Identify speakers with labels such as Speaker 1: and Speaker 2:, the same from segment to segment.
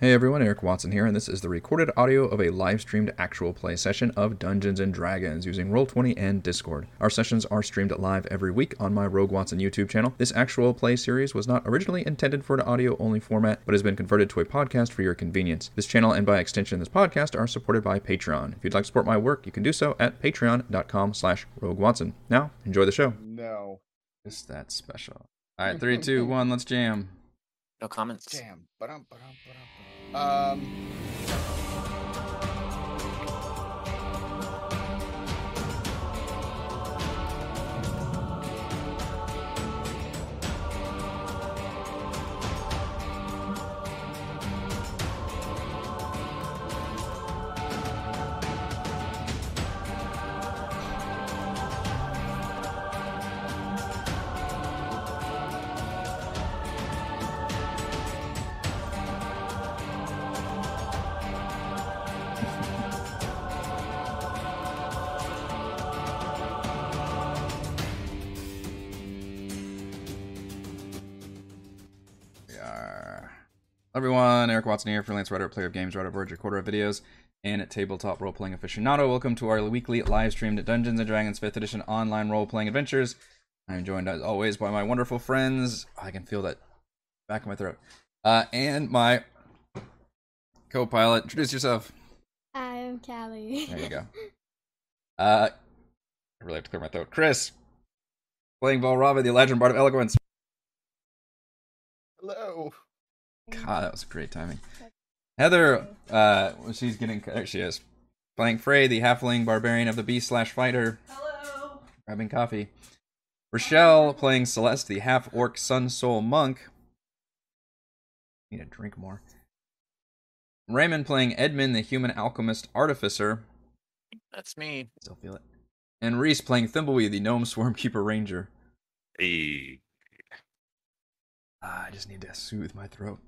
Speaker 1: Hey everyone, Eric Watson here, and this is the recorded audio of a live streamed actual play session of Dungeons and Dragons using Roll20 and Discord. Our sessions are streamed live every week on my Rogue Watson YouTube channel. This actual play series was not originally intended for an audio only format, but has been converted to a podcast for your convenience. This channel and by extension this podcast are supported by Patreon. If you'd like to support my work, you can do so at patreon.com slash roguewatson. Now, enjoy the show.
Speaker 2: No.
Speaker 1: It's that special. All right, three, two, one, let's jam.
Speaker 3: No comments.
Speaker 2: Damn. Ba-dum, ba-dum, ba-dum, ba-dum. Um.
Speaker 1: We are. Hello, Everyone, Eric Watson here, freelance writer, player of games, writer, of Voyager, quarter of videos, and tabletop role playing aficionado. Welcome to our weekly live streamed Dungeons and Dragons 5th edition online role playing adventures. I'm joined as always by my wonderful friends. I can feel that back in my throat. Uh, and my co pilot. Introduce yourself.
Speaker 4: Hi, I'm Callie.
Speaker 1: There you go. Uh, I really have to clear my throat. Chris, playing Valrava, the Eladrin Bard of Eloquence.
Speaker 2: Hello.
Speaker 1: God, that was great timing. Heather, uh, well, she's getting there. She is playing Frey, the halfling barbarian of the beast slash fighter. Hello. Grabbing coffee. Rochelle playing Celeste, the half orc sun soul monk. Need to drink more. Raymond playing Edmund, the human alchemist artificer.
Speaker 3: That's me.
Speaker 1: Still feel it. And Reese playing Thimbleweed, the gnome swarm keeper ranger.
Speaker 5: Hey,
Speaker 1: Ah, I just need to soothe my throat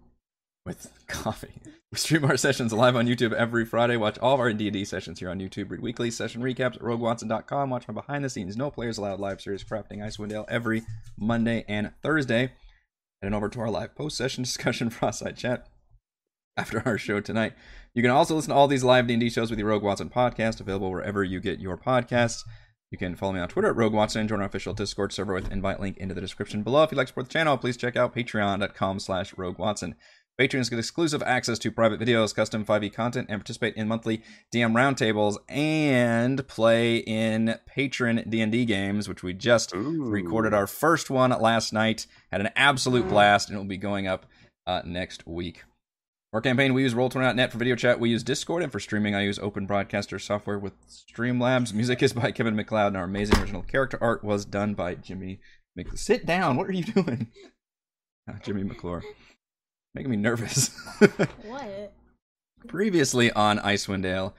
Speaker 1: with coffee. We stream our sessions live on YouTube every Friday. Watch all of our D&D sessions here on YouTube. Read weekly session recaps at roguewatson.com. Watch my behind-the-scenes No Players Allowed live series crafting Icewind Dale every Monday and Thursday. And over to our live post-session discussion Frostside Chat after our show tonight. You can also listen to all these live D&D shows with the Rogue Watson podcast, available wherever you get your podcasts. You can follow me on Twitter at Rogue Watson and join our official Discord server with invite link into the description below. If you'd like to support the channel, please check out patreon.com slash Rogue Watson. Patrons get exclusive access to private videos, custom 5e content, and participate in monthly DM roundtables and play in patron D&D games, which we just recorded our first one last night. Had an absolute blast, and it will be going up uh, next week. For our campaign, we use Roll20.net for video chat. We use Discord, and for streaming, I use Open Broadcaster software with Streamlabs. Music is by Kevin McLeod, and our amazing original character art was done by Jimmy. Mc- Sit down. What are you doing, Ah, Jimmy McClure? Making me nervous.
Speaker 4: What?
Speaker 1: Previously on Icewind Dale,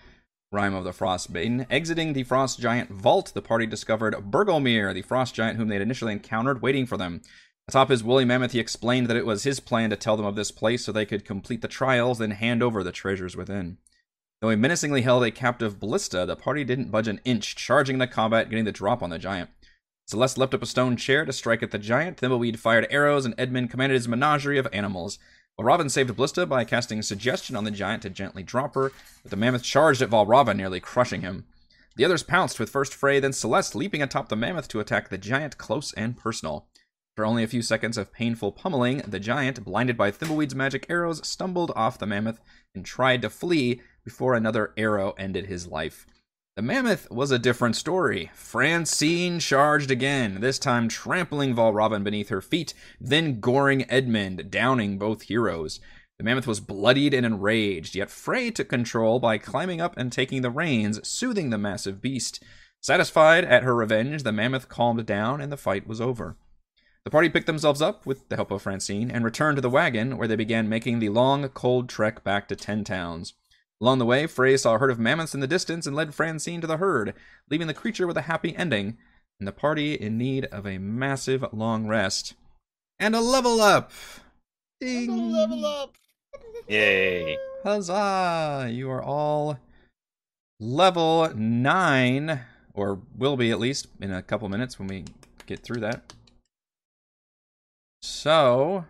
Speaker 1: Rime of the Frostmaiden, exiting the Frost Giant Vault, the party discovered Burgomir, the Frost Giant whom they had initially encountered, waiting for them. Atop his woolly mammoth, he explained that it was his plan to tell them of this place so they could complete the trials and hand over the treasures within. Though he menacingly held a captive ballista, the party didn't budge an inch, charging into combat, getting the drop on the giant. Celeste leapt up a stone chair to strike at the giant, Thimbleweed fired arrows, and Edmund commanded his menagerie of animals. Valravn saved Blista by casting Suggestion on the giant to gently drop her, but the mammoth charged at Valravn, nearly crushing him. The others pounced with first Frey, then Celeste leaping atop the mammoth to attack the giant close and personal. For only a few seconds of painful pummeling, the giant, blinded by Thimbleweed's magic arrows, stumbled off the mammoth and tried to flee before another arrow ended his life. The mammoth was a different story. Francine charged again, this time trampling Valravn beneath her feet, then goring Edmund, downing both heroes. The mammoth was bloodied and enraged, yet Frey took control by climbing up and taking the reins, soothing the massive beast. Satisfied at her revenge, the mammoth calmed down and the fight was over. The party picked themselves up with the help of Francine and returned to the wagon, where they began making the long, cold trek back to Ten Towns. Along the way, Frey saw a herd of mammoths in the distance and led Francine to the herd, leaving the creature with a happy ending, and the party in need of a massive long rest. And a level up! Ding!
Speaker 2: Level up.
Speaker 5: Yay.
Speaker 1: Huzzah! You are all level 9, or will be at least in a couple minutes when we get through that. So,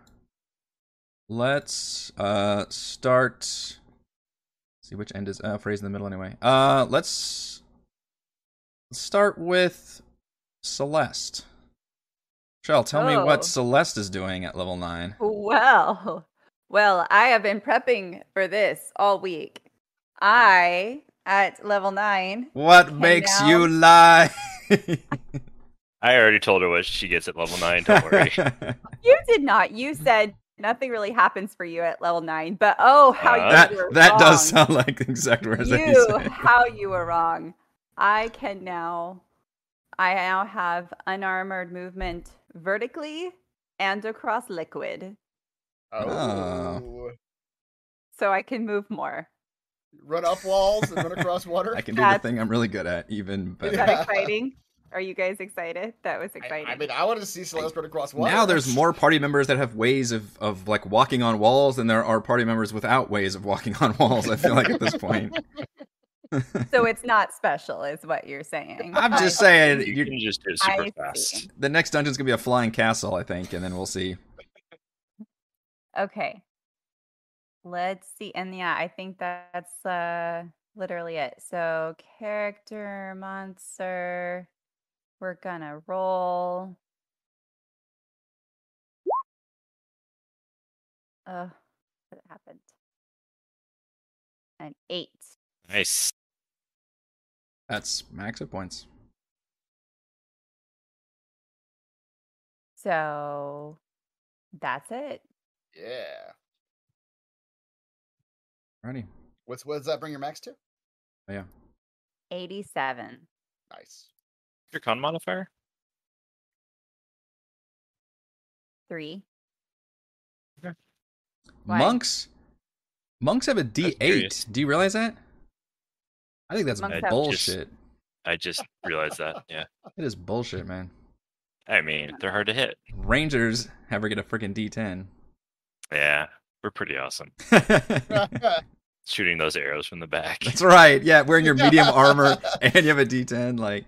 Speaker 1: Let's uh start. let's see which end is uh, phrase in the middle anyway. Uh, let's let's start with Celeste. Shell, tell me
Speaker 6: Oh.
Speaker 1: what Celeste is doing at level nine.
Speaker 6: Well, well, I have been prepping for this all week. I, at level nine,
Speaker 1: What
Speaker 6: Okay,
Speaker 1: makes
Speaker 6: now-
Speaker 1: you lie?
Speaker 5: I already told her what she gets at level nine. Don't worry.
Speaker 6: you did not. You said nothing really happens for you at level nine, but oh, how
Speaker 5: Uh,
Speaker 6: you
Speaker 1: that
Speaker 6: were
Speaker 1: that does
Speaker 6: wrong.
Speaker 1: sound like the exact words that you
Speaker 6: You,
Speaker 1: said.
Speaker 6: how you were wrong. I can now, I now have unarmored movement vertically and across liquid,
Speaker 1: Oh.
Speaker 6: so I can move more.
Speaker 2: Run up walls and run across water.
Speaker 1: I can do the
Speaker 6: That's-
Speaker 1: thing I'm really good at, even
Speaker 6: Is
Speaker 1: better.
Speaker 6: that exciting? Are you guys excited? That was
Speaker 2: I,
Speaker 6: exciting.
Speaker 2: I mean, I wanted to see Celeste run across water.
Speaker 1: Now there's more party members that have ways of, of like walking on walls than there are party members without ways of walking on walls, I feel like at this point.
Speaker 6: So it's not special, is what you're saying.
Speaker 1: I'm
Speaker 6: I-
Speaker 1: just saying
Speaker 5: You
Speaker 1: you
Speaker 5: can just do it
Speaker 6: I
Speaker 5: super
Speaker 6: see.
Speaker 5: fast.
Speaker 1: the next dungeon's gonna be a flying castle, I think, and then we'll see.
Speaker 6: Okay. Let's see. And yeah, I think that's uh literally it. So character monster. We're gonna roll. Oh, what happened? An eight.
Speaker 5: Nice.
Speaker 1: That's max hit points.
Speaker 6: So that's it.
Speaker 2: Yeah.
Speaker 1: Ready.
Speaker 2: What's what does that bring your max to?
Speaker 6: 87.
Speaker 2: Nice.
Speaker 5: Your con modifier.
Speaker 6: Three. Why?
Speaker 1: Monks Monks have a D
Speaker 5: curious.
Speaker 1: eight. Do you realize that? I think that's
Speaker 6: Monks have-
Speaker 1: bullshit.
Speaker 5: I just realized that. Yeah.
Speaker 1: It is bullshit, man.
Speaker 5: I mean, they're hard to hit.
Speaker 1: Rangers ever get a freaking D ten.
Speaker 5: Yeah. We're pretty awesome. Shooting those arrows from the back.
Speaker 1: That's right. Yeah, wearing your medium armor and you have a D10. Like,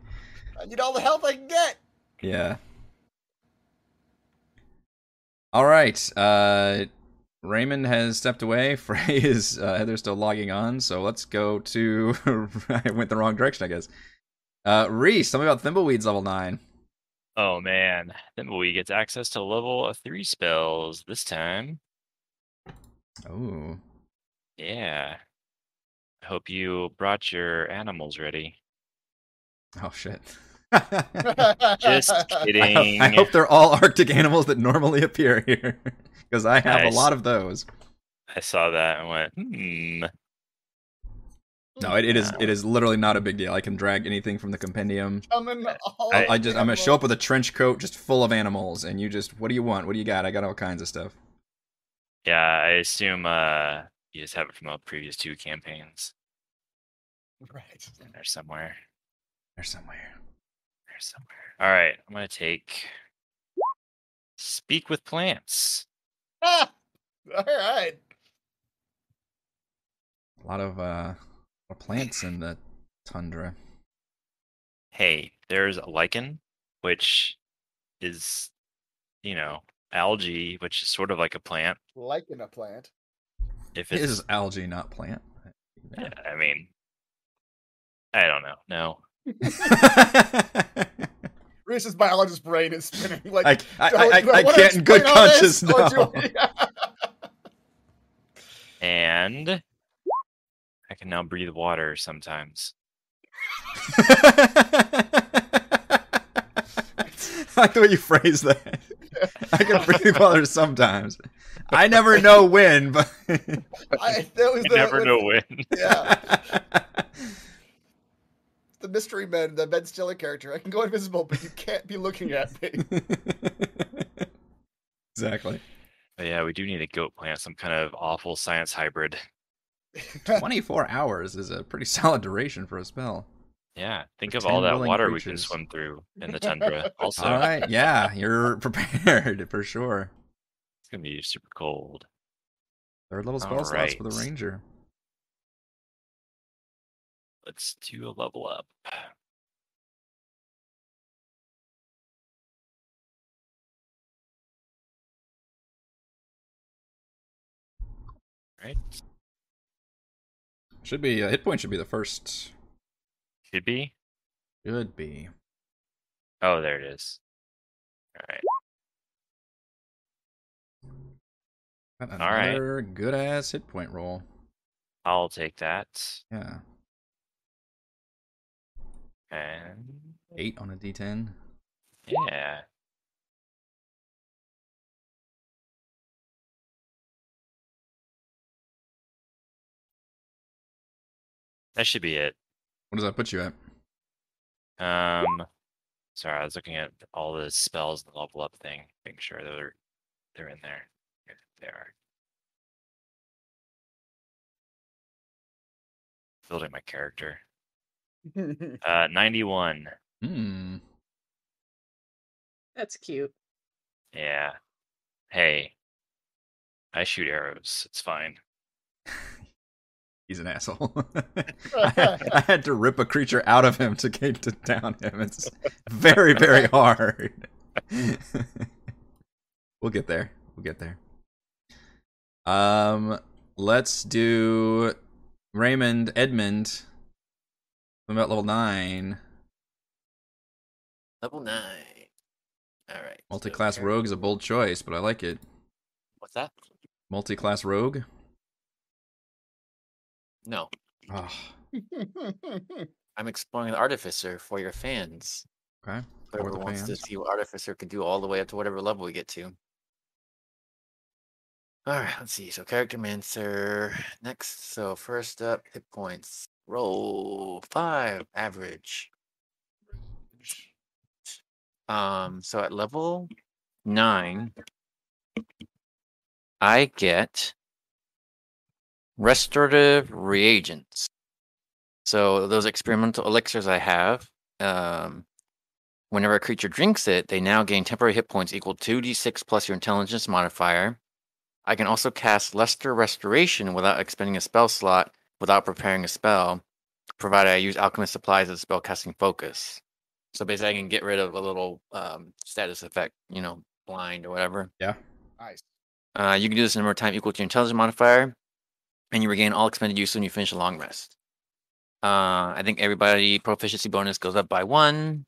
Speaker 2: I need all the help I can get.
Speaker 1: yeah. All right. Uh, Raymond has stepped away. Frey is uh, Heather's still logging on. So let's go to. I went the wrong direction, I guess. Uh, Reese, tell me about Thimbleweed's level nine.
Speaker 5: Oh man. Then we gets access to level three spells this time.
Speaker 1: Oh,
Speaker 5: Yeah. I hope you brought your animals ready.
Speaker 1: oh shit.
Speaker 5: Just
Speaker 1: I, hope,
Speaker 5: kidding.
Speaker 1: I hope they're all Arctic animals that normally appear here, because I have
Speaker 5: Nice.
Speaker 1: a lot of those.
Speaker 5: I saw that and went, hmm.
Speaker 1: No, it, it is it is literally not a big deal. I can drag anything from the compendium.
Speaker 2: Summon all
Speaker 1: I,
Speaker 2: of
Speaker 1: I
Speaker 2: the
Speaker 1: just I'm gonna
Speaker 2: animals.
Speaker 1: show up with a trench coat just full of animals, and you just what do you want? What do you got? I got all kinds of stuff.
Speaker 5: Yeah, I assume uh you just have it from the previous two campaigns
Speaker 2: Right.
Speaker 5: in there somewhere.
Speaker 1: They're somewhere.
Speaker 5: There somewhere. All right, I'm gonna take Speak with Plants.
Speaker 2: Ah, all right.
Speaker 1: A lot of uh, lot of plants in the tundra.
Speaker 5: Hey, there's a lichen, which is you know, algae, which is sort of like a plant.
Speaker 2: Liking a plant.
Speaker 5: If
Speaker 1: It
Speaker 5: it's
Speaker 1: is algae, not plant.
Speaker 5: yeah, I mean I don't know. No.
Speaker 2: Reese's biologist brain is spinning like.
Speaker 1: like I, I, I,
Speaker 2: do
Speaker 1: I
Speaker 2: wanna
Speaker 1: can't in good
Speaker 2: explain all this,
Speaker 1: conscience
Speaker 2: or do
Speaker 1: know.
Speaker 2: I-
Speaker 5: And I can now breathe water sometimes.
Speaker 1: I like the way you phrase that. I can breathe water sometimes. I never know when, but
Speaker 2: I, that was
Speaker 5: You
Speaker 2: the,
Speaker 5: never
Speaker 2: when-
Speaker 5: know when.
Speaker 2: Yeah, the mystery man, the Ben Stiller character. I can go invisible, but you can't be looking at me.
Speaker 1: exactly.
Speaker 5: But yeah, we do need a goat plant, some kind of awful science hybrid.
Speaker 1: 24 hours is a pretty solid duration for a spell.
Speaker 5: Yeah, think
Speaker 1: For
Speaker 5: of all
Speaker 1: 10
Speaker 5: that
Speaker 1: willing
Speaker 5: water we can
Speaker 1: creatures.
Speaker 5: swim through in the tundra. Also,
Speaker 1: All right, yeah, you're prepared for sure.
Speaker 5: it's gonna be super cold.
Speaker 1: Third level spell
Speaker 5: All
Speaker 1: slots for the
Speaker 5: right.
Speaker 1: ranger.
Speaker 5: Let's do a level up. right?
Speaker 1: Should be uh, hit point should be the first.
Speaker 5: Could be.
Speaker 1: Should be.
Speaker 5: Oh, there it is. All right.
Speaker 1: Got
Speaker 5: right.
Speaker 1: Another good ass hit point roll.
Speaker 5: I'll take that.
Speaker 1: Yeah.
Speaker 5: And
Speaker 1: Eight on a D10.
Speaker 5: yeah. That should be it.
Speaker 1: What does that put you at?
Speaker 5: Um, sorry, I was looking at all the spells and the level up thing, making sure they're they're in there. If they are. Building my character. Uh, ninety-one.
Speaker 1: Hmm.
Speaker 7: That's cute.
Speaker 5: Yeah. Hey, I shoot arrows. It's fine.
Speaker 1: He's an asshole. I, had, I had to rip a creature out of him to get to down him. It's very, very hard. we'll get there. We'll get there. Um, let's do Raymond Edmund. I'm about level nine.
Speaker 3: Level nine. All right. so
Speaker 1: Multi-class
Speaker 3: here-
Speaker 1: rogue is a bold choice, but I like it.
Speaker 3: What's that?
Speaker 1: Multi-class rogue.
Speaker 3: No,
Speaker 1: Oh,
Speaker 3: I'm exploring the artificer for your fans.
Speaker 1: okay. For
Speaker 3: Whoever
Speaker 1: the
Speaker 3: wants
Speaker 1: fans.
Speaker 3: to see what artificer can do all the way up to whatever level we get to. All right, let's see. So character mancer next. So first up, hit points. Roll five average. Um, so at level nine, I get restorative reagents. So those experimental elixirs I have, um, whenever a creature drinks it, they now gain temporary hit points equal to 2d6 plus your intelligence modifier. I can also cast Lester Restoration without expending a spell slot, without preparing a spell, provided I use alchemist supplies as a spellcasting focus. So basically, I can get rid of a little um, status effect, you know, blind or whatever.
Speaker 1: Yeah.
Speaker 2: Nice.
Speaker 3: Uh, you can do this a number of times equal to your intelligence modifier, and you regain all expended use when you finish a long rest. Uh, I think everybody proficiency bonus goes up by one,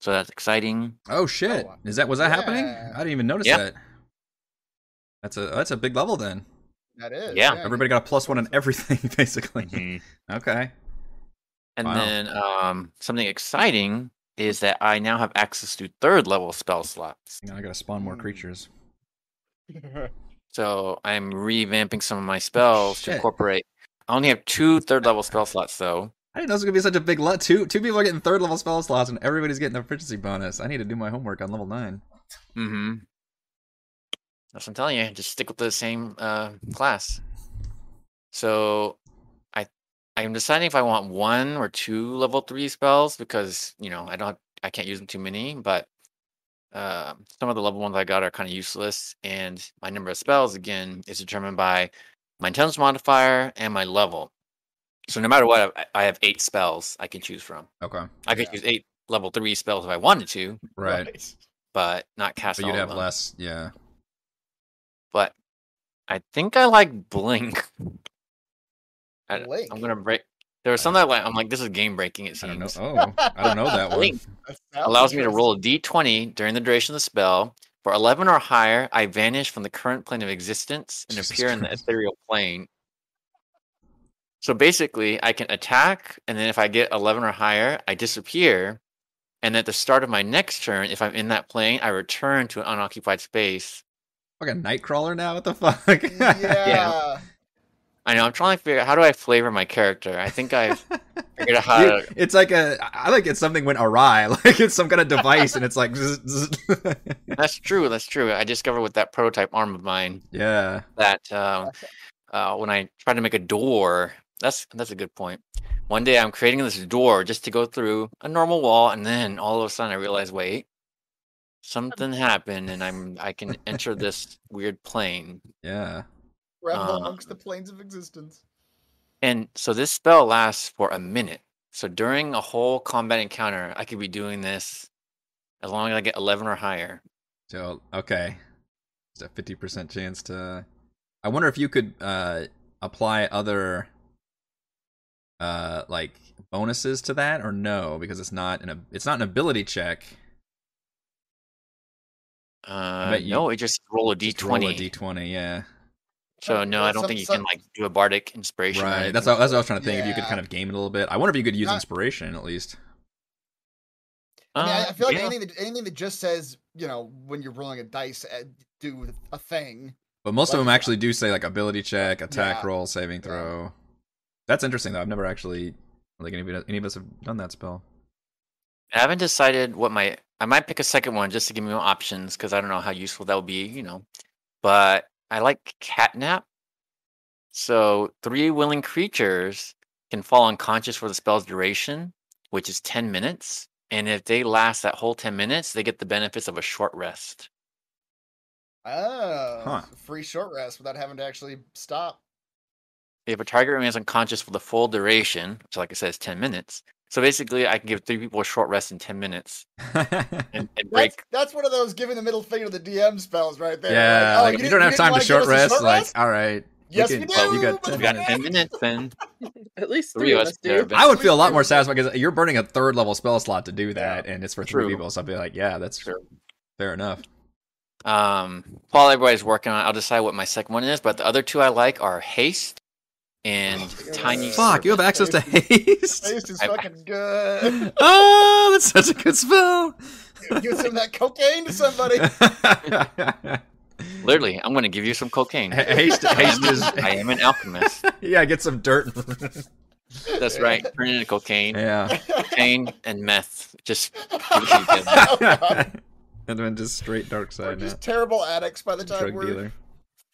Speaker 3: so that's exciting.
Speaker 1: Oh shit!
Speaker 2: wow.
Speaker 1: Is that was that happening?
Speaker 2: Yeah.
Speaker 1: I didn't even notice
Speaker 3: Yeah.
Speaker 1: that. That's a that's a big level then.
Speaker 2: That is.
Speaker 3: Yeah.
Speaker 1: Everybody got a plus one on everything basically.
Speaker 5: Mhm.
Speaker 1: Okay.
Speaker 3: And
Speaker 1: Wow.
Speaker 3: then um, something exciting is that I now have access to third level spell slots.
Speaker 1: Hang on, I gotta spawn more creatures.
Speaker 3: So I'm revamping some of my spells
Speaker 1: Shit.
Speaker 3: to incorporate. I only have two third level spell slots though.
Speaker 1: I didn't know this was gonna be such a big lot. Two two people are getting third level spell slots, and everybody's getting a proficiency bonus. I need to do my homework on level nine.
Speaker 3: Mm-hmm. That's what I'm telling you. Just stick with the same uh, class. So I I'm deciding if I want one or two level three spells because you know I don't I can't use them too many, but uh, some of the level ones I got are kind of useless, and my number of spells again is determined by my intelligence modifier and my level. So no matter what, I, I have eight spells I can choose from.
Speaker 1: Okay.
Speaker 3: I could
Speaker 2: Yeah.
Speaker 3: use eight level three spells if I wanted to,
Speaker 1: Right.
Speaker 3: but not cast.
Speaker 1: So you'd
Speaker 3: all of
Speaker 1: have
Speaker 3: them
Speaker 1: less. Yeah.
Speaker 3: but I think I like Blink. I,
Speaker 2: Blink?
Speaker 3: am gonna break. There was some that like I'm like this is game breaking. It
Speaker 1: I don't know.
Speaker 3: seems
Speaker 1: Oh, I don't know that one.
Speaker 3: Blink. allows me to roll a d20 during the duration of the spell. For 11 or higher, I vanish from the current plane of existence and
Speaker 1: Jesus
Speaker 3: appear in the
Speaker 1: Christ.
Speaker 3: ethereal plane. So basically, I can attack, and then if I get 11 or higher, I disappear. And at the start of my next turn, if I'm in that plane, I return to an unoccupied space
Speaker 1: Fucking Nightcrawler now. What the fuck?
Speaker 2: yeah.
Speaker 3: I know. I'm trying to figure out how do I flavor my character. I think I've figured out how
Speaker 1: You-
Speaker 3: to.
Speaker 1: it's like a. I I think it's something went awry. Like it's some kind of device, and it's like. zzz, zzz.
Speaker 3: That's true. That's true. I discovered with that prototype arm of mine
Speaker 1: yeah.
Speaker 3: that um, uh, when I tried to make a door, that's that's a good point. One day I'm creating this door just to go through a normal wall, and then all of a sudden I realize,
Speaker 1: Um.
Speaker 3: wait, something happened, and I'm I can enter this weird plane.
Speaker 1: Yeah.
Speaker 2: Revel
Speaker 3: Uh,
Speaker 2: amongst the planes of existence.
Speaker 3: And so this spell lasts for a minute. So during a whole combat encounter, I could be doing this as long as I get 11 or higher.
Speaker 1: So okay, it's a fifty percent chance to I wonder if you could uh, apply other uh, like bonuses to that or no, because it's not an ab- it's not an ability check.
Speaker 3: Uh,
Speaker 1: bet you-
Speaker 3: no, it just roll a d
Speaker 1: Just roll a
Speaker 3: twenty.
Speaker 1: d20, yeah.
Speaker 3: So
Speaker 2: Okay,
Speaker 3: no,
Speaker 2: well,
Speaker 3: I don't
Speaker 2: some-
Speaker 3: think you
Speaker 2: some-
Speaker 3: can like do a bardic inspiration. or
Speaker 1: Right. That's
Speaker 3: anything.
Speaker 1: what, that's what I was trying to think. If you could
Speaker 2: Yeah.
Speaker 1: kind of game it a little bit. I wonder if you could use
Speaker 2: Not-
Speaker 1: inspiration at least.
Speaker 2: I, mean, I-
Speaker 3: Uh,
Speaker 2: I feel like
Speaker 3: yeah.
Speaker 2: anything that anything that just says you know when you're rolling a dice, uh, do a thing.
Speaker 1: But most of
Speaker 2: Like-
Speaker 1: them actually do say like ability check, attack
Speaker 2: Yeah.
Speaker 1: roll, saving throw. That's interesting though. I've never actually I don't think any of, any of us have done that spell.
Speaker 3: I haven't decided what my I might pick a second one just to give me more options because I don't know how useful that will be, you know. But I like catnap. So three willing creatures can fall unconscious for the spell's duration, which is ten minutes. And if they last that whole ten minutes, they get the benefits of a short rest.
Speaker 2: Oh,
Speaker 1: Huh.
Speaker 2: free short rest without having to actually stop.
Speaker 3: If a target remains unconscious for the full duration, which like I said is ten minutes. So basically I can give three people a short rest in ten minutes and, and break
Speaker 2: That's, that's one of those giving the middle finger the DM spells right there.
Speaker 1: yeah,
Speaker 2: oh,
Speaker 1: like, you,
Speaker 2: didn't-
Speaker 1: don't have
Speaker 2: didn't
Speaker 1: time to
Speaker 2: wanna give us
Speaker 1: short
Speaker 2: a
Speaker 1: rest. like, all right, you
Speaker 2: Yes,
Speaker 1: can-
Speaker 2: we
Speaker 1: well, you
Speaker 2: do,
Speaker 1: got 10
Speaker 3: we got
Speaker 1: minutes.
Speaker 3: ten minutes then
Speaker 7: At least
Speaker 3: three of us there,
Speaker 7: do.
Speaker 3: but-
Speaker 1: I would feel a lot
Speaker 2: Please
Speaker 1: more
Speaker 2: do.
Speaker 1: satisfied because you're burning a third level spell slot to do that, and it's for three
Speaker 3: True.
Speaker 1: people. So I'd be like, yeah, that's
Speaker 3: True.
Speaker 1: fair enough.
Speaker 3: Um, while everybody's working on, it, I'll decide what my second one is. But the other two I like are haste and
Speaker 2: Oh,
Speaker 3: tiny.
Speaker 2: yeah.
Speaker 1: Fuck, you have
Speaker 3: Servant.
Speaker 1: access to haste.
Speaker 2: Taste is
Speaker 3: I-
Speaker 2: fucking good.
Speaker 1: oh, that's such a good spell.
Speaker 2: Give some of that cocaine to somebody.
Speaker 3: Literally, I'm going to give you some cocaine.
Speaker 1: Ha- haste,
Speaker 3: I am-
Speaker 1: haste is
Speaker 3: I am an alchemist.
Speaker 1: yeah. Get some dirt.
Speaker 3: That's right. Turn it into cocaine,
Speaker 1: yeah,
Speaker 3: cocaine and meth. Just
Speaker 2: Oh, God.
Speaker 1: and then just straight dark
Speaker 2: We're
Speaker 1: side now.
Speaker 2: just terrible addicts by the time
Speaker 1: Drug
Speaker 2: we're.
Speaker 1: dealer.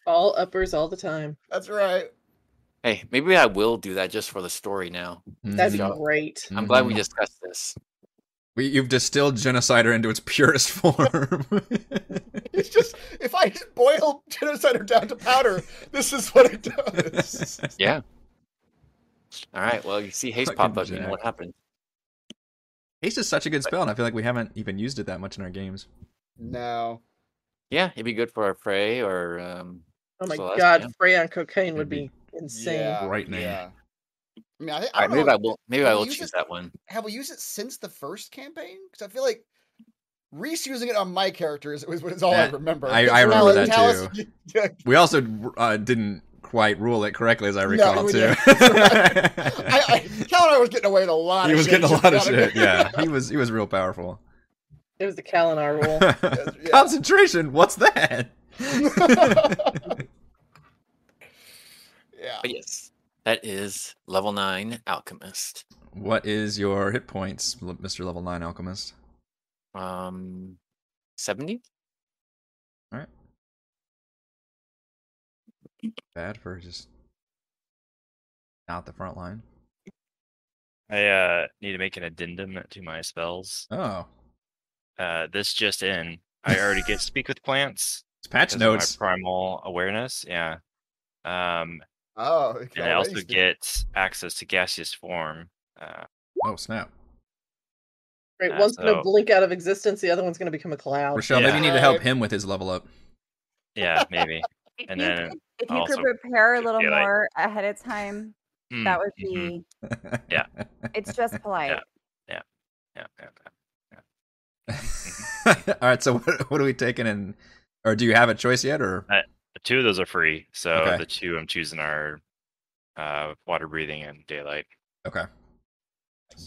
Speaker 7: All uppers all the time.
Speaker 2: That's right.
Speaker 3: hey, maybe I will do that just for the story. Now,
Speaker 7: That's
Speaker 1: Mhm.
Speaker 3: Mm-hmm.
Speaker 7: great.
Speaker 3: I'm glad we
Speaker 1: Mhm.
Speaker 3: discussed this.
Speaker 1: We, you've distilled genocider into its purest form.
Speaker 2: It's just if I just boil genocider down to powder, this is what it does.
Speaker 3: All right. Well, you see haste
Speaker 1: Fucking
Speaker 3: pop up. You know
Speaker 1: Jack.
Speaker 3: what happened?
Speaker 1: Haste is such a good spell, and I feel like we haven't even used it that much in our games.
Speaker 2: No.
Speaker 3: Yeah, it'd be good for our prey or um,
Speaker 7: Oh my
Speaker 3: So that's-
Speaker 7: god,
Speaker 3: yeah. Mm-hmm.
Speaker 7: prey on cocaine would
Speaker 1: Maybe.
Speaker 7: be insane.
Speaker 2: Yeah,
Speaker 1: Frightening.
Speaker 2: Yeah. I mean, I, think,
Speaker 3: all
Speaker 2: I
Speaker 3: right,
Speaker 2: don't
Speaker 3: maybe
Speaker 2: know.
Speaker 3: I will. Maybe I
Speaker 2: Have
Speaker 3: will
Speaker 2: Oh, you
Speaker 3: choose
Speaker 2: just-
Speaker 3: that one.
Speaker 2: Have we used it since the first campaign? Because I feel like Reese using it on my characters was, was all I
Speaker 1: That-
Speaker 2: remember.
Speaker 1: I- I
Speaker 2: Tal-
Speaker 1: remember that
Speaker 2: Talos- yeah,
Speaker 1: We also uh, didn't quite rule it correctly, as I
Speaker 2: No,
Speaker 1: recall,
Speaker 2: we
Speaker 1: too.
Speaker 2: didn't. That's I, I, Cal and I was getting away with a lot.
Speaker 1: he
Speaker 2: of
Speaker 1: was
Speaker 2: shit,
Speaker 1: getting a
Speaker 2: just
Speaker 1: lot of
Speaker 2: not agree-
Speaker 1: shit. Yeah, he was. He was real powerful.
Speaker 7: It was the Kalinar rule.
Speaker 2: yeah.
Speaker 1: Concentration. What's that?
Speaker 2: yeah.
Speaker 3: But Oh, yes, that is level nine alchemist.
Speaker 1: what is your hit points, Mister Level Nine Alchemist?
Speaker 3: Um, seventy.
Speaker 1: Bad for just out the front line.
Speaker 5: I uh, need to make an addendum to my spells.
Speaker 1: Oh,
Speaker 5: Uh, this just in. I already get speak with plants.
Speaker 1: it's patch
Speaker 5: because of my
Speaker 1: notes.
Speaker 5: primal awareness. Yeah. Um,
Speaker 2: Oh. it can
Speaker 5: and I
Speaker 2: already
Speaker 5: also
Speaker 2: speak-
Speaker 5: get access to gaseous form. Uh,
Speaker 1: Oh snap,
Speaker 7: Right,
Speaker 5: Yeah,
Speaker 7: one's
Speaker 5: so-
Speaker 7: gonna blink out of existence, the other one's gonna become a
Speaker 2: Oh,
Speaker 7: cloud.
Speaker 1: Rochelle. Maybe you need to
Speaker 2: Yeah.
Speaker 1: help him with his level up.
Speaker 5: yeah, maybe.
Speaker 6: If
Speaker 5: And
Speaker 6: you
Speaker 5: then
Speaker 6: could, if you
Speaker 5: also
Speaker 6: could prepare a
Speaker 5: could
Speaker 6: little
Speaker 5: be like-
Speaker 6: more ahead of time,
Speaker 5: Hmm,
Speaker 6: that would
Speaker 5: mhm,
Speaker 6: be.
Speaker 5: Yeah.
Speaker 6: It's just polite.
Speaker 5: yeah, yeah, yeah.
Speaker 1: All right. So what, what are we taking in? Or do you have a choice yet? Or
Speaker 5: The two of those are free, so
Speaker 1: Okay.
Speaker 5: the two I'm choosing are uh, water breathing and daylight.
Speaker 1: okay,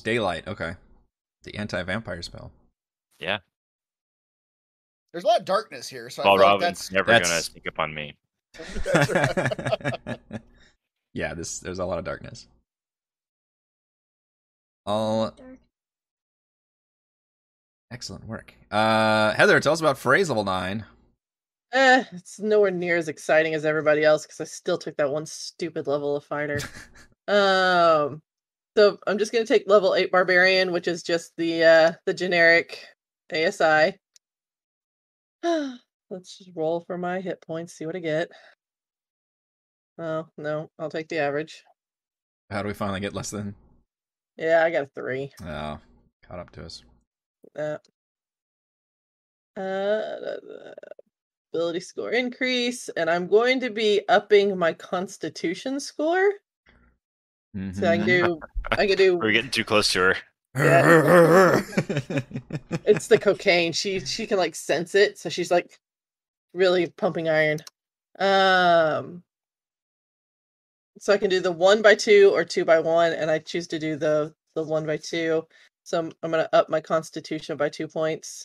Speaker 1: daylight. Okay, the anti-vampire spell.
Speaker 2: There's a lot of darkness here, so I
Speaker 5: Paul
Speaker 2: feel like
Speaker 5: Robbins
Speaker 2: that's.
Speaker 5: never gonna
Speaker 1: that's-
Speaker 5: sneak up on me.
Speaker 2: that's right.
Speaker 1: yeah, this there's a lot of darkness. All
Speaker 4: Dark.
Speaker 1: excellent work. Uh Heather, tell us about phrase level nine.
Speaker 7: Eh, it's nowhere near as exciting as everybody else because I still took that one stupid level of fighter. um, so I'm just gonna take level eight barbarian, which is just the uh the generic ASI. Let's just roll for my hit points, see what I get. Oh no, I'll take the average.
Speaker 1: How do we finally get less than?
Speaker 7: Yeah, I got a three.
Speaker 1: Oh, caught up to us.
Speaker 7: Uh, uh, da- da- ability score increase, and I'm going to be upping my constitution score. So
Speaker 1: Mm-hmm.
Speaker 7: I can do I can do
Speaker 5: We're getting too close to her.
Speaker 7: it's the cocaine. She she can like sense it, so she's like really pumping iron. Um so I can do the one by two or two by one, and I choose to do the the one by two. So I'm, I'm gonna up my constitution by two points.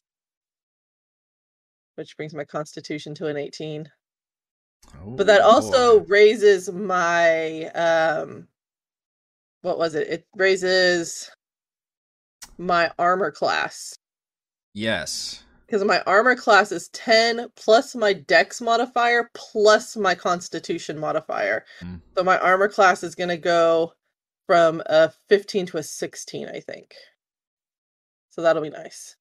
Speaker 7: Which brings my constitution to an 18. But that
Speaker 1: Oh,
Speaker 7: also
Speaker 1: boy.
Speaker 7: raises my um what was it? It raises my armor class
Speaker 1: yes.
Speaker 7: because my armor class is 10 plus my dex modifier plus my constitution modifier.
Speaker 1: Mm.
Speaker 7: So my armor class is going to go from a 15 to a 16, I think. So that'll be nice.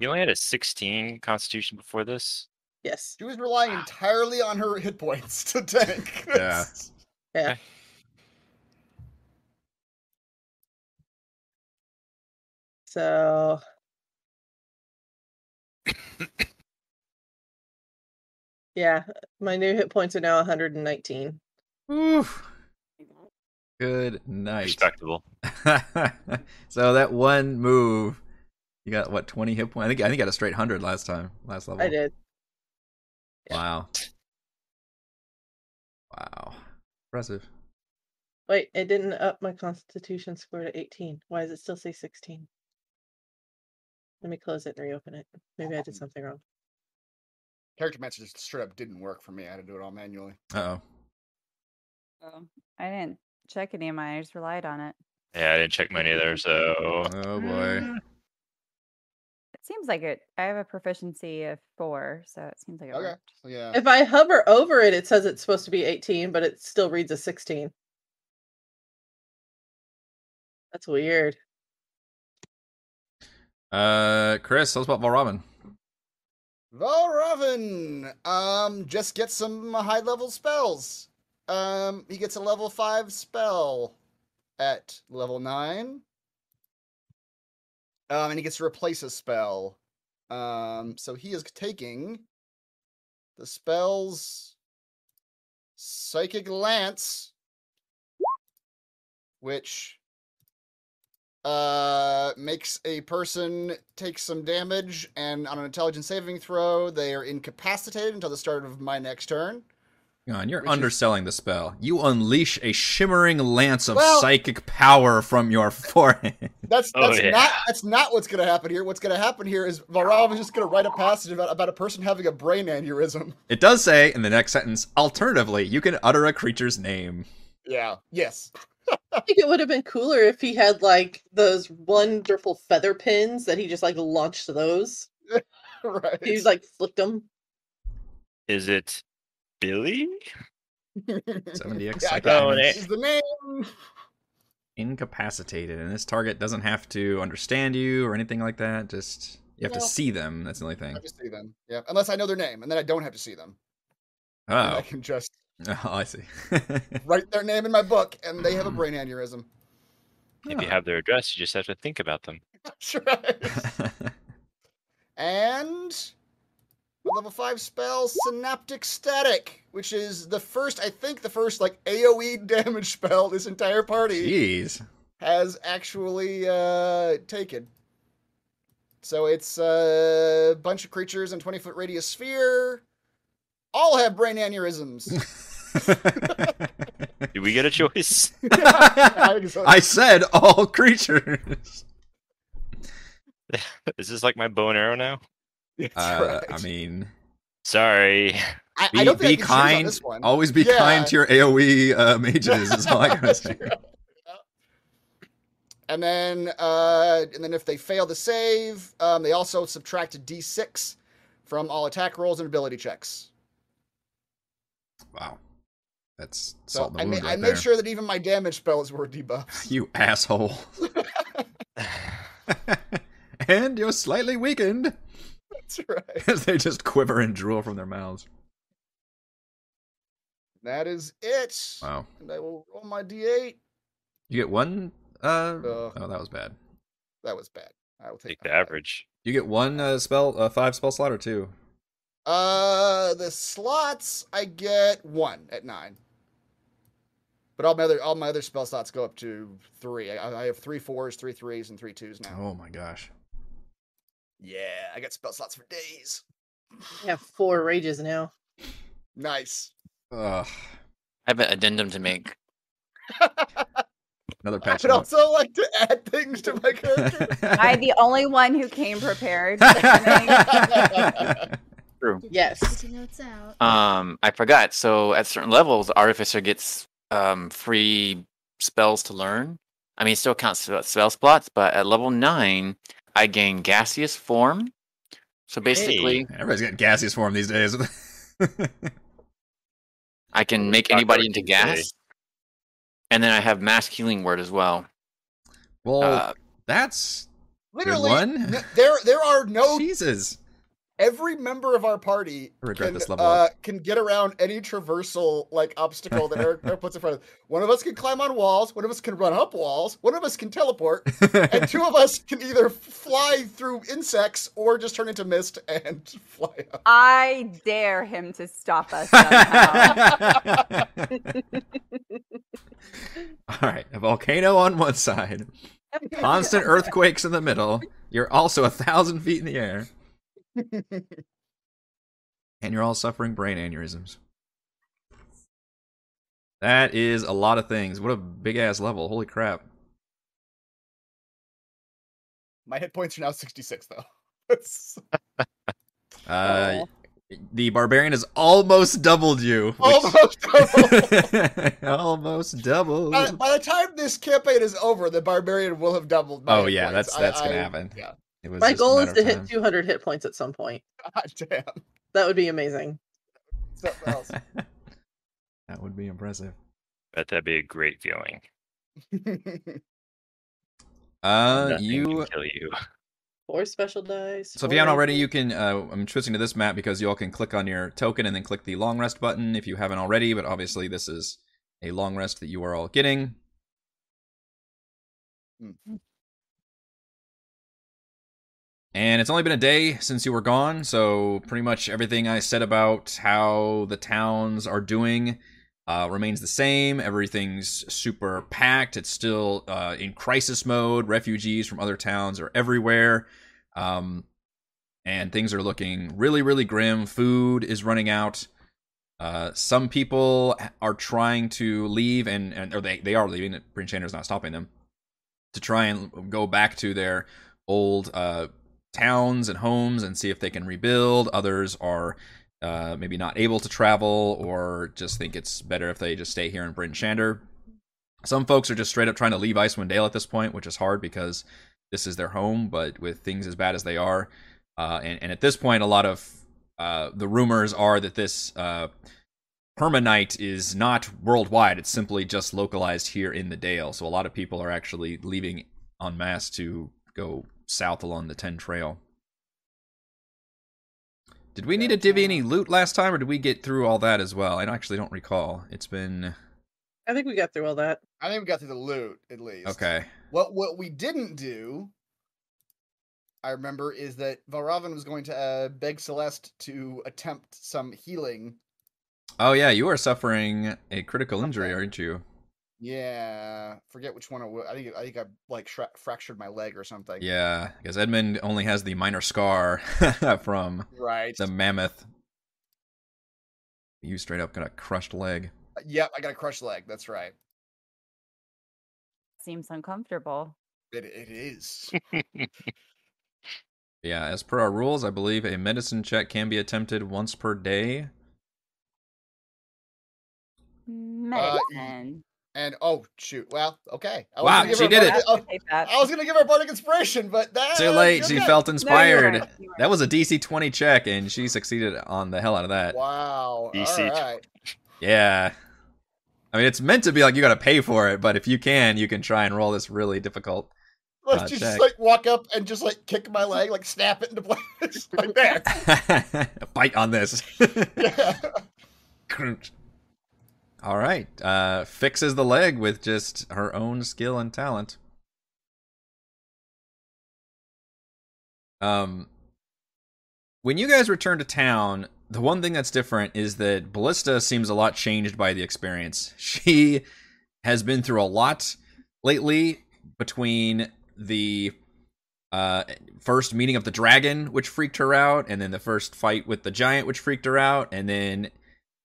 Speaker 5: You only had a 16 constitution before this.
Speaker 7: Yes.
Speaker 2: She was relying entirely on her hit points to tank.
Speaker 1: Yeah.
Speaker 7: Yeah.
Speaker 5: Okay.
Speaker 7: So Yeah, my new hit points are now 119.
Speaker 1: Oof. Good night.
Speaker 5: Respectable.
Speaker 1: so that one move, you got what twenty hit points? I think I think I had a straight hundred last time, last level.
Speaker 7: I did.
Speaker 1: Wow. Wow. Impressive.
Speaker 7: Wait, it didn't up my constitution score to 18. Why does it still say 16? Let me close it and reopen it. Maybe
Speaker 1: Oh.
Speaker 7: I did something wrong.
Speaker 2: Character match just straight up didn't work for me. I had to do it all manually.
Speaker 1: Uh oh.
Speaker 6: Oh, I didn't check any of mine. I just relied on it.
Speaker 5: Yeah, I didn't check mine either, so
Speaker 1: Oh boy.
Speaker 6: It seems like it. I have a proficiency of four, so it seems like it
Speaker 2: Okay.
Speaker 6: worked.
Speaker 2: So
Speaker 1: Oh.
Speaker 2: yeah.
Speaker 7: If I hover over it, it says it's supposed to be 18, but it still reads a 16. That's weird.
Speaker 1: Uh, Chris, how's about Val Robin?
Speaker 2: Valravin, um, just get some high level spells. Um, he gets a level five spell at level nine. Um, and he gets to replace a spell. Um, so he is taking the spells Psychic Lance, which uh makes a person take some damage and on an intelligence saving throw they are incapacitated until the start of my next turn
Speaker 1: Hang on, you're
Speaker 2: Which is-
Speaker 1: underselling the spell. You unleash a shimmering lance of
Speaker 2: Well-
Speaker 1: psychic power from your forehead.
Speaker 2: that's
Speaker 5: Oh,
Speaker 2: that's
Speaker 5: yeah.
Speaker 2: not that's not what's gonna happen here what's gonna happen here is Varalov is just gonna write a passage about, about a person having a brain aneurysm
Speaker 1: It does say in the next sentence, alternatively, you can utter a creature's name.
Speaker 2: yeah yes
Speaker 7: I think it would have been cooler if he had like those wonderful feather pins that he just like launched those.
Speaker 2: right
Speaker 7: He just like flicked them.
Speaker 5: is it Billy?
Speaker 1: 70x
Speaker 2: Yeah, I
Speaker 1: psychic
Speaker 5: got
Speaker 1: damage.
Speaker 5: it.
Speaker 2: this is the name
Speaker 1: incapacitated, and this target doesn't have to understand you or anything like that. Just you have to
Speaker 2: No.
Speaker 1: see them. That's the only thing.
Speaker 2: I just see them yeah unless I know their name and then I don't have to see them And I
Speaker 1: Oh,
Speaker 2: can just
Speaker 1: oh I see.
Speaker 2: write their name in my book and they have a brain aneurysm
Speaker 5: If you have their address, you just have to think about them.
Speaker 2: That's right. and a level five spell, Synaptic Static, which is the first, I think, the first like AOE damage spell this entire party
Speaker 1: Jeez.
Speaker 2: has actually uh, taken. So it's a bunch of creatures in 20 foot radius sphere. All have brain aneurysms.
Speaker 5: Do we get a choice?
Speaker 2: I think so.
Speaker 1: I said all creatures.
Speaker 5: is this like my bow and arrow now?
Speaker 2: That's
Speaker 1: Uh,
Speaker 2: right.
Speaker 1: I mean,
Speaker 5: Sorry.
Speaker 2: I, I
Speaker 1: be,
Speaker 2: don't think
Speaker 1: be
Speaker 2: I can choose on
Speaker 1: kind.
Speaker 2: this one.
Speaker 1: Always be
Speaker 2: Yeah.
Speaker 1: kind to your AOE uh, mages. Is all I gotta say.
Speaker 2: And then, uh, and then if they fail to save, um, they also subtract a d6 from all attack rolls and ability checks.
Speaker 1: Wow, that's
Speaker 2: So
Speaker 1: salt in
Speaker 2: I,
Speaker 1: the
Speaker 2: ma-
Speaker 1: wound
Speaker 2: I
Speaker 1: right
Speaker 2: made
Speaker 1: there.
Speaker 2: sure that even my damage spells were debuffs.
Speaker 1: You asshole. and you're slightly weakened
Speaker 2: That's right.
Speaker 1: as they just quiver and drool from their mouths.
Speaker 2: That is it.
Speaker 1: Wow.
Speaker 2: And I will roll my d8.
Speaker 1: You get one. Uh,
Speaker 2: Ugh.
Speaker 1: oh, that was bad.
Speaker 2: That was bad. I will take,
Speaker 5: Take the
Speaker 2: that back.
Speaker 5: average.
Speaker 1: You get one uh, spell, uh, five spell slot or two.
Speaker 2: Uh, the slots I get one at nine, but all my other all my other spell slots go up to three. I, I have three fours, three threes, and three twos now.
Speaker 1: Oh my gosh.
Speaker 2: Yeah, I got spell slots for days.
Speaker 7: I have four rages now.
Speaker 2: Nice.
Speaker 1: Ugh.
Speaker 3: I have an addendum to make.
Speaker 1: Another
Speaker 2: I
Speaker 1: patch.
Speaker 2: would
Speaker 1: note.
Speaker 2: also like to add things to my character.
Speaker 6: I the only one who came prepared.
Speaker 7: Yes.
Speaker 4: Taking notes out.
Speaker 3: Um, I forgot. So at certain levels, the artificer gets um free spells to learn. I mean, it still counts as spell slots, but at level nine, I gain gaseous form. So basically,
Speaker 1: Everybody's getting gaseous for him these days.
Speaker 3: I can make
Speaker 5: Doctor
Speaker 3: anybody into
Speaker 5: Octave.
Speaker 3: gas. And then I have mass healing word as well.
Speaker 1: well,
Speaker 3: Uh,
Speaker 1: that's
Speaker 2: Literally,
Speaker 1: one.
Speaker 2: n- there there are no
Speaker 1: Jesus.
Speaker 2: every member of our party
Speaker 1: I regret
Speaker 2: can,
Speaker 1: this level
Speaker 2: uh, can get around any traversal like obstacle that Eric, Eric puts in front of us. One of us can climb on walls, one of us can run up walls, one of us can teleport, and two of us can either fly through insects or just turn into mist and fly up.
Speaker 6: I dare him to stop us somehow.
Speaker 1: All right, a volcano on one side, constant earthquakes in the middle. You're also a thousand feet in the air, and you're all suffering brain aneurysms. That is a lot of things. What a big ass level! Holy crap!
Speaker 2: My hit points are now 66 though. It's
Speaker 7: Oh.
Speaker 1: Uh, the barbarian has almost doubled you.
Speaker 7: Oh.
Speaker 1: which-
Speaker 2: almost double.
Speaker 1: almost doubled.
Speaker 7: Uh,
Speaker 2: By, by the time this campaign is over, the barbarian will have doubled. My
Speaker 1: Oh,
Speaker 2: hit
Speaker 1: yeah,
Speaker 2: points.
Speaker 1: that's- that's gonna happen.
Speaker 2: Yeah,
Speaker 1: It was
Speaker 7: My
Speaker 1: just a
Speaker 7: goal is
Speaker 1: matter
Speaker 7: to
Speaker 1: of
Speaker 7: hit
Speaker 1: time.
Speaker 7: 200 hit points at some point.
Speaker 2: god damn.
Speaker 7: That would be amazing.
Speaker 2: Something else.
Speaker 1: that would be impressive.
Speaker 5: Bet that'd be a great feeling.
Speaker 1: Uh,
Speaker 5: Nothing
Speaker 1: you.
Speaker 5: can kill you.
Speaker 7: Four special dice.
Speaker 1: So if
Speaker 7: four
Speaker 1: you haven't already,
Speaker 7: rages.
Speaker 1: you can. Uh, I'm switching to this map because you all can click on your token and then click the long rest button if you haven't already. But obviously, this is a long rest that you are all getting.
Speaker 2: Mm.
Speaker 1: And it's only been a day since you were gone, so pretty much everything I said about how the towns are doing uh, remains the same. Everything's super packed. It's still uh, in crisis mode. Refugees from other towns are everywhere. Um, and things are looking really, really grim. Food is running out. Uh, some people are trying to leave, and, and or they, they are leaving. Prince Chander's not stopping them to try and go back to their old uh, towns and homes and see if they can rebuild. Others are uh, maybe not able to travel or just think it's better if they just stay here in Bryn Shander. Some folks are just straight up trying to leave Icewind Dale at this point, which is hard because this is their home. But with things as bad as they are, uh, and, and at this point, a lot of uh, the rumors are that this uh, Permanite is not worldwide. It's simply just localized here in the Dale. So a lot of people are actually leaving en masse to go south along the 10 Trail. Did we need to divvy any loot last time, or did we get through all that as well? I don't- actually don't recall. It's been.
Speaker 7: I think we got through all that.
Speaker 2: I think we got through the loot at least.
Speaker 1: Okay.
Speaker 2: What what we didn't do, I remember, is that Valravn was going to uh, beg Celeste to attempt some healing.
Speaker 1: Oh, yeah, you are suffering a critical injury, aren't you?
Speaker 2: Yeah, forget which one it was. I think I think I like shra- fractured my leg or something.
Speaker 1: Yeah, because Edmund only has the minor scar from
Speaker 2: Right.
Speaker 1: the mammoth. You straight up got a crushed leg.
Speaker 2: Uh, Yep, I got a crushed leg. That's right.
Speaker 6: Seems uncomfortable.
Speaker 2: It it is.
Speaker 1: Yeah, as per our rules, I believe a medicine check can be attempted once per day.
Speaker 6: Medicine.
Speaker 2: and oh shoot. Well, okay. I
Speaker 1: Wow,
Speaker 2: gonna give
Speaker 1: she
Speaker 2: her a
Speaker 1: did
Speaker 2: bardic-
Speaker 1: it.
Speaker 2: oh,
Speaker 6: Take that.
Speaker 2: I was gonna give her a bardic inspiration, but that
Speaker 1: Too late. She felt
Speaker 6: No, you
Speaker 1: inspired.
Speaker 6: weren't, you weren't.
Speaker 1: that was a DC 20 check, and she succeeded on the hell out of that.
Speaker 2: Wow.
Speaker 5: DC.
Speaker 2: All right.
Speaker 1: Yeah. I mean, it's meant to be like you got to pay for it, but if you can, you can try and roll this really difficult.
Speaker 2: Let's
Speaker 1: Uh,
Speaker 2: just
Speaker 1: check.
Speaker 2: like walk up and just like kick my leg, like snap it into place, like there.
Speaker 1: Bite on this.
Speaker 2: Yeah.
Speaker 1: All right. Uh, fixes the leg with just her own skill and talent. Um, When you guys return to town, the one thing that's different is that Ballista seems a lot changed by the experience. She has been through a lot lately between the uh, first meeting of the dragon, which freaked her out, and then the first fight with the giant, which freaked her out, and then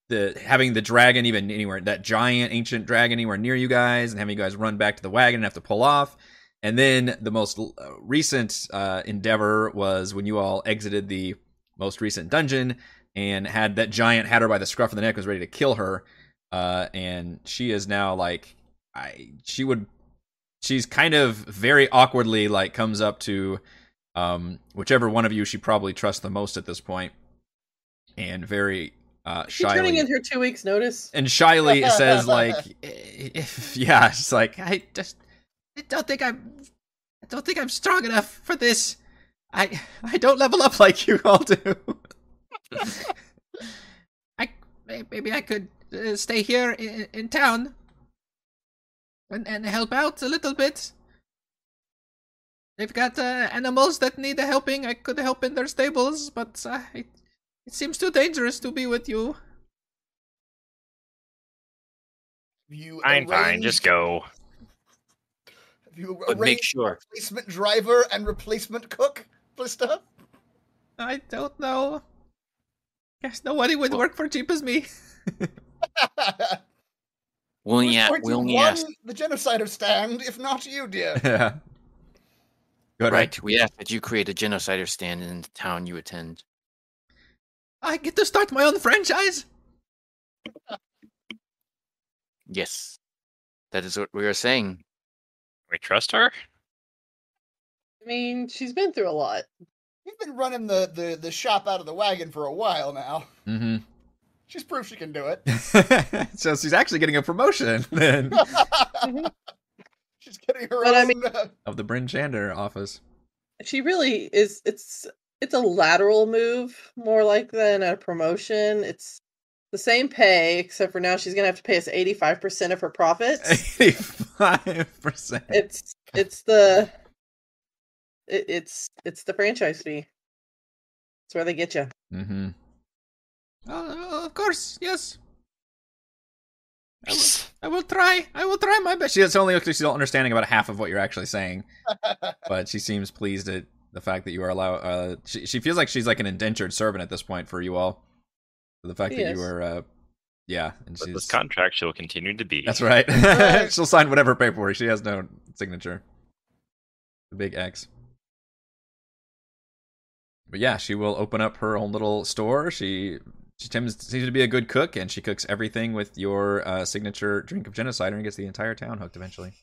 Speaker 1: the having the dragon even anywhere that giant ancient dragon anywhere near you guys, and having you guys run back to the wagon and have to pull off. And then the most uh, recent uh, endeavor was when you all exited the most recent dungeon and had that giant had her by the scruff of the neck, was ready to kill her, uh, and she is now like, I she would, she's kind of very awkwardly like comes up to, um, whichever one of you she probably trusts the most at this point, and very uh,
Speaker 7: She's
Speaker 1: shyly
Speaker 7: turning in her two weeks' notice.
Speaker 1: and shyly says like if, yeah she's like i just I don't think i'm i don't think i'm strong enough for this i i don't level up like you all do i may- maybe i could uh, stay here in, in town and and help out a little bit they've got uh, animals that need a helping i could help in their stables but uh, it, it seems too dangerous to be with you
Speaker 2: You
Speaker 5: Fine, fine, just
Speaker 2: arranged-
Speaker 5: go.
Speaker 2: Have you
Speaker 3: But make
Speaker 2: arranged
Speaker 3: sure.
Speaker 2: replacement driver and replacement cook, Blista?
Speaker 1: I don't know. Guess nobody would work for cheap as me.
Speaker 3: We only,
Speaker 2: Who's
Speaker 3: a-
Speaker 2: going
Speaker 3: we
Speaker 2: to
Speaker 3: only
Speaker 2: run
Speaker 3: asked.
Speaker 2: the genocider stand, if not you, dear.
Speaker 1: yeah. Good.
Speaker 3: Right. We asked that you create a genocider stand in the town you attend.
Speaker 1: I get to start my own franchise.
Speaker 3: Yes. That is what we are saying.
Speaker 5: We trust her?
Speaker 7: I mean, she's been through a lot.
Speaker 2: You've been running the, the, the shop out of the wagon for a while now.
Speaker 1: Mm-hmm.
Speaker 2: She's proved she can do it.
Speaker 1: so she's actually getting a promotion then Mm-hmm.
Speaker 2: She's getting her
Speaker 7: But I
Speaker 2: own.
Speaker 7: mean-
Speaker 2: uh,
Speaker 1: of the Bryn Chander office.
Speaker 7: She really is. It's it's a lateral move more like than a promotion. It's the same pay, except for now she's gonna have to pay us eighty five percent of her profits.
Speaker 1: Eighty-five percent.
Speaker 7: it's it's the it, it's it's the franchise fee. It's where they get you.
Speaker 1: Mm-hmm. Oh, of course, yes. I will, I will try. I will try my best. She only looks like she's understanding about half of what you're actually saying. but she seems pleased at the fact that you are allow. Uh, she she feels like she's like an indentured servant at this point for you all. For the fact that
Speaker 7: Yes.
Speaker 1: you are, uh, yeah, and
Speaker 5: But
Speaker 1: she's
Speaker 5: this contract she'll continue to be.
Speaker 1: that's right.
Speaker 7: Alright.
Speaker 1: She'll sign whatever paperwork. She has no signature. The big X. But yeah, she will open up her own little store. She she tends seems to be a good cook, and she cooks everything with your uh, signature drink of genocider, and gets the entire town hooked eventually.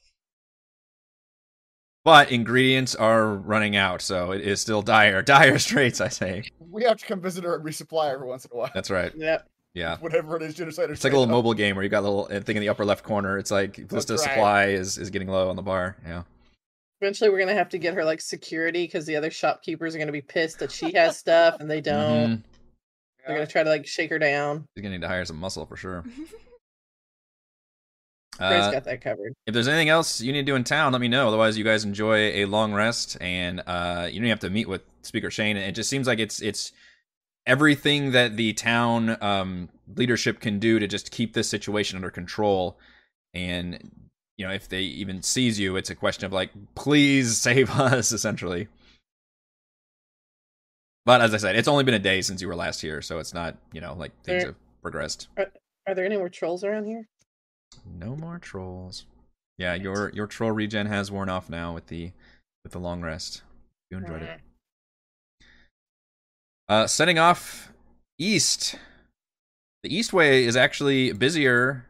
Speaker 1: But ingredients are running out, so it is still dire, dire straits. I say
Speaker 2: we have to come visit her and resupply every once in a while.
Speaker 1: that's right.
Speaker 7: Yep.
Speaker 1: Yeah,
Speaker 2: Whatever it is, genocider.
Speaker 1: it's like a little mobile game where you got a little uh, thing in the upper left corner. It's like list of
Speaker 2: right.
Speaker 1: supply is is getting low on the bar. Yeah.
Speaker 7: Eventually, we're gonna have to get her like security because the other shopkeepers are gonna be pissed that she has stuff and they don't.
Speaker 1: Mhm.
Speaker 7: They're gonna try to like shake her down.
Speaker 1: He's gonna need to hire some muscle for sure.
Speaker 7: Gray's
Speaker 1: Uh,
Speaker 7: got that covered.
Speaker 1: if there's anything else you need to do in town, let me know. Otherwise, you guys enjoy a long rest, and uh, you don't have to meet with Speaker Shane. It just seems like it's it's everything that the town um, leadership can do to just keep this situation under control. And you know, if they even seize you, it's a question of like, please save us, essentially. But as I said, it's only been a day since you were last here, so it's not you know like things
Speaker 7: There-
Speaker 1: have progressed.
Speaker 7: Are there any more trolls around here?
Speaker 1: No more trolls. Yeah, your your troll regen has worn off now with the with the long rest. You enjoyed it. Uh, setting off east. The east way is actually busier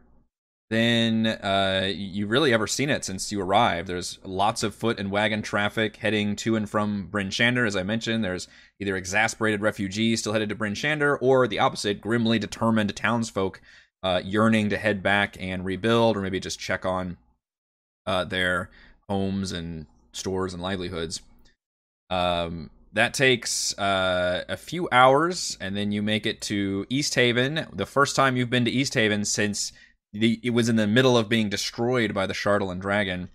Speaker 1: than uh, you really ever seen it since you arrived. There's lots of foot and wagon traffic heading to and from Bryn Shander. As I mentioned, there's either exasperated refugees still headed to Bryn Shander, or the opposite, grimly determined townsfolk uh, yearning to head back and rebuild, or maybe just check on uh, their homes and stores and livelihoods. Um, that takes uh, a few hours, and then you make it to East Haven. The first time you've been to East Haven since the it was in the middle of being destroyed by the Shardalan dragon,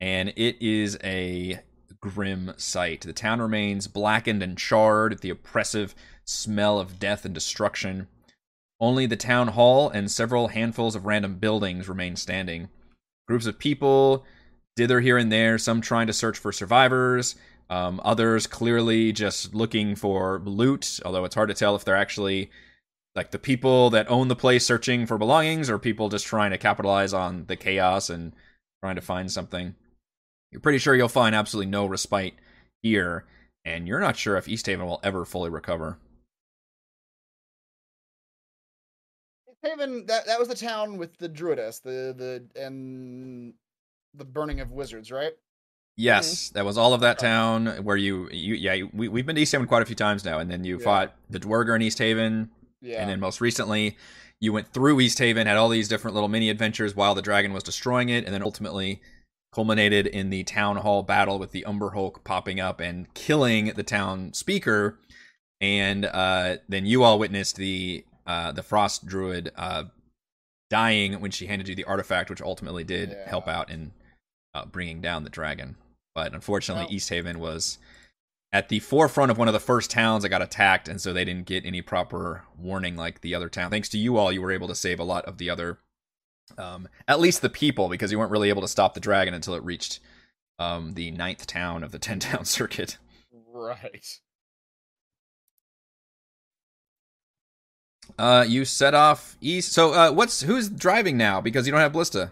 Speaker 1: and it is a grim sight. The town remains blackened and charred, with the oppressive smell of death and destruction. Only the town hall and several handfuls of random buildings remain standing. Groups of people dither here and there, some trying to search for survivors, um, others clearly just looking for loot, although it's hard to tell if they're actually like the people that own the place searching for belongings or people just trying to capitalize on the chaos and trying to find something. You're pretty sure you'll find absolutely no respite here, and you're not sure if East Haven will ever fully recover.
Speaker 2: Haven, that, that was the town with the druidess, the the and the burning of wizards, right?
Speaker 1: Yes, that was all of that town where you, you yeah, you- we, we've been to East Haven quite a few times now, and then you
Speaker 2: Yeah.
Speaker 1: fought the Dwerger in East Haven,
Speaker 2: Yeah.
Speaker 1: and then most recently you went through East Haven, had all these different little mini adventures while the dragon was destroying it, and then ultimately culminated in the town hall battle with the Umber Hulk popping up and killing the town speaker, and uh, then you all witnessed the uh, the Frost Druid uh, dying when she handed you the artifact, which ultimately did
Speaker 2: Yeah.
Speaker 1: help out in uh, bringing down the dragon. But unfortunately,
Speaker 2: Well-
Speaker 1: East Haven was at the forefront of one of the first towns that got attacked, and so they didn't get any proper warning like the other town. Thanks to you all, you were able to save a lot of the other, um, at least the people, because you weren't really able to stop the dragon until it reached um, the ninth town of the ten town circuit.
Speaker 2: right.
Speaker 1: Uh, you set off east. So, uh, what's who's driving now? Because you don't have Blista.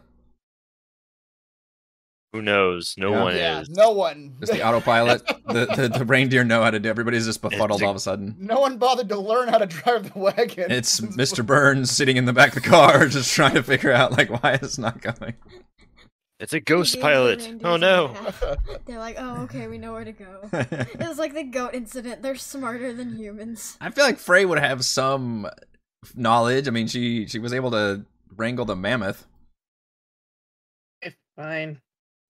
Speaker 5: Who knows? No
Speaker 1: Yeah.
Speaker 5: one
Speaker 2: yeah.
Speaker 5: is.
Speaker 2: No one.
Speaker 1: Does the autopilot, the, the the reindeer know how to do? Everybody's just befuddled all of a sudden.
Speaker 2: no one bothered to learn how to drive the wagon.
Speaker 1: It's Mr. Burns sitting in the back of the car, just trying to figure out like why it's not going.
Speaker 5: It's a
Speaker 4: They
Speaker 5: ghost
Speaker 4: gave the
Speaker 5: pilot.
Speaker 4: reindeers
Speaker 5: Oh
Speaker 4: a
Speaker 5: no!
Speaker 4: map. They're like, oh, okay, we know where to go. It
Speaker 1: I
Speaker 4: was like the goat incident. They're smarter than humans.
Speaker 1: feel like Frey would have some knowledge. I mean, she she was able to wrangle the mammoth.
Speaker 7: Okay, Fine.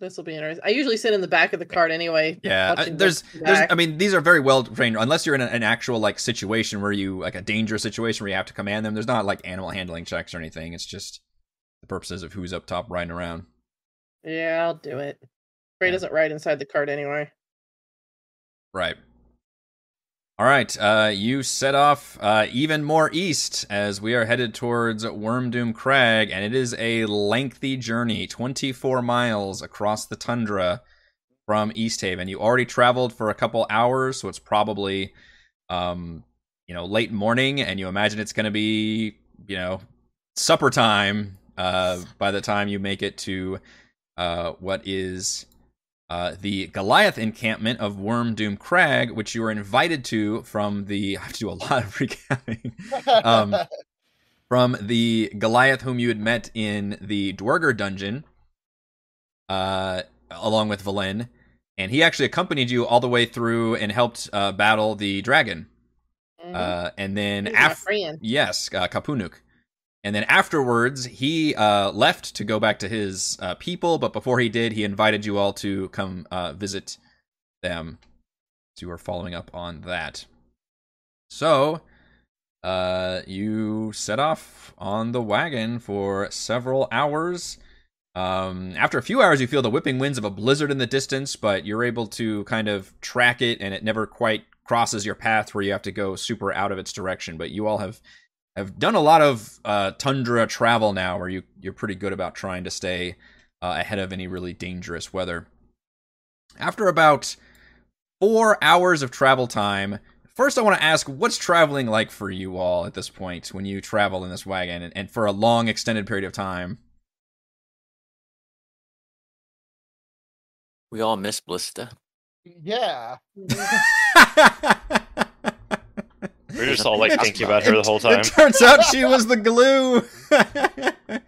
Speaker 7: This will be interesting. I usually sit in the back of the cart anyway.
Speaker 1: Yeah, I,
Speaker 7: watching
Speaker 1: there's,
Speaker 7: this
Speaker 1: there's,
Speaker 7: back.
Speaker 1: I mean, these are very well trained. Unless you're in an, an actual like situation where you like a dangerous situation where you have to command them. There's not like animal handling checks or anything. It's just the purposes of who's up top riding around.
Speaker 7: Yeah, I'll do it. Gray
Speaker 1: Yeah.
Speaker 7: doesn't ride inside the cart anyway.
Speaker 1: Right. All right. Uh, you set off uh, even more east as we are headed towards Wormdoom Crag, and it is a lengthy journey 24 miles across the tundra from East Haven. You already traveled for a couple hours, so it's probably, um, you know, late morning, and you imagine it's going to be, you know, supper time uh, by the time you make it to uh, what is uh, the Goliath encampment of Worm Doom Crag, which you were invited to from the. I have to do a lot of recapping. um, from the Goliath whom you had met in the Dwerger dungeon, uh, along with Valen, and he actually accompanied you all the way through and helped uh, battle the dragon.
Speaker 7: Mhm.
Speaker 1: Uh, and then
Speaker 7: He's my
Speaker 1: after.
Speaker 7: friend.
Speaker 1: Yes, uh, Kapunuk. And then afterwards, he uh, left to go back to his uh, people, but before he did, he invited you all to come uh, visit them. So you are following up on that. So, uh, you set off on the wagon for several hours. Um, after a few hours, you feel the whipping winds of a blizzard in the distance, but you're able to kind of track it, and it never quite crosses your path where you have to go super out of its direction. But you all have have done a lot of uh, tundra travel now, where you you're pretty good about trying to stay uh, ahead of any really dangerous weather. After about four hours of travel time, first I want to ask, what's traveling like for you all at this point when you travel in this wagon and, and for a long extended period of time?
Speaker 3: We all miss Blista.
Speaker 2: yeah.
Speaker 5: We're just all like
Speaker 1: It's-
Speaker 5: thinking about her the
Speaker 1: it-
Speaker 5: whole time.
Speaker 1: It turns out she was the glue.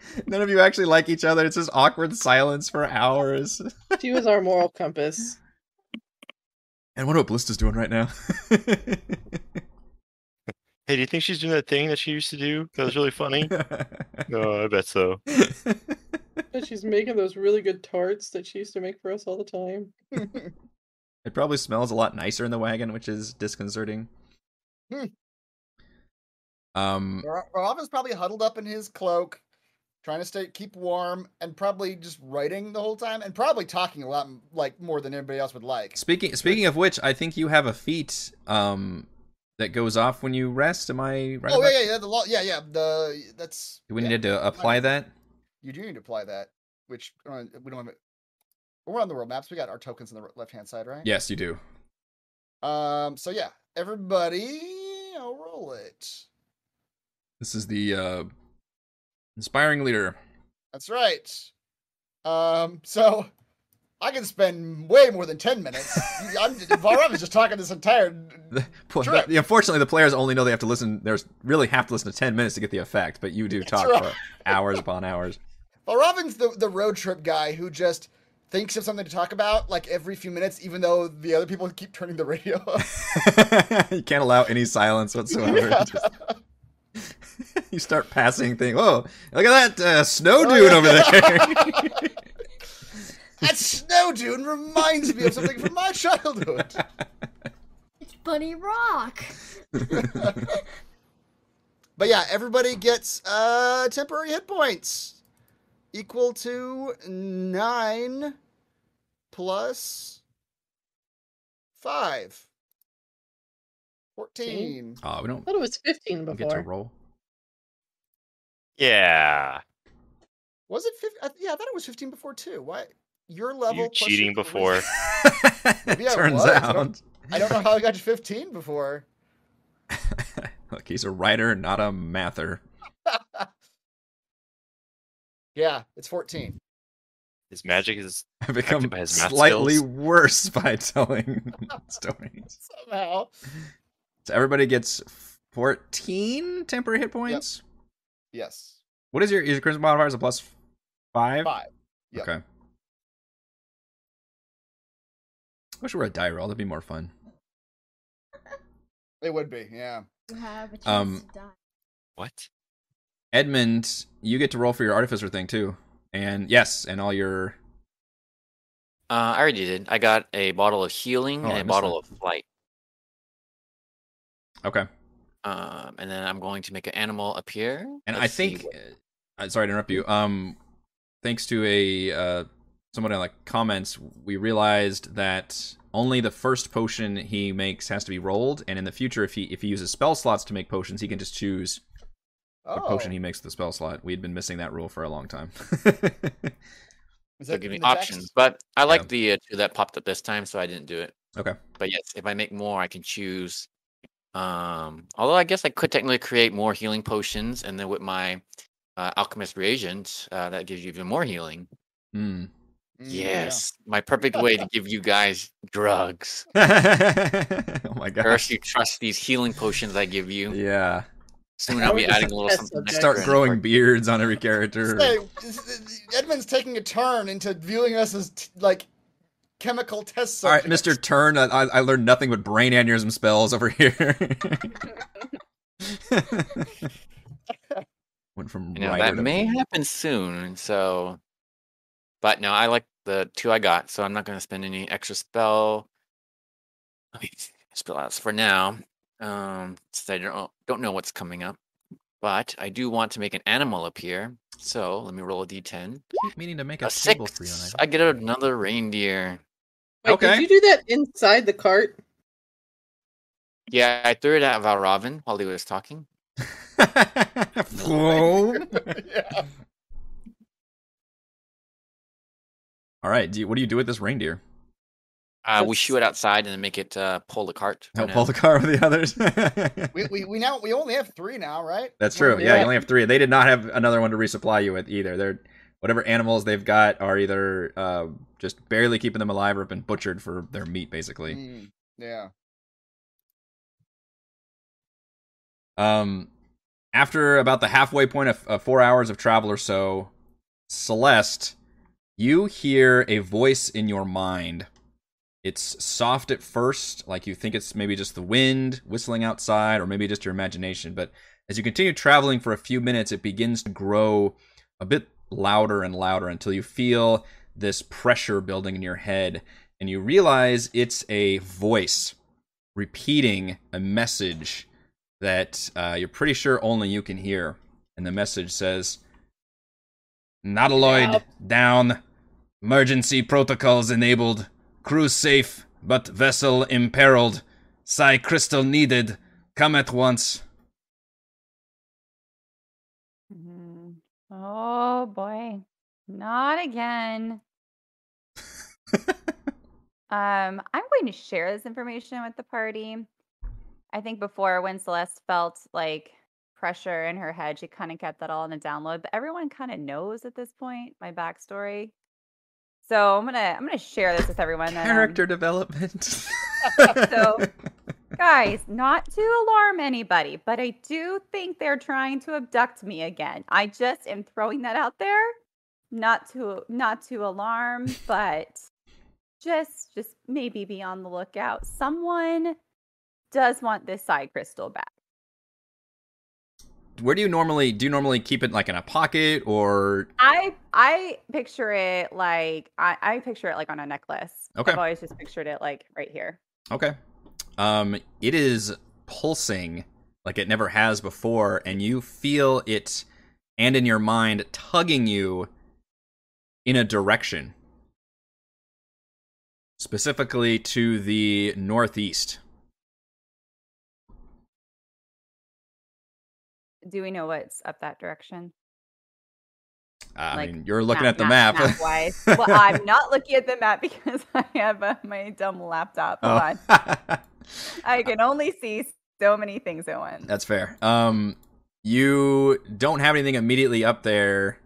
Speaker 1: None of you actually like each other. It's just awkward silence for hours.
Speaker 7: She was our moral compass.
Speaker 1: And wonder what Blista's doing right now.
Speaker 5: Hey, do you think she's doing that thing that she used to do? That was really funny. No, I bet so.
Speaker 7: But she's making those really good tarts that she used to make for us all the time.
Speaker 1: It probably smells a lot nicer in the wagon, which is disconcerting.
Speaker 2: Hmm.
Speaker 1: Um,
Speaker 2: Rava's probably huddled up in his cloak, trying to stay keep warm, and probably just writing the whole time, and probably talking a lot m- like more than anybody else would like.
Speaker 1: Speaking speaking of which, I think you have a feat um that goes off when you rest. Am I right?
Speaker 2: oh
Speaker 1: about-
Speaker 2: yeah, yeah, yeah, the law, yeah, yeah. The that's
Speaker 1: Do we
Speaker 2: yeah,
Speaker 1: need to apply that?
Speaker 2: you do need to apply that, which uh, we don't have. it- We're on the world maps. We got our tokens on the left hand side, right?
Speaker 1: Yes, you do.
Speaker 2: Um. So yeah, everybody, I'll roll it.
Speaker 1: This is the uh inspiring leader.
Speaker 2: That's right. Um. So I can spend way more than ten minutes. You- I'm Varam is just talking this entire.
Speaker 1: The, po-
Speaker 2: Sure.
Speaker 1: the- unfortunately, the players only know they have to listen. There's really have to listen to ten minutes to get the effect, but you do talk
Speaker 2: right.
Speaker 1: for hours upon hours.
Speaker 2: Varavan's the the road trip guy who just thinks of something to talk about like every few minutes, even though the other people keep turning the radio off.
Speaker 1: you can't allow any silence whatsoever.
Speaker 2: Yeah.
Speaker 1: Just- you start passing things. Whoa! Look at that uh, snow
Speaker 2: Oh,
Speaker 1: dude
Speaker 2: yeah.
Speaker 1: over there.
Speaker 2: that snow dune reminds me of something from my childhood.
Speaker 4: It's Bunny Rock.
Speaker 2: But yeah, everybody gets uh, temporary hit points equal to nine plus five. 14.
Speaker 1: oh, we don't
Speaker 7: thought it was 15
Speaker 1: get to
Speaker 7: before.
Speaker 1: roll.
Speaker 5: Yeah.
Speaker 2: Was it 15? I- Yeah, I thought it was 15 before too. Why? Your level.
Speaker 5: You
Speaker 2: plus your
Speaker 5: cheating before.
Speaker 2: charisma- Maybe I
Speaker 1: Turns
Speaker 2: was. I
Speaker 1: out,
Speaker 2: don't- I don't know how I got you 15 before.
Speaker 1: look, he's a writer, not a mather.
Speaker 2: Yeah, it's 14.
Speaker 5: His magic is
Speaker 1: I become
Speaker 5: by his math
Speaker 1: slightly
Speaker 5: skills.
Speaker 1: worse by telling stories.
Speaker 2: Somehow.
Speaker 1: So everybody gets 14 temporary hit points.
Speaker 2: Yes.
Speaker 1: What is your is your charisma modifier? Is it plus five?
Speaker 2: Five. Yep.
Speaker 1: Okay. I wish we were a die roll. That'd be more fun.
Speaker 2: It would be. Yeah.
Speaker 4: You have a chance
Speaker 1: Um,
Speaker 4: to die.
Speaker 5: what?
Speaker 1: Edmund, you get to roll for your artificer thing too, and yes, and all your
Speaker 3: Uh, I already did. I got a bottle of healing
Speaker 1: Oh, I
Speaker 3: and a
Speaker 1: missed
Speaker 3: bottle
Speaker 1: that.
Speaker 3: of light.
Speaker 1: okay.
Speaker 3: Um, and then I'm going to make an animal appear.
Speaker 1: And I
Speaker 3: Let's see
Speaker 1: think,
Speaker 3: what- Hmm?
Speaker 1: uh, uh, sorry to interrupt you. Um, thanks to a uh, someone in the comments, we realized that only the first potion he makes has to be rolled, and in the future, if he if he uses spell slots to make potions, he can just choose
Speaker 2: Oh.
Speaker 1: what potion he makes with the spell slot. We had been missing that rule for a long time.
Speaker 2: Is
Speaker 3: they'll
Speaker 2: that
Speaker 3: give me
Speaker 2: in the text?
Speaker 3: options. But I like the uh, two that popped up this time, so I didn't do it.
Speaker 1: Okay.
Speaker 3: But yes, if I make more, I can choose. Um, although I guess I could technically create more healing potions, and then with my uh, alchemist reagent, uh, that gives you even more healing.
Speaker 1: Hmm.
Speaker 2: Mm, yeah.
Speaker 3: Yes, my perfect way to give you guys drugs.
Speaker 1: oh my
Speaker 3: Or
Speaker 1: gosh!
Speaker 3: if you trust these healing potions I give you,
Speaker 1: Yeah,
Speaker 3: soon
Speaker 7: That
Speaker 3: I'll be
Speaker 7: was a
Speaker 3: adding a little
Speaker 7: test
Speaker 3: something.
Speaker 7: subject.
Speaker 1: start
Speaker 3: extra in
Speaker 1: growing
Speaker 3: there.
Speaker 1: beards on every character.
Speaker 2: Say, is- Edmund's taking a turn into viewing us as t- like chemical test
Speaker 1: All right,
Speaker 2: subjects.
Speaker 1: Mister Turn, I, I learned nothing but brain aneurysm spells over here. Went from
Speaker 3: You know,
Speaker 1: writer
Speaker 3: that
Speaker 1: to-
Speaker 3: may happen soon. So, but no, I like the two I got. So I'm not going to spend any extra spell. Let me s- spell outs for now. Um, since I don't don't know what's coming up, but I do want to make an animal appear. So let me roll a d10.
Speaker 1: Keep meaning to make a,
Speaker 3: A
Speaker 1: table for you.
Speaker 3: six.
Speaker 1: and
Speaker 3: I get another reindeer.
Speaker 7: Wait,
Speaker 1: Okay.
Speaker 7: Did you do that inside the cart?
Speaker 3: Yeah, I threw it at Valravin while he was talking.
Speaker 1: I- Boom.
Speaker 2: yeah.
Speaker 1: All right, do you, what do you do with this reindeer?
Speaker 3: Uh, we
Speaker 7: That's-
Speaker 3: shoot it outside and then make it uh, pull the cart. uh, for
Speaker 1: Help
Speaker 3: now.
Speaker 1: Oh, pull the car with the others.
Speaker 2: We, we we now we only have three now, right?
Speaker 1: That's
Speaker 7: Well,
Speaker 1: true. Yeah,
Speaker 7: yeah.
Speaker 1: you only have three. They did not have another one to resupply you with either. They're whatever animals they've got are either uh, just barely keeping them alive or have been butchered for their meat, basically.
Speaker 2: Mm, yeah.
Speaker 1: Um, after about the halfway point of, of four hours of travel or so, Celeste, you hear a voice in your mind. It's soft at first, like you think it's maybe just the wind whistling outside, or maybe just your imagination. But as you continue traveling for a few minutes, it begins to grow a bit louder and louder until you feel this pressure building in your head, and you realize it's a voice repeating a message that uh, you're pretty sure only you can hear. And the message says, Not alloyed.
Speaker 7: Yep.
Speaker 1: Down. Emergency protocols enabled. Crew safe, but vessel imperiled. Psi crystal needed. Come at once.
Speaker 6: Mhm. Oh boy. Not again. um, I'm going to share this information with the party. I think before when Celeste felt like pressure in her head, she kind of kept that all in the download, but everyone kind of knows at this point my backstory. So I'm gonna I'm gonna share this with everyone. that, um,
Speaker 1: Character development.
Speaker 6: So- Guys, not to alarm anybody, but I do think they're trying to abduct me again. I just am throwing that out there, not to not to alarm, but just just maybe be on the lookout. Someone does want this side crystal back.
Speaker 1: Where do you normally do you normally keep it like in a pocket or
Speaker 6: I I picture it like I, I picture it like on a necklace.
Speaker 1: Okay.
Speaker 6: I've always just pictured it like right here.
Speaker 1: Okay. Um, it is pulsing like it never has before, and you feel it and in your mind tugging you in a direction. Specifically to the northeast.
Speaker 6: Do we know what's up that direction?
Speaker 1: I
Speaker 6: Like,
Speaker 1: mean, you're looking
Speaker 6: map-
Speaker 1: at the
Speaker 6: map-
Speaker 1: map.
Speaker 6: map-wise. well, I'm not looking at the map because I have uh, my dumb laptop. Hold on.
Speaker 1: Oh.
Speaker 6: I can only see so many things at once.
Speaker 1: That's fair. Um, you don't have anything immediately up there,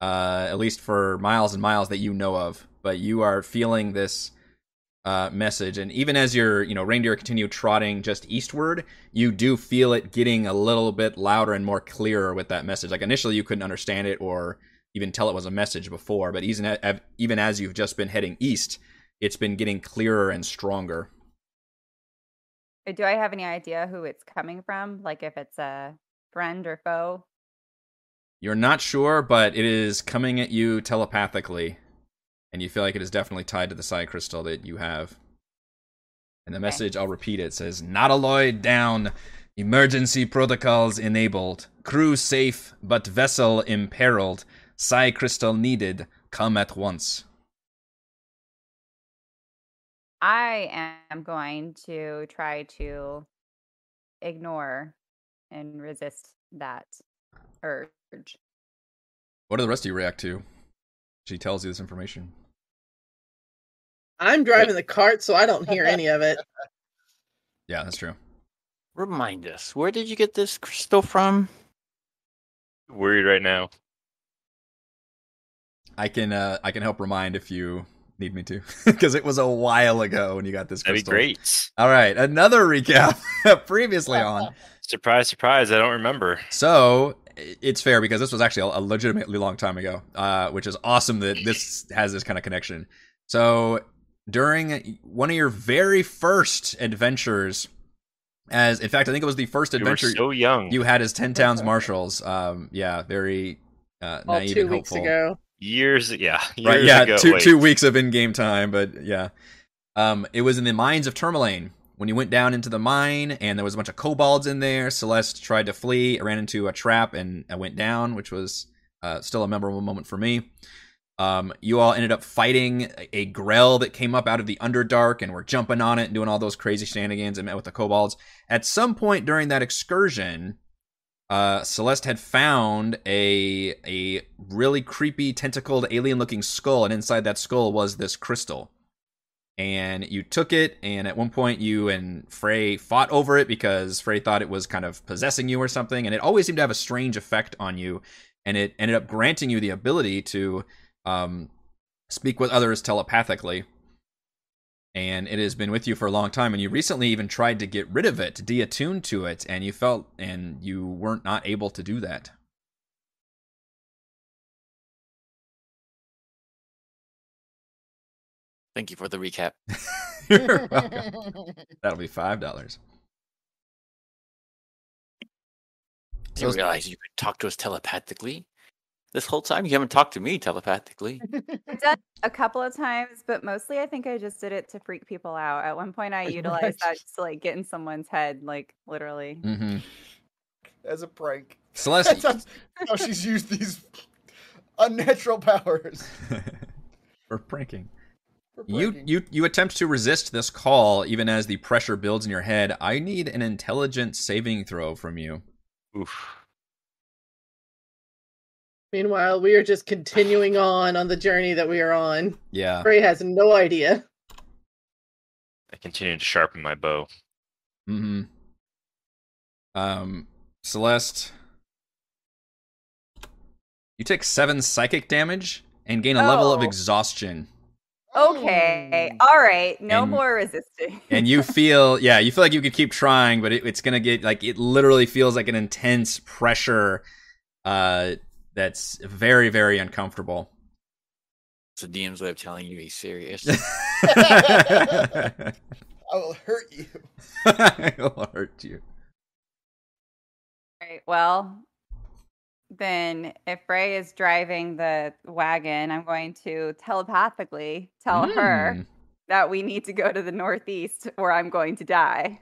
Speaker 1: uh, at least for miles and miles that you know of. But you are feeling this uh, message, and even as your you know reindeer continue trotting just eastward, you do feel it getting a little bit louder and more clearer with that message. Like initially, you couldn't understand it or even tell it was a message before, but even as, even as you've just been heading east, it's been getting clearer and stronger.
Speaker 6: Do I have any idea who it's coming from? Like if it's a friend or foe?
Speaker 1: You're not sure, but it is coming at you telepathically, and you feel like it is definitely tied to the psi crystal that you have. And the message, I'll repeat it, says, Not alloyed down. Emergency protocols enabled. Crew safe, but vessel imperiled. Psi crystal needed. Come at once.
Speaker 6: I am going to try to ignore and resist that urge.
Speaker 1: What do the rest of you react to? She tells you this information.
Speaker 7: I'm driving the cart, so I don't hear any of it.
Speaker 1: Yeah, that's true.
Speaker 3: Remind us, where did you get this crystal from?
Speaker 5: Worried right now.
Speaker 1: I can uh, I can help remind if you need me to, because it was a while ago when you got this crystal.
Speaker 5: That'd be great.
Speaker 1: All right, another recap previously on.
Speaker 5: Surprise, surprise. I don't remember.
Speaker 1: So i- it's fair because this was actually a a legitimately long time ago, uh, which is awesome that this has this kind of connection. So during one of your very first adventures, as in fact, I think it was the first
Speaker 5: You were
Speaker 1: adventure
Speaker 5: so young.
Speaker 1: you had as Ten Towns Marshals. Um, yeah, very uh,
Speaker 7: All
Speaker 1: naive
Speaker 7: two
Speaker 1: and
Speaker 7: weeks
Speaker 1: hopeful
Speaker 7: ago.
Speaker 5: years, yeah, years
Speaker 1: right yeah
Speaker 5: ago.
Speaker 1: two
Speaker 5: Wait,
Speaker 1: two weeks of in-game time but yeah um it was in the mines of Tourmaline when you went down into the mine and there was a bunch of kobolds in there celeste tried to flee ran into a trap and I went down which was uh, still a memorable moment for me um you all ended up fighting a- a grell that came up out of the underdark and were jumping on it and doing all those crazy shenanigans and met with the kobolds at some point during that excursion uh, Celeste had found a a really creepy tentacled alien looking skull, and inside that skull was this crystal. And you took it, and at one point you and Frey fought over it because Frey thought it was kind of possessing you or something, and it always seemed to have a strange effect on you, and it ended up granting you the ability to um, speak with others telepathically. And it has been with you for a long time, and you recently even tried to get rid of it, to deattune to it, and you felt and you weren't not able to do that.
Speaker 3: Thank you for the recap.
Speaker 1: You're welcome. That'll be five dollars.
Speaker 3: I
Speaker 1: So-
Speaker 3: didn't realize you could talk to us telepathically. This whole time, you haven't talked to me telepathically.
Speaker 6: I've done a couple of times, but mostly I think I just did it to freak people out. At one point, I utilized that just to like get in someone's head, like literally.
Speaker 1: Mm-hmm.
Speaker 2: as a prank.
Speaker 1: Celeste,
Speaker 2: That's how she's used these unnatural powers.
Speaker 1: or pranking.
Speaker 2: We're
Speaker 1: You
Speaker 2: breaking.
Speaker 1: you you attempt to resist this call even as the pressure builds in your head. I need an intelligence saving throw from you.
Speaker 5: Oof.
Speaker 7: Meanwhile, we are just continuing on on the journey that we are on.
Speaker 1: Yeah.
Speaker 7: Ray has no idea.
Speaker 5: I continue to sharpen my bow.
Speaker 1: Mm-hmm. Um, Celeste, you take seven psychic damage and gain a level of
Speaker 6: Oh.
Speaker 1: exhaustion,
Speaker 6: Okay.
Speaker 2: Mm.
Speaker 6: All right. No
Speaker 1: Oh. And-
Speaker 6: more resisting.
Speaker 1: and you feel yeah, you feel like you could keep trying, but it, it's gonna get like it literally feels like an intense pressure, uh, that's very very uncomfortable.
Speaker 3: It's the DM's way of telling you he's serious.
Speaker 1: It'll
Speaker 2: I will hurt you.
Speaker 1: hurt you.
Speaker 6: All right. Well, then if Ray is driving the wagon, I'm going to telepathically tell
Speaker 1: Hmm.
Speaker 6: her
Speaker 1: Mm.
Speaker 6: that we need to go to the northeast or I'm going to die.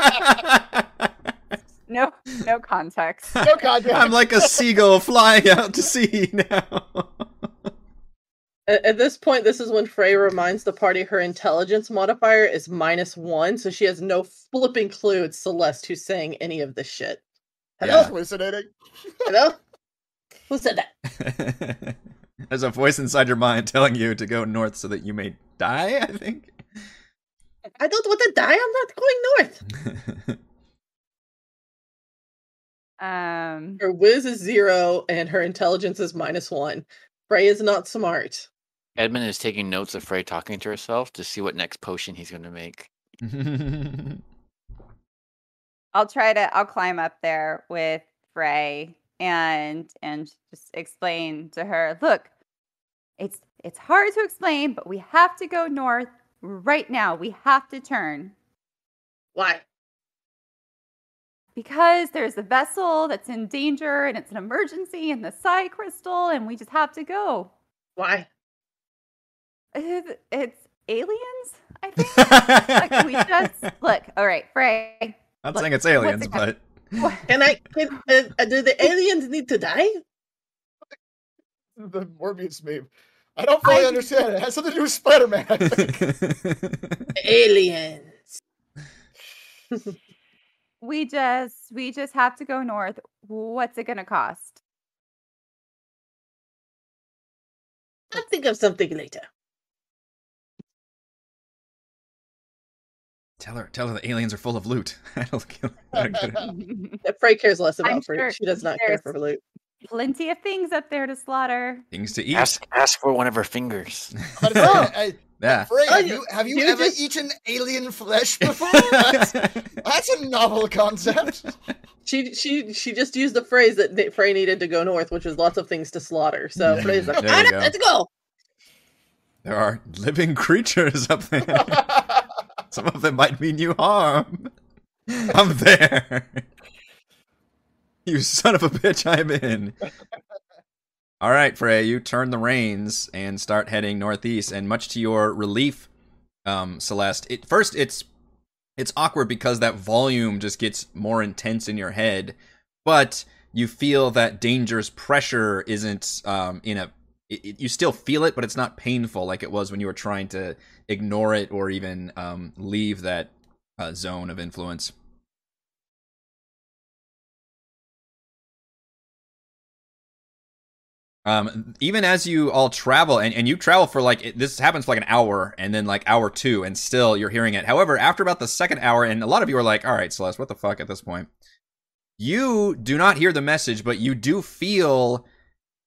Speaker 1: Mm.
Speaker 6: No, no context.
Speaker 2: No goddamn.
Speaker 1: I'm like a seagull flying out to sea now.
Speaker 7: At, at this point, this is when Frey reminds the party her intelligence modifier is minus one, so she has no flipping clue it's Celeste who's saying any of this shit.
Speaker 2: That's
Speaker 1: Yeah.
Speaker 2: hallucinating.
Speaker 7: Hello? Who said that?
Speaker 1: There's a voice inside your mind telling you to go north so that you may die, I think.
Speaker 7: I don't want to die. I'm not going north.
Speaker 6: Um,
Speaker 7: Her whiz is zero and her intelligence is minus one. Frey is not smart.
Speaker 3: Edmund is taking notes of Frey talking to herself to see what next potion he's going to make.
Speaker 6: I'll try to I'll climb up there with Frey and and just explain to her, look, it's it's hard to explain, but we have to go north right now. We have to turn.
Speaker 7: Why?
Speaker 6: because there's a vessel that's in danger and it's an emergency and the psi crystal and we just have to go.
Speaker 7: Why?
Speaker 6: It- It's aliens, I think. like we just look. All right, Frey.
Speaker 1: Not
Speaker 6: Look,
Speaker 1: saying it's aliens,
Speaker 6: what's
Speaker 1: but
Speaker 6: it- What-
Speaker 7: Can I? Can, uh, uh, do the aliens need to die?
Speaker 2: The Morbius meme. I don't fully
Speaker 6: I-
Speaker 2: understand. It has something to do with Spider Man.
Speaker 7: Aliens.
Speaker 6: We just we just have to go north. What's it gonna cost?
Speaker 7: I'll think of something later.
Speaker 1: tell her, tell her the aliens are full of loot. That'll kill. that'll get her.
Speaker 7: Uh, Frey cares less about
Speaker 6: I'm
Speaker 7: fruit.
Speaker 6: sure
Speaker 7: She does not care
Speaker 6: there's-
Speaker 7: for loot.
Speaker 6: Plenty of things up there to slaughter.
Speaker 1: Things to eat.
Speaker 3: Ask, ask for one of her fingers.
Speaker 2: But it's like, I-
Speaker 1: yeah.
Speaker 2: Frey,
Speaker 7: Oh,
Speaker 2: have
Speaker 7: you-
Speaker 2: you, have you,
Speaker 7: you
Speaker 2: ever
Speaker 7: just-
Speaker 2: eaten alien flesh before? That's, that's a novel concept.
Speaker 7: She she she just used the phrase that Na- Frey needed to go north, which was lots of things to slaughter. So
Speaker 1: Yeah.
Speaker 7: Frey's like,
Speaker 1: There you
Speaker 7: "Alright,
Speaker 1: go.
Speaker 7: let's go.
Speaker 1: There are living creatures up there. Some of them might mean you harm. I'm there. You son of a bitch, I'm in. All right, Frey, you turn the reins and start heading northeast. And much to your relief, um, Celeste, it, first it's it's awkward because that volume just gets more intense in your head, but you feel that dangerous pressure isn't um, in a. It, it- you still feel it, but it's not painful like it was when you were trying to ignore it or even um, leave that uh, zone of influence. Um, even as you all travel, and, and you travel for like it, this happens for like an hour, and then like hour two, and still you're hearing it. However, after about the second hour, and a lot of you are like, "All right, Celeste, what the fuck?" At this point, you do not hear the message, but you do feel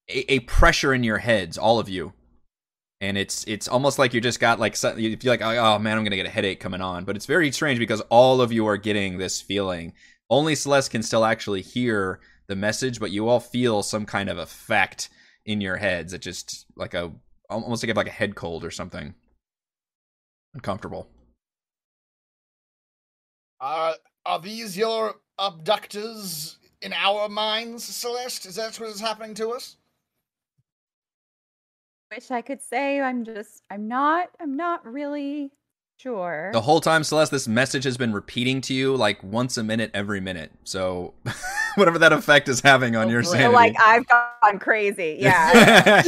Speaker 1: a, a pressure in your heads, all of you and it's it's almost like you just got like so- you feel like oh man I'm gonna get a headache coming on, but it's very strange because all of you are getting this feeling. Only Celeste can still actually hear the message, but you all feel some kind of effect in your heads. It just like a almost like you have like a head cold or something. Uncomfortable.
Speaker 2: Are Uh, are these your abductors in our minds, Celeste? Is that what is happening to us?
Speaker 6: Wish I could say I'm just I'm not I'm not really sure.
Speaker 1: The whole time, Celeste, this message has been repeating to you like once a minute, every minute. So whatever that effect is having on
Speaker 2: Oh,
Speaker 1: your
Speaker 2: boy.
Speaker 1: sanity.
Speaker 6: So, like I've gone crazy. Yeah.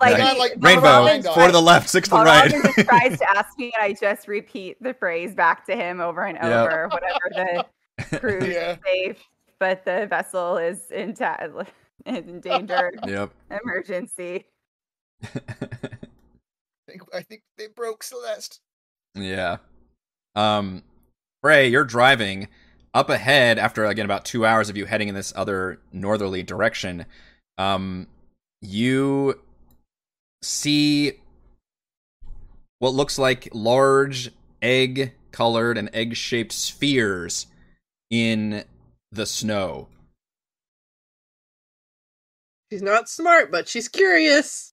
Speaker 6: like,
Speaker 1: Yeah.
Speaker 6: he-
Speaker 2: Like,
Speaker 1: Rainbow,
Speaker 2: Robin
Speaker 6: Robin's
Speaker 2: Rainbow.
Speaker 1: four to the left, six to the right.
Speaker 6: Robin just tries to ask me, and I just repeat the phrase back to him over and
Speaker 1: Yep.
Speaker 6: over, whatever the crew's
Speaker 2: Yeah.
Speaker 6: safe, but the vessel is in, ta- in danger,
Speaker 1: yep.
Speaker 6: emergency.
Speaker 2: I think, I think they broke Celeste.
Speaker 1: Yeah. Um Ray, you're driving up ahead after again about 2 hours of you heading in this other northerly direction. Um you see what looks like large egg-colored and egg-shaped spheres in the snow.
Speaker 7: She's not smart, but she's curious.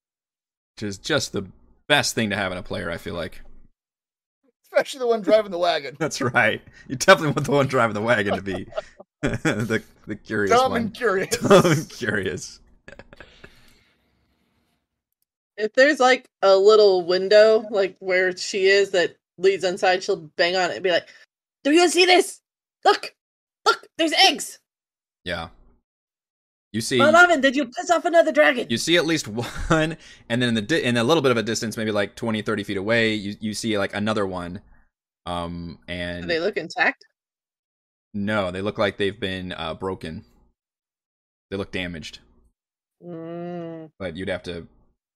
Speaker 1: Which is just the best thing to have in a player, I feel like.
Speaker 2: Especially the one driving the wagon.
Speaker 1: That's right. You definitely want the one driving the wagon to be the the curious
Speaker 2: Dumb
Speaker 1: one.
Speaker 2: and curious.
Speaker 1: I'm curious.
Speaker 7: If there's like a little window, like where she is that leads inside, she'll bang on it and be like, "Do you see this? Look, look, there's eggs.
Speaker 1: Yeah. You see,
Speaker 7: Malavin, did you piss off another dragon?
Speaker 1: you see at least one, and then in the di- in a little bit of a distance, maybe like 20, 30 feet away, you you see like another one. Um,
Speaker 7: Do
Speaker 1: and
Speaker 7: they look intact?
Speaker 1: no, they look like they've been uh, broken. They look damaged,
Speaker 7: Mm,
Speaker 1: but you'd have to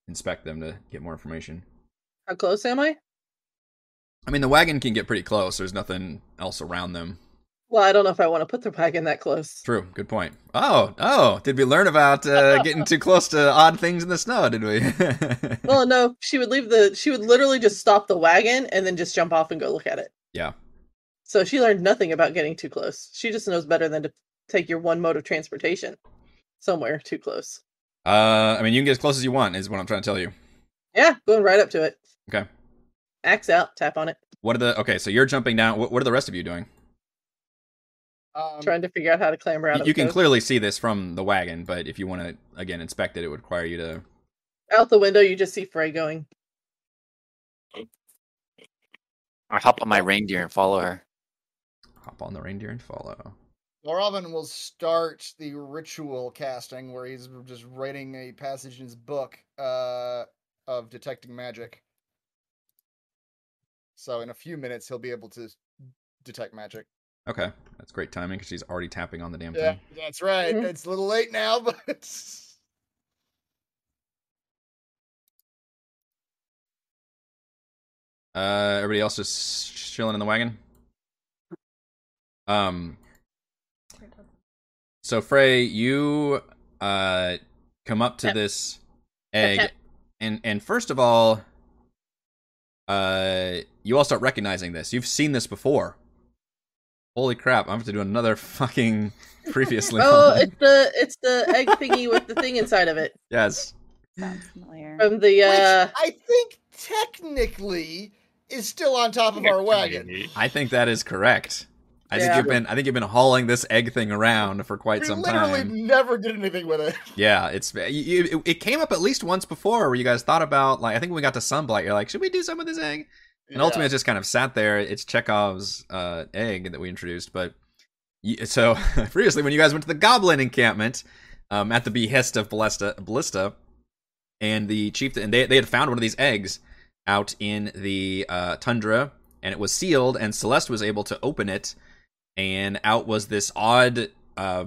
Speaker 1: inspect them to get more information.
Speaker 7: how close am I?
Speaker 1: I mean, the wagon can get pretty close. There's nothing else around them.
Speaker 7: Well, I don't know if I want to put the wagon that close.
Speaker 1: True. Good point. Oh, oh, did we learn about uh, getting too close to odd things in the snow? Did we?
Speaker 7: Well, no, she would leave the. She would literally just stop the wagon and then just jump off and go look at it.
Speaker 1: Yeah.
Speaker 7: So she learned nothing about getting too close. She just knows better than to take your one mode of transportation somewhere too close.
Speaker 1: Uh, I mean, you can get as close as you want. Is what I'm trying to tell you.
Speaker 7: Yeah, going right up to it.
Speaker 1: Okay.
Speaker 7: Axe out, tap on it,
Speaker 1: What are the okay? So you're jumping down. What, what are the rest of you doing?
Speaker 2: Um,
Speaker 7: trying to figure out how to clamber out.
Speaker 1: You,
Speaker 7: of
Speaker 1: you can
Speaker 7: those-
Speaker 1: clearly see this from the wagon, but if you want to again inspect it, it would require you to.
Speaker 7: out the window. You just see Frey going.
Speaker 3: Or hop on my reindeer and follow her.
Speaker 1: Hop on the reindeer and follow.
Speaker 2: Robin will start the ritual casting where he's just writing a passage in his book uh, of detecting magic. So in a few minutes, he'll be able to detect magic.
Speaker 1: Okay, that's great timing because she's already tapping on the damn
Speaker 2: Yeah,
Speaker 1: thing.
Speaker 2: that's right.
Speaker 7: Mhm.
Speaker 2: It's a little late now, but
Speaker 1: Uh, everybody else is chilling in the wagon. Um, so Frey, you uh come up to
Speaker 7: Tap.
Speaker 1: this
Speaker 7: Tap,
Speaker 1: egg,
Speaker 7: tap.
Speaker 1: and and first of all, uh, you all start recognizing this. You've seen this before. Holy crap! I'm gonna have to do another fucking previously.
Speaker 7: Oh,
Speaker 1: on.
Speaker 7: it's the it's the egg thingy with the thing inside of it
Speaker 1: yes,
Speaker 6: Sounds familiar.
Speaker 7: from the. uh
Speaker 2: which I think technically is still on top of our wagon.
Speaker 1: I think that is correct. I think
Speaker 7: Yeah.
Speaker 1: you've been I think you've been hauling this egg thing around for quite
Speaker 2: We
Speaker 1: some
Speaker 2: literally
Speaker 1: time.
Speaker 2: never did anything with it.
Speaker 1: Yeah, it's you- you- it came up at least once before where you guys thought about like I think when we got to Sunblight, you're like, should we do some of this egg? And ultimately, it just kind of sat there. It's Chekhov's uh, egg that we introduced, but y- so previously when you guys went to the Goblin encampment um, at the behest of Ballista, Ballista and the chief, and they they had found one of these eggs out in the uh, tundra, and it was sealed, and Celeste was able to open it, and out was this odd. Uh,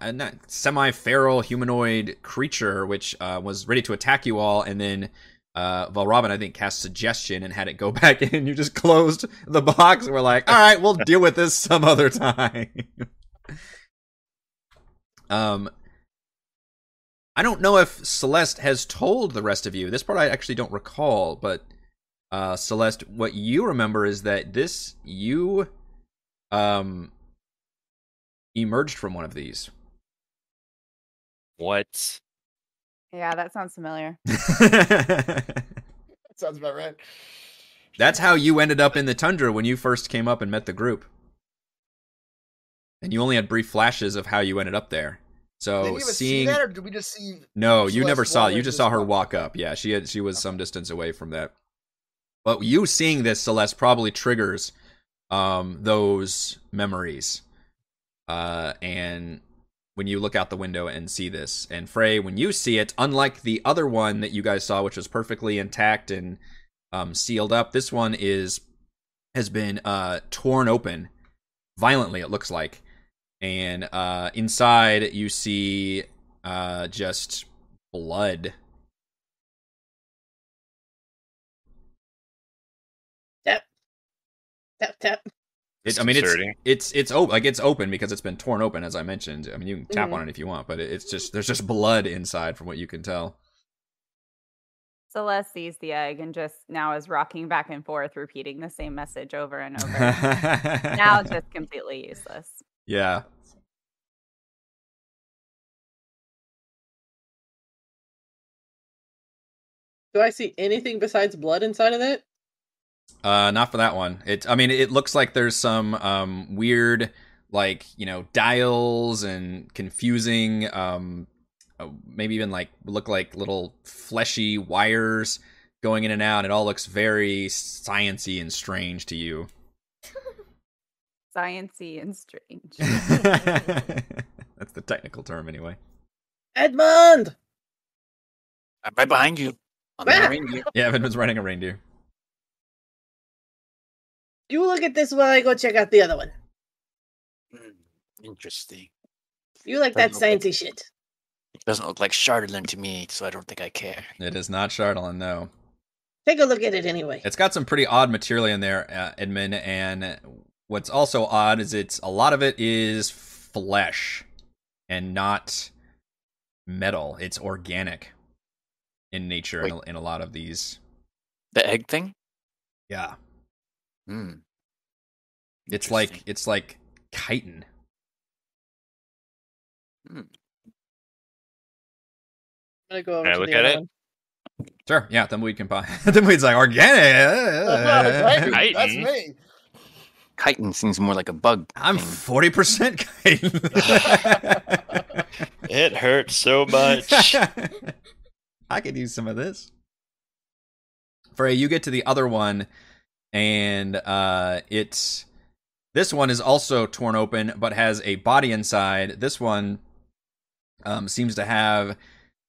Speaker 1: uh, not semi-feral humanoid creature, which uh, was ready to attack you all, and then uh, Valrobin, I think, cast suggestion and had it go back in. You just closed the box and were like, "All right, we'll deal with this some other time." um, I don't know if Celeste has told the rest of you. This part I actually don't recall, but uh, Celeste, what you remember is that this you um emerged from one of these.
Speaker 5: What?
Speaker 6: Yeah, that sounds familiar.
Speaker 2: That sounds about right.
Speaker 1: That's how you ended up in the tundra when you first came up and met the group. And you only had brief flashes of how you ended up there.
Speaker 2: Did
Speaker 1: So
Speaker 2: you even see
Speaker 1: Oh, seeing
Speaker 2: that, or did we just see?
Speaker 1: no,
Speaker 2: She
Speaker 1: you
Speaker 2: was
Speaker 1: never saw it. You just
Speaker 2: swallowing this
Speaker 1: saw her
Speaker 2: one.
Speaker 1: walk up. Yeah, she had, she was some distance away from that. But you seeing this, Celeste, probably triggers um, those memories Uh, and when you look out the window and see this, and Frey, when you see it, unlike the other one that you guys saw, which was perfectly intact and um, sealed up, this one is has been uh, torn open violently. It looks like, and uh, inside you see uh, just blood.
Speaker 7: Tap tap.
Speaker 1: It, I mean, it's
Speaker 5: Disconcerting.
Speaker 1: it's it's open like it's open because it's been torn open as I mentioned. I mean, you can tap
Speaker 7: Mhm.
Speaker 1: on it if you want, but it, it's just there's just blood inside from what you can tell.
Speaker 6: Celeste sees the egg and just now is rocking back and forth, repeating the same message over and over. now
Speaker 1: now
Speaker 6: just completely useless.
Speaker 1: yeah,
Speaker 7: Do I see anything besides blood inside of it?
Speaker 1: uh, not for that one. It I mean, it looks like there's some um weird like you know dials and confusing um uh, maybe even like look like little fleshy wires going in and out. It all looks very sciency and strange to you.
Speaker 6: Sciency and strange.
Speaker 1: That's the technical term, anyway.
Speaker 7: Edmund.
Speaker 3: I'm right behind you. I'm
Speaker 7: Ah!
Speaker 3: behind you.
Speaker 1: Yeah, Edmund's riding a reindeer.
Speaker 7: You look at this while I go check out the other one.
Speaker 3: Hmm, Interesting.
Speaker 7: You like that
Speaker 3: Doesn't look
Speaker 7: sciencey shit.
Speaker 3: It doesn't look like Shardlin to me, so I don't think I care.
Speaker 1: It is not Shardalin, no.
Speaker 7: Take a look at it anyway.
Speaker 1: It's got some pretty odd material in there, uh, Edmund, and what's also odd is it's a lot of it is flesh and not metal. It's organic in nature in a, in a lot of these.
Speaker 3: The egg thing?
Speaker 1: Yeah,
Speaker 3: Hmm.
Speaker 1: it's like
Speaker 3: Interesting.
Speaker 1: it's like chitin.
Speaker 7: I'm gonna go over
Speaker 5: Can I
Speaker 7: to
Speaker 5: look
Speaker 7: the
Speaker 5: at
Speaker 7: other
Speaker 5: it?
Speaker 7: one.
Speaker 1: Sure, yeah, Thimbleweed can buy. Thimbleweed's like organic.
Speaker 2: Right? That's
Speaker 5: Titan.
Speaker 2: me.
Speaker 3: Chitin seems more like a bug.
Speaker 1: I'm
Speaker 3: thing.
Speaker 1: forty percent chitin.
Speaker 5: It hurts so much.
Speaker 1: I could use some of this. Frey, you get to the other one, and uh, it's this one is also torn open, but has a body inside. This one um, seems to have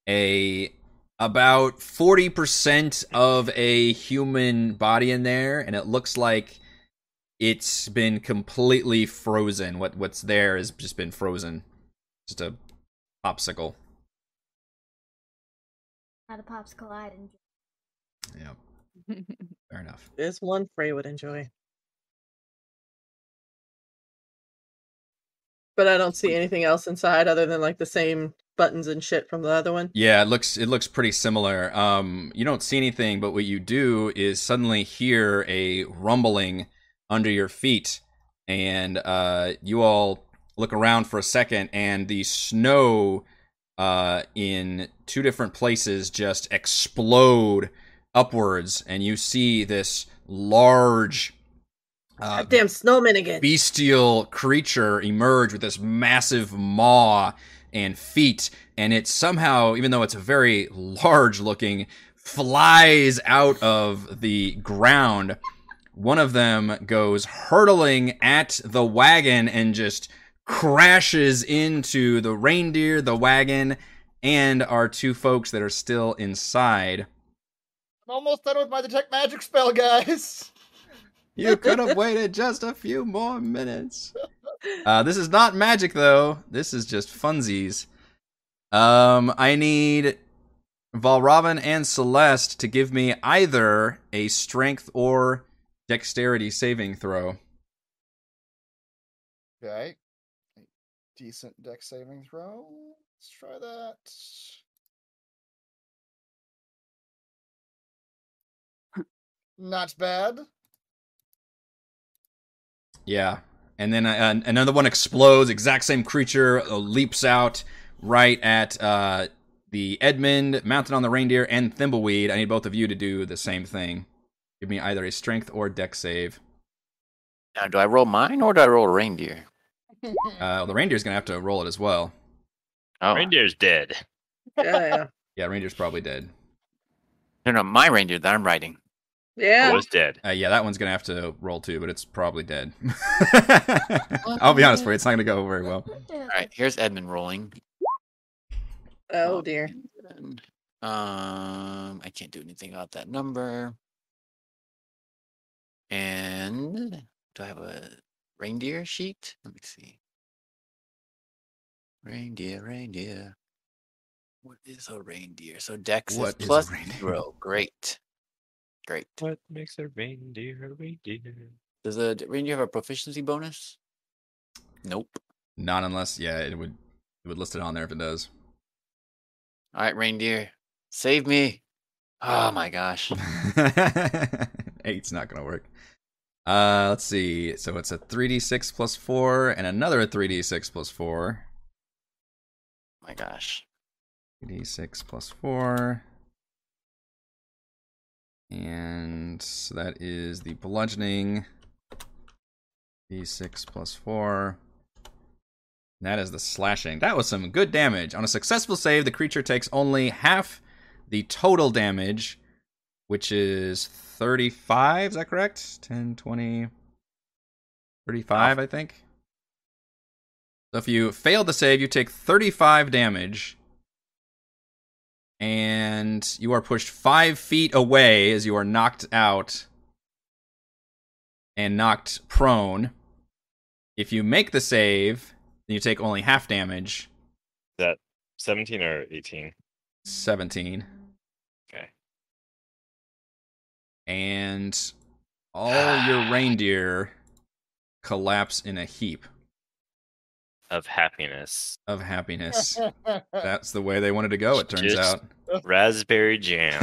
Speaker 1: a about forty percent of a human body in there, and it looks like it's been completely frozen. What what's there has just been frozen, just a popsicle.
Speaker 4: How the pops collide and
Speaker 1: Yeah, fair enough.
Speaker 7: There's one Frey would enjoy. But I don't see anything else inside other than like the same buttons and shit from the other one.
Speaker 1: Yeah, it looks it looks pretty similar. Um, you don't see anything, but what you do is suddenly hear a rumbling under your feet, and uh, you all look around for a second, and the snow uh, in two different places just explode upwards, and you see this large. Uh,
Speaker 7: That damn snowman again.
Speaker 1: bestial creature emerge with this massive maw and feet, and it somehow, even though it's very large looking, flies out of the ground. One of them goes hurtling at the wagon and just crashes into the reindeer, the wagon, and our two folks that are still inside.
Speaker 2: I'm almost done with my detect magic spell, guys.
Speaker 1: You could have waited just a few more minutes. Uh, this is not magic, though. This is just funsies. Um, I need Valravn and Celeste to give me either a strength or dexterity saving throw.
Speaker 2: Okay. Decent deck saving throw. Let's try that. Not bad.
Speaker 1: Yeah. And then uh, an- another one explodes. Exact same creature uh, leaps out right at uh, the Edmund, mounted on the reindeer, and Thimbleweed. I need both of you to do the same thing. Give me either a strength or dex save.
Speaker 3: Now, do I roll mine or do I roll reindeer?
Speaker 1: Uh, the reindeer's gonna have to roll it as well.
Speaker 3: Oh,
Speaker 5: Reindeer's dead.
Speaker 7: yeah, yeah.
Speaker 1: Yeah, reindeer's probably dead.
Speaker 3: no, no, my reindeer that I'm riding.
Speaker 7: Yeah.
Speaker 5: was dead.
Speaker 1: Uh, yeah, that one's gonna have to roll too, but it's probably dead. I'll be honest with you, it's not gonna go very well.
Speaker 3: All right, here's Edmund rolling.
Speaker 7: Oh dear.
Speaker 3: Um, I can't do anything about that number. And do I have a reindeer sheet? Let me see. Reindeer, reindeer. What is a reindeer? So Dex
Speaker 1: What is
Speaker 3: is
Speaker 1: a
Speaker 3: plus
Speaker 1: reindeer?
Speaker 3: zero. Great. Great.
Speaker 5: What makes a reindeer a reindeer?
Speaker 3: Does a d- reindeer have a proficiency bonus? Nope.
Speaker 1: Not unless, yeah, it would it would list it on there if it does.
Speaker 3: All right, reindeer, save me. Oh my gosh.
Speaker 1: Eight's not gonna work. Uh, let's see. So it's a 3d6 plus four, and another 3d6 plus four.
Speaker 3: my gosh.
Speaker 1: 3d6 plus four, and so that is the bludgeoning. d6 plus four. And That is the slashing. That was some good damage. On a successful save, the creature takes only half the total damage, which is 35. Is that correct? 10, 20, 35, I think. So if you fail the save, you take 35 damage. And you are pushed five feet away as you are knocked out and knocked prone. If you make the save, then you take only half damage,
Speaker 5: That seventeen or eighteen?
Speaker 1: 17.
Speaker 5: Okay.
Speaker 1: And all your reindeer collapse in a heap
Speaker 5: Of happiness,
Speaker 1: of happiness. That's the way they wanted to go, it turns
Speaker 5: Just-
Speaker 1: out.
Speaker 5: raspberry jam.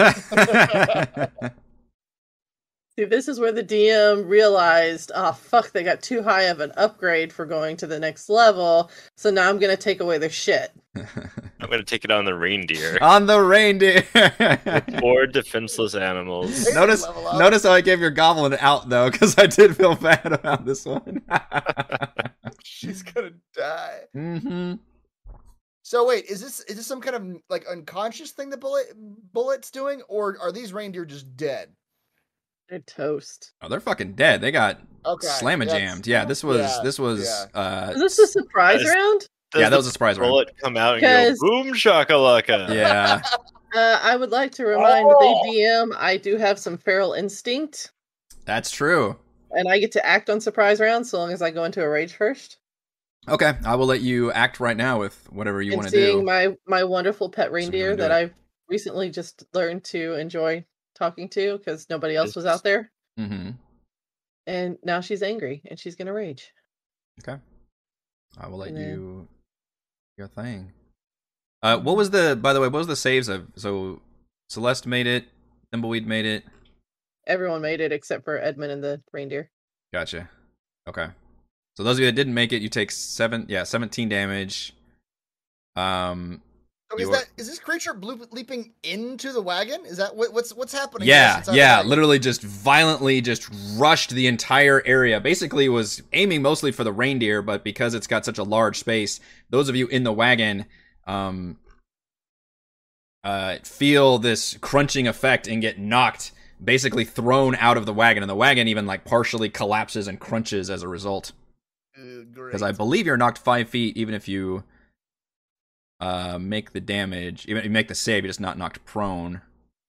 Speaker 7: See, this is where the DM realized, oh fuck, they got too high of an upgrade for going to the next level. So now I'm gonna take away their shit.
Speaker 5: I'm gonna take it on the reindeer.
Speaker 1: On the reindeer.
Speaker 5: Four defenseless animals.
Speaker 2: They
Speaker 1: Notice-
Speaker 2: level up.
Speaker 1: Notice how I gave your goblin out though, because I did feel bad about this one.
Speaker 2: she's gonna die.
Speaker 1: mm-hmm.
Speaker 2: So wait, is this is this some kind of like unconscious thing that bullet bullets doing, or are these reindeer just dead?
Speaker 7: They're toast.
Speaker 1: Oh, they're fucking dead. They got
Speaker 2: Okay,
Speaker 1: slamma
Speaker 2: that's-
Speaker 1: jammed. Yeah, this was
Speaker 2: yeah,
Speaker 1: this was
Speaker 2: yeah.
Speaker 1: uh
Speaker 7: Is this a surprise
Speaker 5: Guys.
Speaker 7: round?
Speaker 1: yeah,
Speaker 5: Does
Speaker 1: that was
Speaker 5: the
Speaker 1: a surprise round.
Speaker 5: bullet come out and go
Speaker 7: Because-
Speaker 5: boom shakalaka.
Speaker 1: Yeah.
Speaker 7: Uh, I would like to remind
Speaker 5: Oh.
Speaker 7: the DM I do have some feral instinct,
Speaker 1: That's true.
Speaker 7: and I get to act on surprise rounds so long as I go into a rage first.
Speaker 1: Okay, I will let you act right now with whatever you
Speaker 7: and
Speaker 1: want to
Speaker 7: seeing
Speaker 1: do.
Speaker 7: my my wonderful pet reindeer
Speaker 1: do
Speaker 7: that
Speaker 1: it.
Speaker 7: I've recently just learned to enjoy talking to because nobody else was out
Speaker 5: It's-
Speaker 7: there,
Speaker 1: mm-hmm.
Speaker 7: and now she's angry and she's gonna rage.
Speaker 1: I will let
Speaker 7: And then-
Speaker 1: you your thing. Uh what was the by the way, what was the saves of so Celeste made it, Thimbleweed made it.
Speaker 7: Everyone made it except for Edmund and the reindeer.
Speaker 1: Gotcha. Okay. So those of you that didn't make it, you take seven yeah, seventeen damage. Um
Speaker 2: So is
Speaker 1: You-
Speaker 2: that is this creature bloop, leaping into the wagon? Is that what, what's what's happening? to us
Speaker 1: yeah,
Speaker 2: inside the
Speaker 1: yeah,
Speaker 2: wagon?
Speaker 1: literally just violently just rushed the entire area. Basically was aiming mostly for the reindeer, but because it's got such a large space, those of you in the wagon um uh feel this crunching effect and get knocked basically thrown out of the wagon and the wagon even like partially collapses and crunches as a result.
Speaker 2: Uh,
Speaker 1: because I
Speaker 2: great.
Speaker 1: believe you're knocked five feet, even if you uh, make the damage, even if you make the save, you're just not knocked prone.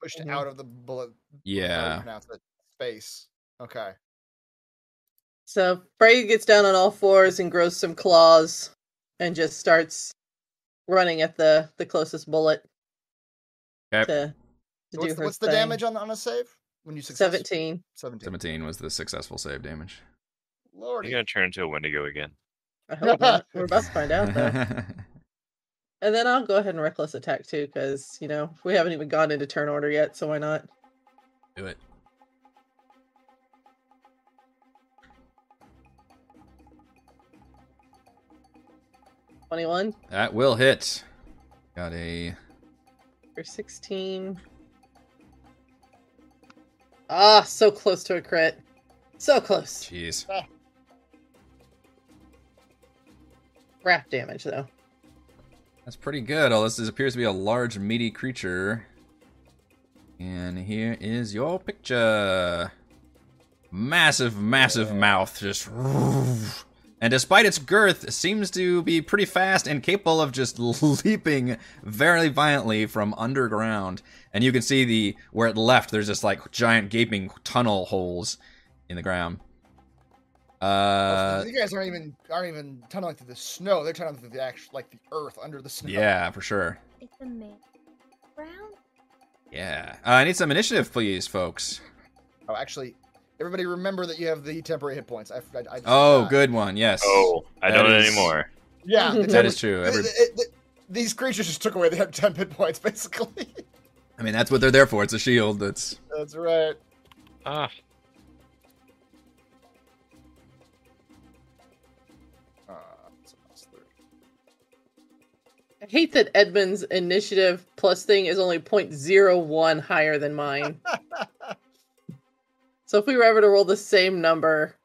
Speaker 2: pushed
Speaker 7: Mhm.
Speaker 2: out of the bullet. How do you
Speaker 1: Yeah,
Speaker 2: pronounce it? Space. Okay.
Speaker 7: So Freya gets down on all fours and grows some claws, and just starts running at the the closest bullet
Speaker 1: Okay.
Speaker 7: to, to
Speaker 2: So what's
Speaker 7: do her
Speaker 2: what's the
Speaker 7: thing.
Speaker 2: damage on on a save when you success?
Speaker 7: Seventeen.
Speaker 2: Seventeen.
Speaker 1: seventeen was the successful save damage.
Speaker 5: You're
Speaker 2: Lordy.
Speaker 5: gonna turn into a Wendigo again.
Speaker 7: I hope not. We're about to find out though. And then I'll go ahead and reckless attack too, because you know we haven't even gone into turn order yet, so why not?
Speaker 1: Do it.
Speaker 7: Twenty-one
Speaker 1: That will hit. Got a
Speaker 7: or sixteen. Ah, so close to a crit. So close.
Speaker 1: jeez.
Speaker 7: Rap damage though.
Speaker 1: Oh, That's pretty good. All this is, appears to be a large, meaty creature. And here is your picture. Massive, massive mouth, just. And despite its girth, seems to be pretty fast and capable of just leaping very violently from underground. And you can see the where it left. There's just like giant gaping tunnel holes in the ground. Uh,
Speaker 2: you guys aren't even aren't even tunneling through the snow. They're tunneling through the actual like the earth under the snow.
Speaker 1: yeah, for sure.
Speaker 4: It's a man. Brown?
Speaker 1: Yeah. Uh, I need some initiative, please, folks.
Speaker 2: Oh, actually, everybody remember that you have the temporary hit points. I, I, I just
Speaker 1: Oh,
Speaker 2: forgot.
Speaker 1: good one. Yes.
Speaker 5: Oh, I
Speaker 1: That
Speaker 5: don't
Speaker 1: is-
Speaker 5: anymore.
Speaker 2: Yeah, the
Speaker 1: That
Speaker 2: temporary-
Speaker 1: is true.
Speaker 2: th-
Speaker 1: Every,
Speaker 2: th- th- these creatures just took away their temp hit points, basically.
Speaker 1: I mean, that's what they're there for. It's a shield. That's
Speaker 2: That's right.
Speaker 5: Ah,
Speaker 2: Uh, so that's three.
Speaker 7: I hate that Edmund's initiative plus thing is only 0.01 higher than mine. so if we were ever to roll the same number,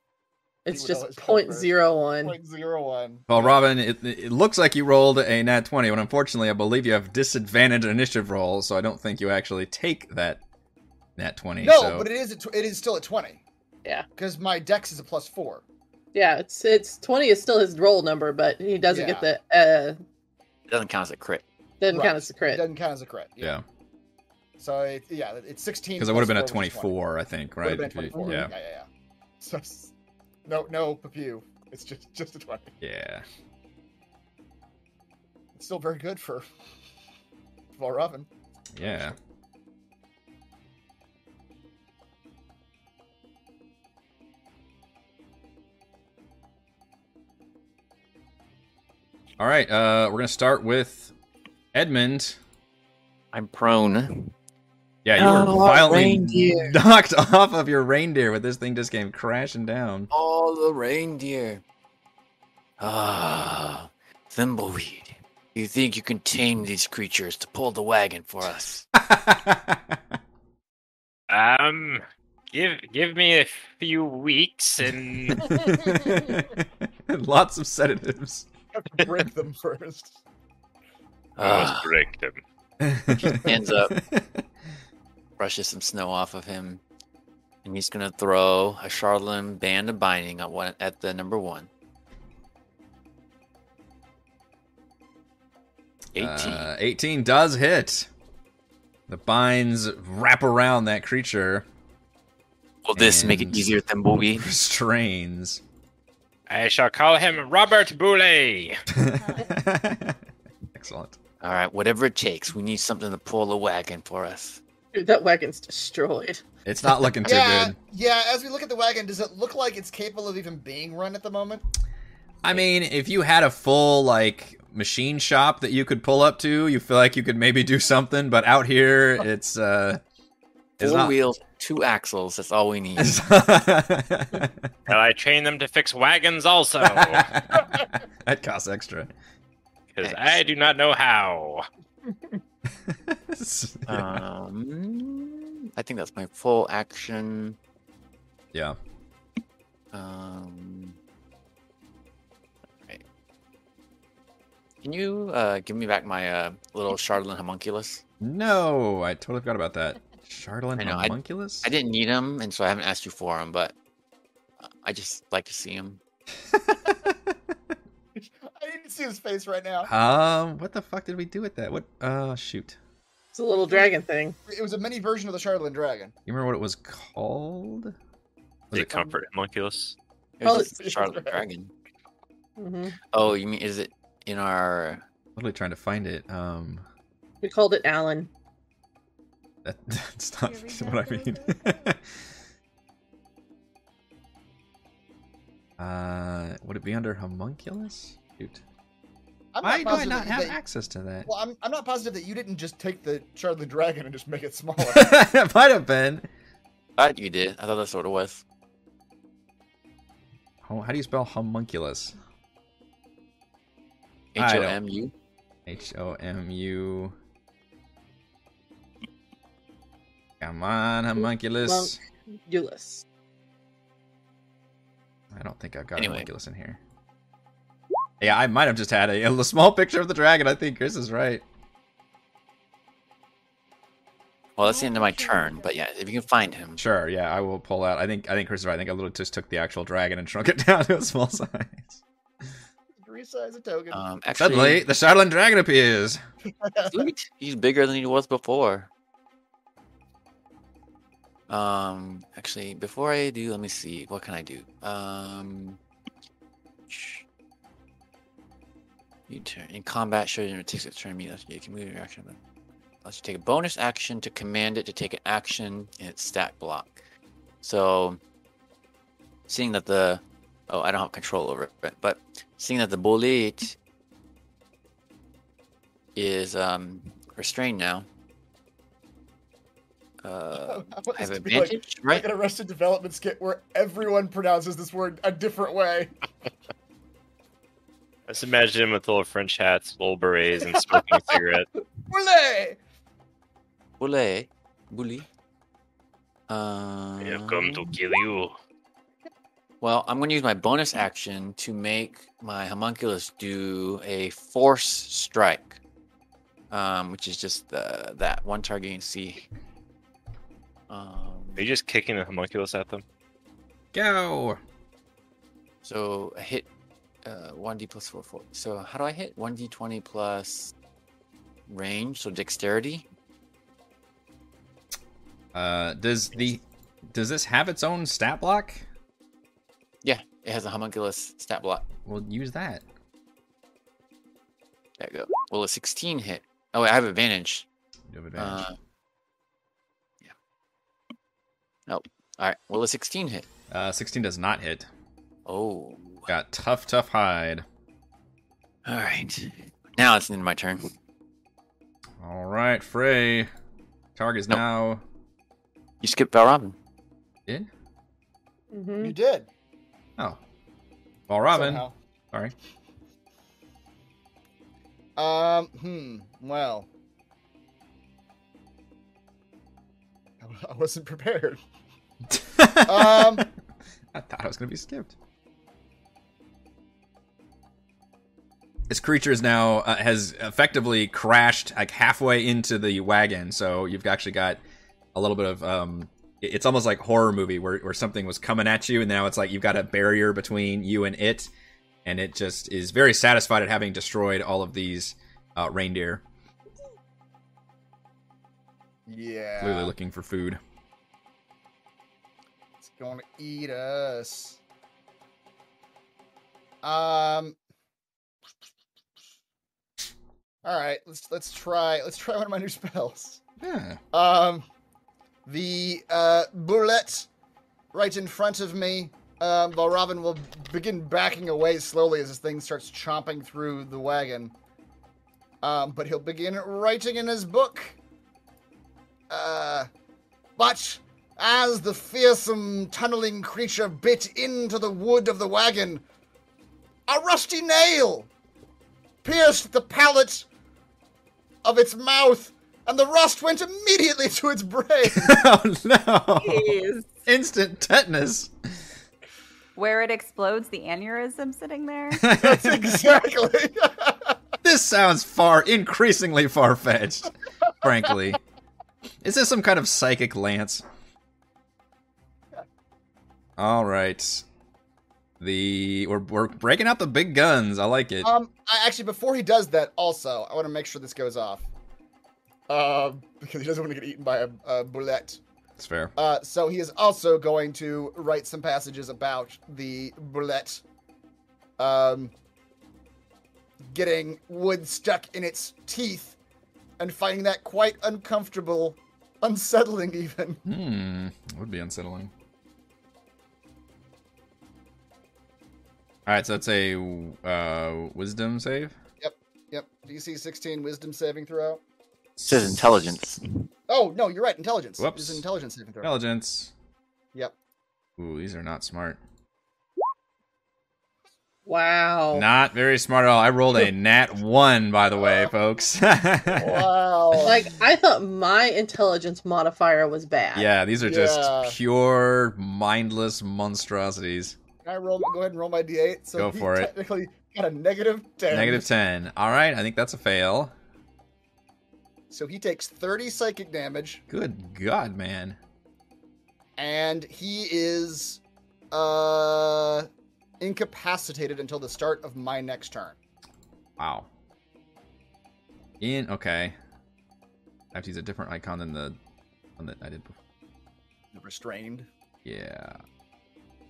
Speaker 7: it's
Speaker 2: would
Speaker 7: just
Speaker 2: always go first.
Speaker 7: 0.01.
Speaker 2: Point zero one.
Speaker 1: well, Robin. It, it looks like you rolled a nat twenty, but unfortunately, I believe you have disadvantage initiative rolls, so I don't think you actually take that nat twenty.
Speaker 2: No,
Speaker 1: so.
Speaker 2: but it is at tw- it is still at twenty.
Speaker 7: Yeah.
Speaker 2: because my dex is a plus four.
Speaker 7: Yeah, it's it's 20 is still his roll number, but he doesn't get the uh
Speaker 3: It doesn't count as a crit.
Speaker 7: doesn't
Speaker 2: Right.
Speaker 7: count as a
Speaker 2: It
Speaker 7: crit.
Speaker 2: doesn't count as a crit.
Speaker 1: yeah,
Speaker 2: So it, yeah, it's sixteen.
Speaker 1: because it would have been a twenty-four, I think, right?
Speaker 2: Right. Been
Speaker 1: If
Speaker 2: Mm-hmm. a
Speaker 1: you-
Speaker 2: 24. Yeah.
Speaker 1: Yeah,
Speaker 2: yeah, yeah, So it's- no, no, pew. It's just just a twenty.
Speaker 1: yeah.
Speaker 2: It's still very good for for Robin.
Speaker 1: Yeah. All right, uh, we're gonna start with Edmund.
Speaker 3: I'm prone.
Speaker 1: Yeah, you
Speaker 3: Oh,
Speaker 1: were
Speaker 3: our
Speaker 1: violently
Speaker 3: reindeer.
Speaker 1: knocked off of your reindeer, but this thing just came crashing down.
Speaker 3: All the reindeer. Ah, thimbleweed. You think you can tame these creatures to pull the wagon for us?
Speaker 5: um, give give me a few weeks and
Speaker 1: Lots of sedatives.
Speaker 2: Have to break them first.
Speaker 3: Ah,
Speaker 5: break them.
Speaker 1: Hands
Speaker 3: up. brushes some snow off of him, and he's gonna throw a Charlemagne band of binding at one at the number one. Eighteen.
Speaker 1: Uh, 18 does hit. The binds wrap around that creature,
Speaker 3: Will this make
Speaker 1: and-
Speaker 3: it easier, Thimbleweed?
Speaker 1: restrains.
Speaker 5: I shall call him Robert Boulay.
Speaker 1: Excellent.
Speaker 3: All right, whatever it takes. We need something to pull the wagon for us.
Speaker 7: Dude, that wagon's destroyed.
Speaker 1: It's not looking too
Speaker 2: yeah,
Speaker 1: good.
Speaker 2: yeah. As we look at the wagon, does it look like it's capable of even being run at the moment?
Speaker 1: I mean, if you had a full, like, machine shop that you could pull up to, you feel like you could maybe do something, but out here, it's, uh.
Speaker 3: Four
Speaker 1: It's
Speaker 3: Oh.
Speaker 1: not.
Speaker 3: wheels, two axles. That's all we need.
Speaker 5: Shall I train them to fix wagons also?
Speaker 1: that costs extra.
Speaker 5: Because I do not know how.
Speaker 3: Uh.
Speaker 1: yeah.
Speaker 3: um, I think that's my full action.
Speaker 1: Yeah.
Speaker 3: Um, right. Can you uh, give me back my uh, little Charlemagne homunculus?
Speaker 1: No, I totally forgot about that. Charlatan
Speaker 3: I know, I-
Speaker 1: homunculus?
Speaker 3: I didn't need him, and so I haven't asked you for him, but I just like to see him.
Speaker 2: I need to see his face right now.
Speaker 1: Um, what the fuck did we do with that? What? Uh, shoot.
Speaker 7: It's a little dragon thing.
Speaker 2: It was a mini version of the Charlatan Dragon.
Speaker 1: You remember what it was called? Was
Speaker 5: Did
Speaker 1: it-
Speaker 5: it comfort homunculus?
Speaker 3: It was
Speaker 7: Oh,
Speaker 3: just the Charlotte Dragon.
Speaker 7: hmm
Speaker 3: Oh, you mean is it in our?
Speaker 1: Totally trying to find it. Um,
Speaker 7: We called it Alan.
Speaker 1: that, that's not
Speaker 4: Your
Speaker 1: what I mean.
Speaker 4: remembrance
Speaker 1: uh, would it be under homunculus? Shoot.
Speaker 2: I'm
Speaker 1: Why do I
Speaker 2: positive
Speaker 1: not
Speaker 2: that-
Speaker 1: have
Speaker 2: that-
Speaker 1: access to that?
Speaker 2: Well, I'm, I'm not positive that you didn't just take the Charlatan Dragon and just make it smaller.
Speaker 1: it might have been.
Speaker 3: Thought you did. I thought that's what it was.
Speaker 1: How, how do you spell homunculus? I
Speaker 3: H O
Speaker 1: don't-
Speaker 3: M U.
Speaker 1: H O M U. Come on, homunculus.
Speaker 7: Eulus.
Speaker 1: I don't think I've got
Speaker 3: Anyway.
Speaker 1: homunculus in here. Yeah, I might have just had a, a small picture of the dragon. I think Chris is right.
Speaker 3: Well, that's the end of my turn. But yeah, if you can find him,
Speaker 1: Sure, yeah, I will pull out. I think I think Christopher, I think I little just took the actual dragon and shrunk it down to a small size.
Speaker 2: Resize a token.
Speaker 3: um, actually,
Speaker 1: Suddenly, the Shadowland dragon appears.
Speaker 3: Sweet. He's bigger than he was before. Um, actually, before I do, let me see. What can I do? Um, sh- you turn in combat. Show it takes a turn. You you can move your action. But let's take a bonus action to command it to take an action in its stat block. So, seeing that the oh, I don't have control over it, but, but seeing that the bullet is um restrained now. Uh,
Speaker 2: I
Speaker 3: I have
Speaker 2: to be like,
Speaker 3: advantage,
Speaker 2: like
Speaker 3: right?
Speaker 2: an Arrested Development skit where everyone pronounces this word a different way.
Speaker 5: Just imagine him with little French hats, little berets, and smoking a cigarette.
Speaker 2: Olé!
Speaker 3: Bully, bully.
Speaker 5: I
Speaker 3: Um,
Speaker 5: have come to kill you.
Speaker 3: Well, I'm going to use my bonus action to make my homunculus do a force strike, um, which is just the, that one target you can see. Um,
Speaker 5: Are you just kicking the homunculus at them?
Speaker 1: Go.
Speaker 3: so I hit uh, 1d plus 4, 4. So how do I hit? 1d20 plus range, so dexterity.
Speaker 1: Uh, does the does this have its own stat block?
Speaker 3: It has a homunculus stat block.
Speaker 1: We'll use that.
Speaker 3: There you go. Well, a 16 hit. Oh, I have advantage.
Speaker 1: You have advantage.
Speaker 3: Uh, yeah. Nope. All right. Well, a 16 hit.
Speaker 1: Uh, 16 does not hit.
Speaker 3: Oh.
Speaker 1: Got tough, tough hide.
Speaker 3: All right. Now it's into my turn.
Speaker 1: All right, Frey. Targ is
Speaker 3: Nope.
Speaker 1: now.
Speaker 3: You skipped Val Robin.
Speaker 1: Did?
Speaker 7: Mhm.
Speaker 2: You did.
Speaker 1: Oh. Well, Robin.
Speaker 2: somehow.
Speaker 1: Sorry.
Speaker 2: Um. Hmm. Well, I- I wasn't prepared. Um,
Speaker 1: I thought I was going to be skipped. This creature is now uh, has effectively crashed like halfway into the wagon, so you've actually got a little bit of um. it- It's almost like horror movie where where something was coming at you, and now it's like you've got a barrier between you and it, and it just is very satisfied at having destroyed all of these uh, reindeer, clearly
Speaker 2: Yeah.
Speaker 1: looking for food.
Speaker 2: It's gonna eat us. Um. All right. Let's let's try let's try one of my new spells.
Speaker 1: Yeah.
Speaker 2: Um, the uh, bullet right in front of me. Um, while Robin will begin backing away slowly as this thing starts chomping through the wagon. Um, but he'll begin writing in his book. Uh, but as the fearsome tunneling creature bit into the wood of the wagon, a rusty nail pierced the palate of its mouth, and the rust went immediately to its brain.
Speaker 1: oh no!
Speaker 6: Jeez.
Speaker 1: Instant tetanus.
Speaker 6: Where it explodes, the aneurysm sitting there.
Speaker 2: That's exactly.
Speaker 1: This sounds far, increasingly far fetched, frankly. Is this some kind of psychic lance? All right. The we're, we're breaking out the big guns. I like it.
Speaker 2: um, I, actually, before he does that, also, I want to make sure this goes off. Um, because he doesn't want to get eaten by a, a bullet.
Speaker 1: It's fair.
Speaker 2: Uh, so he is also going to write some passages about the bullet. Um, getting wood stuck in its teeth and finding that quite uncomfortable, unsettling even.
Speaker 1: Hmm, would be unsettling. All right, so that's a uh, wisdom save.
Speaker 2: Yep. DC 16 wisdom saving throw.
Speaker 3: It says intelligence.
Speaker 2: Oh no, you're right. Intelligence.
Speaker 1: Whoops.
Speaker 2: It's an intelligence saving throw.
Speaker 1: Intelligence.
Speaker 2: Yep.
Speaker 1: Ooh, these are not smart.
Speaker 7: Wow.
Speaker 1: Not very smart at all. I rolled a nat one, by the way, folks. yeah,
Speaker 2: Wow.
Speaker 7: Like I thought my intelligence modifier was bad.
Speaker 1: these are just
Speaker 2: Yeah.
Speaker 1: pure mindless monstrosities.
Speaker 2: Can I roll? Go ahead and roll my d8. So
Speaker 1: Go
Speaker 2: he
Speaker 1: for it.
Speaker 2: Technically, got a negative ten.
Speaker 1: Negative ten. All right, I think that's a fail.
Speaker 2: So he takes 30 psychic damage,
Speaker 1: Good God, man.
Speaker 2: and he is uh incapacitated until the start of my next turn.
Speaker 1: Wow. In okay. I have to use a different icon than the one that I did before.
Speaker 2: The restrained.
Speaker 1: Yeah.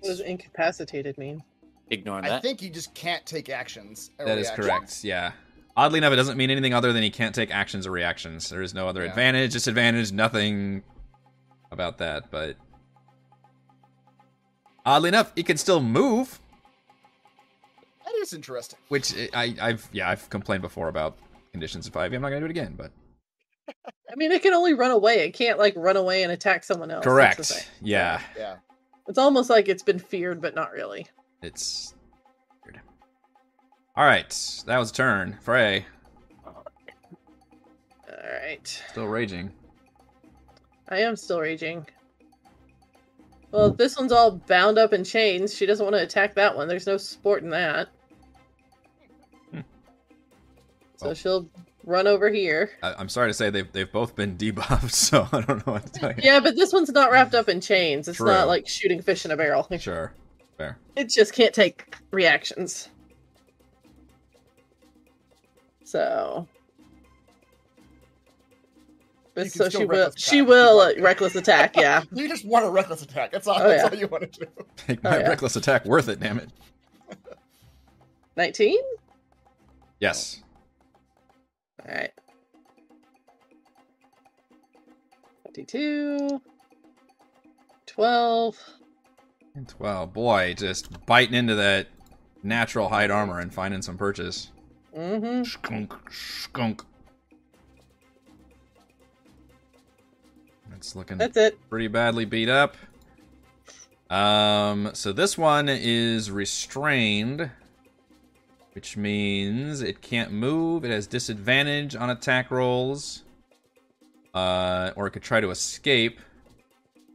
Speaker 7: What does incapacitated mean?
Speaker 3: Ignore
Speaker 2: I
Speaker 3: that.
Speaker 2: think you just can't take actions. or
Speaker 1: That is
Speaker 2: reactions.
Speaker 1: correct. Yeah. Oddly enough, it doesn't mean anything other than he can't take actions or reactions. There is no other
Speaker 2: Yeah.
Speaker 1: advantage, disadvantage, nothing about that. But oddly enough, he can still move,
Speaker 2: That is interesting.
Speaker 1: which I, I've yeah I've complained before about conditions in 5e. I'm not gonna do it again, but
Speaker 7: I mean, it can only run away. It can't like run away and attack someone else. that's the
Speaker 1: correct.
Speaker 7: thing.
Speaker 1: Yeah,
Speaker 2: Yeah.
Speaker 7: It's almost like it's been feared, but not really.
Speaker 1: it's weird. All right, that was a turn. Frey
Speaker 7: All right.
Speaker 1: still raging.
Speaker 7: I am still raging. Well, if this one's all bound up in chains, she doesn't want to attack that one. There's no sport in that.
Speaker 1: Hmm.
Speaker 7: So
Speaker 1: Well.
Speaker 7: she'll run over here.
Speaker 1: I, I'm sorry to say they've they've both been debuffed, so I don't know what to tell you.
Speaker 7: Yeah, but this one's not wrapped up in chains. It's
Speaker 1: True.
Speaker 7: not like shooting fish in a barrel.
Speaker 1: Sure, fair.
Speaker 7: It just can't take reactions. So. But
Speaker 2: You can
Speaker 7: so
Speaker 2: still
Speaker 7: she will.
Speaker 2: reckless
Speaker 7: She
Speaker 2: attack.
Speaker 7: will uh, reckless attack. Yeah.
Speaker 2: You just want a reckless attack. That's all,
Speaker 7: Oh,
Speaker 2: that's
Speaker 7: yeah.
Speaker 2: all you want to do.
Speaker 1: Make
Speaker 7: Oh,
Speaker 1: my
Speaker 7: yeah.
Speaker 1: reckless attack worth it. Damn it.
Speaker 7: Nineteen.
Speaker 1: Yes.
Speaker 7: All right. 52. 12.
Speaker 1: And 12. Boy, just biting into that natural hide armor and finding some purchase.
Speaker 7: Mm-hmm.
Speaker 1: Skunk, skunk. That's looking
Speaker 7: That's it.
Speaker 1: pretty badly beat up. Um, so this one is restrained, which means it can't move. It has disadvantage on attack rolls. Uh, or it could try to escape.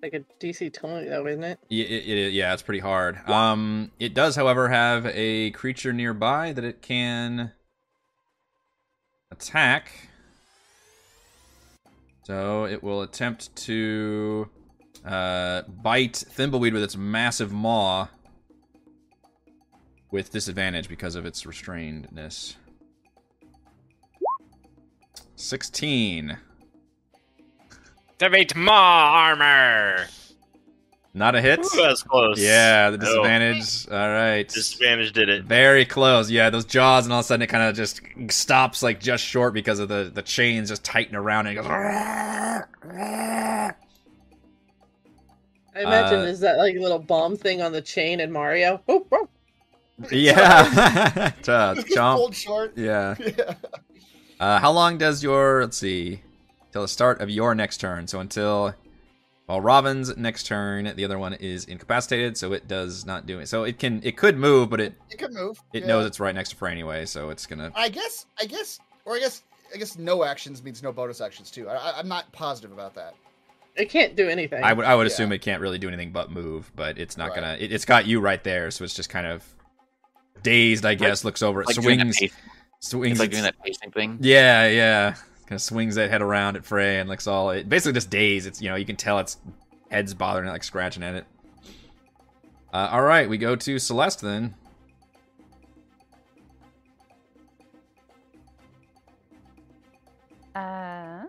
Speaker 7: Like a DC 20, though, isn't it?
Speaker 1: Yeah, it, it, yeah, it's pretty hard. Um, it does, however, have a creature nearby that it can attack. So it will attempt to uh, bite Thimbleweed with its massive maw with disadvantage because of its restrainedness. 16.
Speaker 5: Activate Maw Armor!
Speaker 1: Not a hit?
Speaker 5: Ooh, that was close.
Speaker 1: Yeah, the
Speaker 5: No.
Speaker 1: disadvantage. All right.
Speaker 5: Disadvantage did it.
Speaker 1: Very close. Yeah, those jaws, and all of a sudden it kind of just stops like just short because of the the chains just tighten around and it goes.
Speaker 7: I imagine
Speaker 1: Uh,
Speaker 7: there's that like little bomb thing on the chain in Mario. Oh, oh.
Speaker 1: Yeah, Uh, chomp.
Speaker 2: Hold short.
Speaker 1: Yeah.
Speaker 2: Yeah.
Speaker 1: Uh, how long does your let's see till the start of your next turn? So until well, Robin's next turn, the other one is incapacitated, so it does not do it. So it can it could move, but it
Speaker 2: You can move.
Speaker 1: it
Speaker 2: yeah.
Speaker 1: knows it's right next to Frey anyway, so it's gonna.
Speaker 2: I guess, I guess, or I guess, I guess no actions means no bonus actions too. I, I, I'm not positive about that.
Speaker 7: It can't do anything.
Speaker 1: I would I would
Speaker 2: Yeah.
Speaker 1: assume it can't really do anything but move, but it's not
Speaker 2: Right.
Speaker 1: gonna. It, it's got you right there, so it's just kind of dazed, I guess. looks over, it
Speaker 3: Like doing that
Speaker 1: swings,
Speaker 3: pacing-
Speaker 1: swings.
Speaker 3: It's like doing
Speaker 1: its-
Speaker 3: that pacing thing.
Speaker 1: Yeah, yeah. Kind of swings that head around at Frey and looks all. It basically just dazed. It's you know you can tell its head's bothering it, like scratching at it. Uh, all right, we go to Celeste then.
Speaker 6: Uh,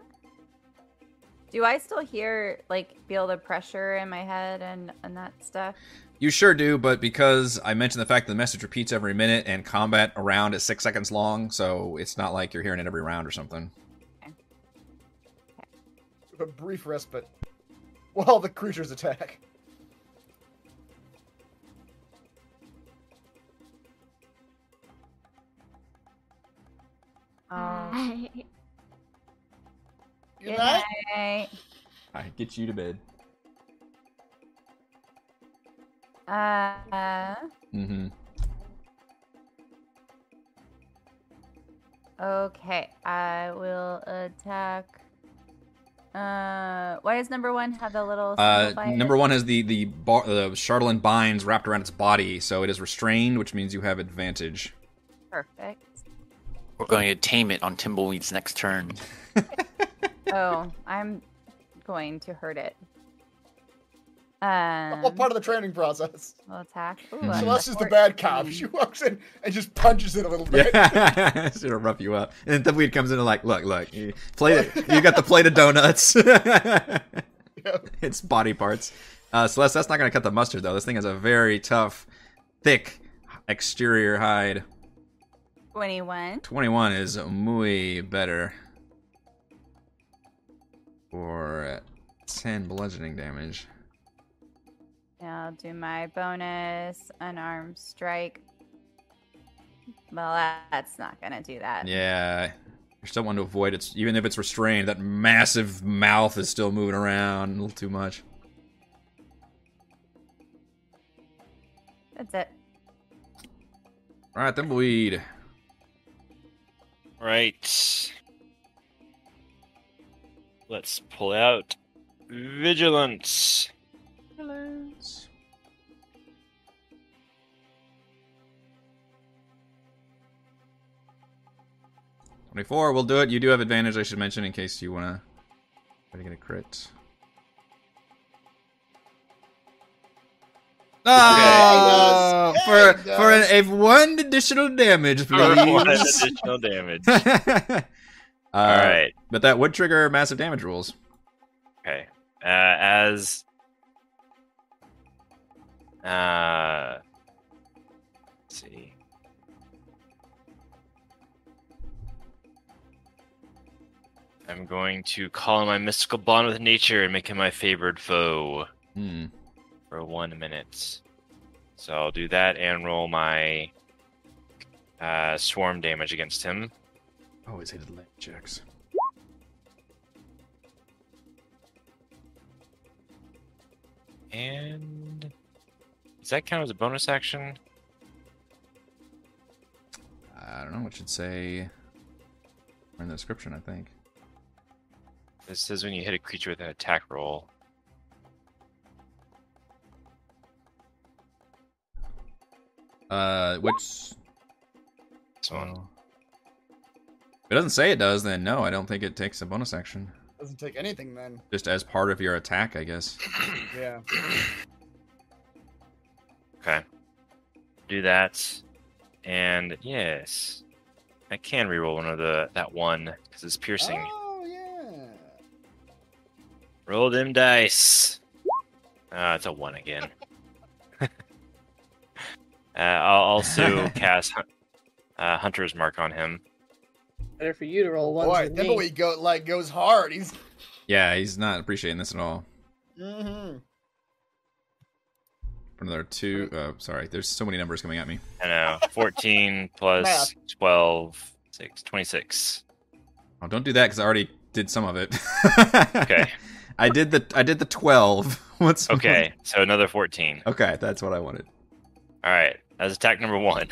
Speaker 6: do I still hear like feel the pressure in my head and and that stuff?
Speaker 1: You sure do, but because I mentioned the fact that the message repeats every minute and combat around is six seconds long, so it's not like you're hearing it every round or something.
Speaker 2: A brief respite while the creatures attack.
Speaker 4: Mm.
Speaker 6: Oh,
Speaker 2: You know?
Speaker 6: okay.
Speaker 1: I get you to bed.
Speaker 6: Uh,
Speaker 1: Mm-hmm.
Speaker 6: okay. I will attack. Uh, why does number one have the little?
Speaker 1: Uh,
Speaker 6: single fire?
Speaker 1: number one has the the bar, the Chardelin binds wrapped around its body, so it is restrained, which means you have advantage.
Speaker 6: Perfect.
Speaker 3: We're going to tame it on Timbleweed's next turn.
Speaker 6: Oh, I'm going to hurt it.
Speaker 2: All
Speaker 6: Um,
Speaker 2: part of the training process.
Speaker 6: will attack. Ooh,
Speaker 1: Mhm.
Speaker 6: I got
Speaker 2: Celeste is the bad cop.
Speaker 6: 14.
Speaker 2: She walks in and just punches it a little bit.
Speaker 1: Yeah, should rough you up. And then weed comes in and like, look, look, you, plate, you got the plate of donuts. It's body parts. Uh, Celeste, that's not gonna cut the mustard though. This thing has a very tough, thick exterior hide.
Speaker 6: 21.
Speaker 1: Twenty-one is muy better. For uh, ten bludgeoning damage.
Speaker 6: Now I'll do my bonus unarmed strike. Well, that- that's not going to do that.
Speaker 1: Yeah. You're still wanting to avoid it, even if it's restrained. That massive mouth is still moving around a little too much.
Speaker 6: That's it.
Speaker 1: All right, Thimbleweed.
Speaker 5: Right. Let's pull out vigilance.
Speaker 1: Twenty-four, we'll do it. You do have advantage, I should mention, in case you wanna. Try to get a crit. Ah,
Speaker 2: Okay.
Speaker 1: for
Speaker 2: Hey, guys. Oh,
Speaker 1: for an, if one additional damage,
Speaker 5: One
Speaker 1: please.
Speaker 5: additional damage.
Speaker 1: All
Speaker 5: All
Speaker 1: right,
Speaker 5: right.
Speaker 1: Uh, but that would trigger massive damage rules.
Speaker 5: Okay. Uh, as uh, let's see. I'm going to call in my mystical bond with nature and make him my favored foe
Speaker 1: Hmm.
Speaker 5: for one minute. So I'll do that and roll my uh, swarm damage against him. Oh,
Speaker 1: Always hated lamp checks.
Speaker 5: And does that count as a bonus action?
Speaker 1: I don't know what should say. Or in the description, I think.
Speaker 5: It says when you hit a creature with an attack roll.
Speaker 1: Uh, which
Speaker 5: This
Speaker 1: Oh.
Speaker 5: one.
Speaker 1: If it doesn't say it does, then no, I don't think it takes a bonus action.
Speaker 2: Doesn't take anything then.
Speaker 1: Just as part of your attack, I guess.
Speaker 2: Yeah.
Speaker 5: Okay. Do that. And yes. I can reroll one of the that one because it's piercing.
Speaker 2: Oh yeah.
Speaker 5: Roll them dice. Uh, it's a one again. uh, I'll also cast hun- uh, Hunter's Mark on him.
Speaker 7: Better for you to roll one.
Speaker 2: Boy, Thimbleweed go like goes hard. He's
Speaker 1: Yeah, he's not appreciating this at all.
Speaker 2: hmm
Speaker 1: For another two, uh, sorry, there's so many numbers coming at me.
Speaker 5: I know. 14 plus 12, 6, 26.
Speaker 1: Oh, don't do that because I already did some of it.
Speaker 5: Okay.
Speaker 1: I did the I did the twelve. What's
Speaker 5: Okay, so another 14.
Speaker 1: Okay, that's what I wanted.
Speaker 5: All right, that's attack number one.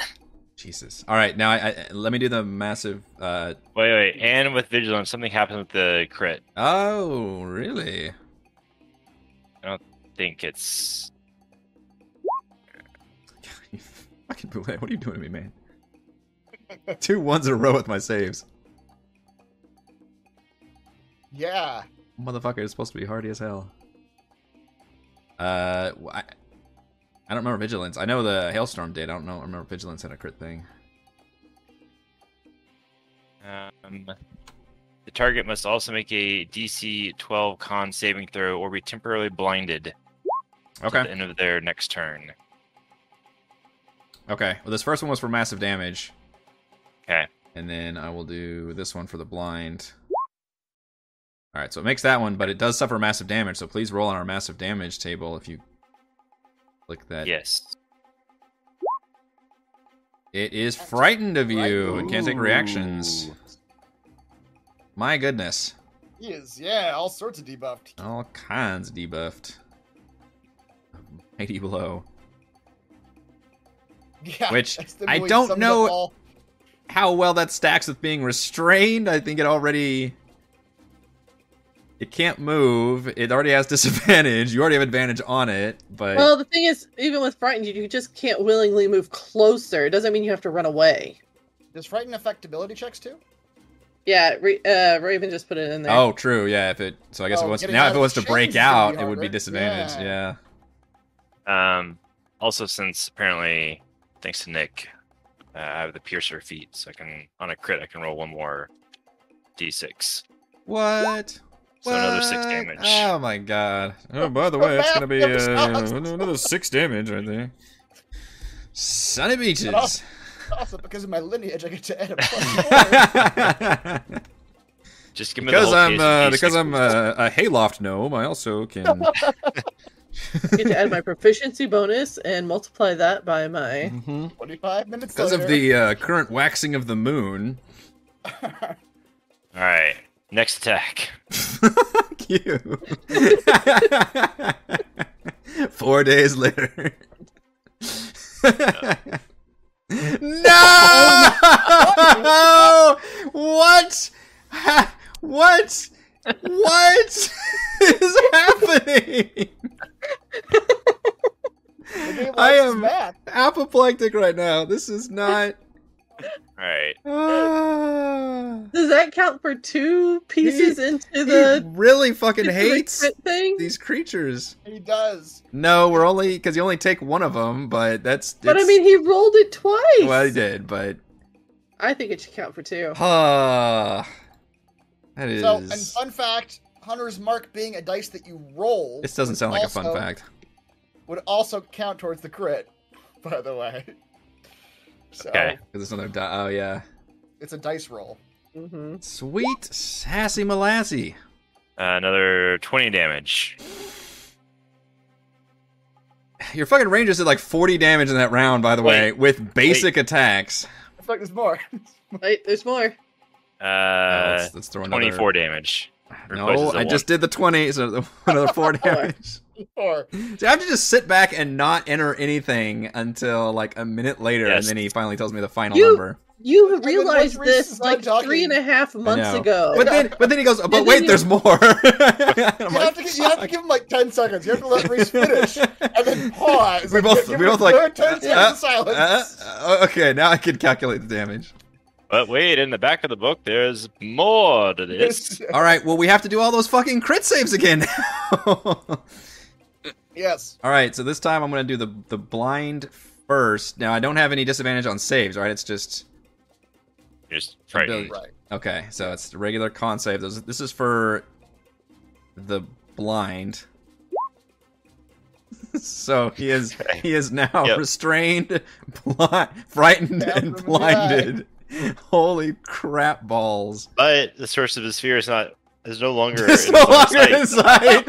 Speaker 1: Jesus. All right, now I, I let me do the massive. uh
Speaker 5: Wait, wait, and with vigilance, something happens with the crit.
Speaker 1: Oh, really?
Speaker 5: think it's
Speaker 1: You fucking boule- What are you doing to me, man? Two ones in a row with my saves.
Speaker 2: Yeah.
Speaker 1: Motherfucker is supposed to be hardy as hell. Uh, wh- I, I don't remember vigilance. I know the hailstorm did. I don't know. I remember vigilance had a crit thing.
Speaker 5: um, the target must also make a DC 12 con saving throw or be temporarily blinded at the
Speaker 1: Okay.
Speaker 5: end of their next turn.
Speaker 1: Okay. Well, this first one was for massive damage.
Speaker 5: Okay.
Speaker 1: And then I will do this one for the blind. All right. So it makes that one, but it does suffer massive damage. So please roll on our massive damage table if you click that.
Speaker 5: Yes.
Speaker 1: It is frightened of you. It
Speaker 2: Frightened.
Speaker 1: can't take reactions.
Speaker 5: Ooh.
Speaker 1: My goodness.
Speaker 2: He is. Yeah. All sorts of debuffed.
Speaker 1: All kinds debuffed. Mighty blow.
Speaker 2: Yeah.
Speaker 1: Which
Speaker 2: that's
Speaker 1: I
Speaker 2: Thimbleweed
Speaker 1: don't
Speaker 2: sums up
Speaker 1: know-
Speaker 2: all-
Speaker 1: How well that stacks with being restrained, I think it already. It can't move. It already has disadvantage. You already have advantage on it, but
Speaker 7: Well, the thing is, even with frightened, you, you just can't willingly move closer. It doesn't mean you have to run away.
Speaker 2: Does frighten affect ability checks too?
Speaker 7: Yeah, Ra- uh, Raven just put it in there.
Speaker 1: Oh, true. Yeah. If it so, I guess
Speaker 2: Oh,
Speaker 1: it wants
Speaker 2: getting
Speaker 1: now. If
Speaker 2: out of
Speaker 1: it
Speaker 2: the
Speaker 1: wants to
Speaker 2: chain's
Speaker 1: break
Speaker 2: gonna be
Speaker 1: out, it would be
Speaker 2: harder.
Speaker 1: disadvantaged. Yeah.
Speaker 5: Um, also, since apparently, thanks to Nick, uh, I have the piercer feat, so I can on a crit I can roll one more d6,
Speaker 1: What?
Speaker 5: so another six
Speaker 1: What?
Speaker 5: damage.
Speaker 1: Oh my god. Oh, by the
Speaker 2: Her
Speaker 1: way, it's
Speaker 2: math
Speaker 1: gonna be
Speaker 2: never
Speaker 1: uh,
Speaker 2: stops.
Speaker 1: another six damage right there. Sunny beaches.
Speaker 2: Oh. Also, because of my lineage, I get to add a plus four.
Speaker 1: because
Speaker 5: Just give me the whole
Speaker 1: I'm
Speaker 5: case
Speaker 1: uh,
Speaker 5: of
Speaker 1: because
Speaker 5: D6.
Speaker 1: I'm uh, a hayloft gnome, I also can.
Speaker 7: Get to add my proficiency bonus and multiply that by my.
Speaker 1: Mhm.
Speaker 2: Twenty-five minutes
Speaker 1: Because of
Speaker 2: later.
Speaker 1: the uh, current waxing of the moon. uh,
Speaker 5: All right, next attack.
Speaker 1: Fuck you. Four days later. no! What? Ha- What? What is happening?
Speaker 2: The game
Speaker 1: I
Speaker 2: likes
Speaker 1: am-
Speaker 2: math.
Speaker 1: Apoplectic right now. This is not.
Speaker 5: All right,
Speaker 1: Ah.
Speaker 7: Does that count for two pieces into
Speaker 1: he
Speaker 7: the
Speaker 1: really fucking
Speaker 7: into the
Speaker 1: hates
Speaker 7: crit thing?
Speaker 1: these creatures.
Speaker 2: He does.
Speaker 1: No, we're only because you only take one of them, but that's.
Speaker 7: But I
Speaker 1: it's-
Speaker 7: mean, he rolled it twice.
Speaker 1: well, I did, but
Speaker 7: I think it should count for two.
Speaker 1: ah, that is.
Speaker 2: So, and fun fact: Hunter's mark being a dice that you roll.
Speaker 1: this doesn't sound like a fun
Speaker 2: also-
Speaker 1: fact.
Speaker 2: would also count towards the crit, by the way. So
Speaker 5: Okay.
Speaker 1: 'Cause it's another di- oh yeah,
Speaker 2: it's a dice roll.
Speaker 7: hmm
Speaker 1: sweet sassy molassy.
Speaker 5: uh, another 20 damage.
Speaker 1: Your fucking rangers did like forty damage in that round, by the way, with basic attacks.
Speaker 2: In fact, there's more.
Speaker 7: Wait, there's more.
Speaker 1: Oh,
Speaker 5: Uh,
Speaker 1: let's, let's throw another.
Speaker 5: 24 damage.
Speaker 1: No,
Speaker 5: replaces the
Speaker 1: I just did the twenty, so the- another four damage.
Speaker 2: more.
Speaker 1: So I have to just sit back and not enter anything until like a minute later,
Speaker 5: Yes.
Speaker 1: and then he finally tells me the final
Speaker 7: You-
Speaker 1: number.
Speaker 7: You
Speaker 2: And then once
Speaker 7: realized
Speaker 2: Reese
Speaker 7: this
Speaker 2: is done
Speaker 7: like
Speaker 2: talking-
Speaker 7: three and a half months
Speaker 1: know.
Speaker 7: ago.
Speaker 1: But then, but then he goes, "But
Speaker 7: then
Speaker 1: wait,
Speaker 7: you-
Speaker 1: there's more." And I'm
Speaker 2: You,
Speaker 1: like,
Speaker 2: have to, gi- you have to give him like ten seconds. You have to let Reese finish and then pause.
Speaker 1: We
Speaker 2: Like,
Speaker 1: both-
Speaker 2: give
Speaker 1: we
Speaker 2: him
Speaker 1: both like,
Speaker 2: another ten seconds
Speaker 1: uh,
Speaker 2: of silence.
Speaker 1: Uh, uh, okay, now I can calculate the damage.
Speaker 5: But wait, in the back of the book, there's more to
Speaker 2: yes.
Speaker 5: this.
Speaker 1: All right, well, we have to do all those fucking crit saves again. all
Speaker 2: yes.
Speaker 1: right, so this time I'm gonna do the the blind first. Now I don't have any disadvantage on saves, right? It's just
Speaker 5: Just frightened.
Speaker 2: Right.
Speaker 1: okay. So it's regular con save. Those- This is for the blind. so he is he is now
Speaker 5: Yep.
Speaker 1: restrained, blind, frightened,
Speaker 2: Yeah,
Speaker 1: and
Speaker 2: from the
Speaker 1: blinded. Holy crap balls!
Speaker 5: But the source of his fear is not is no longer
Speaker 1: It's
Speaker 5: in
Speaker 1: no
Speaker 5: his own
Speaker 1: longer
Speaker 5: sight.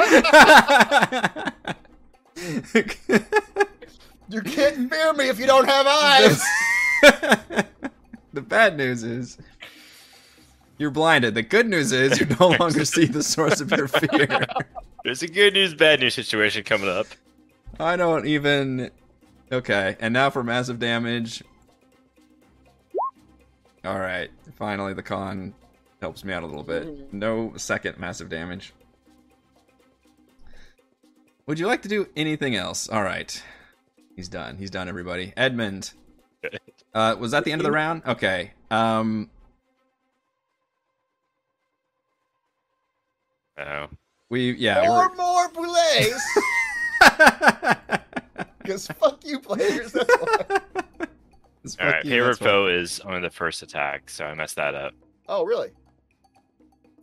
Speaker 1: in sight.
Speaker 2: You can't fear me if you don't have eyes.
Speaker 1: the bad news is you're blinded. The good news is you no longer see the source of your fear.
Speaker 5: There's a good news, bad news situation coming up.
Speaker 1: I don't even. Okay, and now for massive damage. All right, finally the con helps me out a little bit. No second massive damage. Would you like to do anything else? All right, he's done. He's done. Everybody, Edmund. Uh, was that the end of the round? Okay. Um,
Speaker 5: Oh,
Speaker 1: we yeah.
Speaker 2: Four
Speaker 1: we're-
Speaker 2: more boulets. Because fuck you, players. That's why.
Speaker 1: It's
Speaker 5: all right.
Speaker 1: fucking-
Speaker 5: Favorite
Speaker 1: that's fine.
Speaker 5: foe is only the first attack, so I messed that up.
Speaker 2: Oh, really?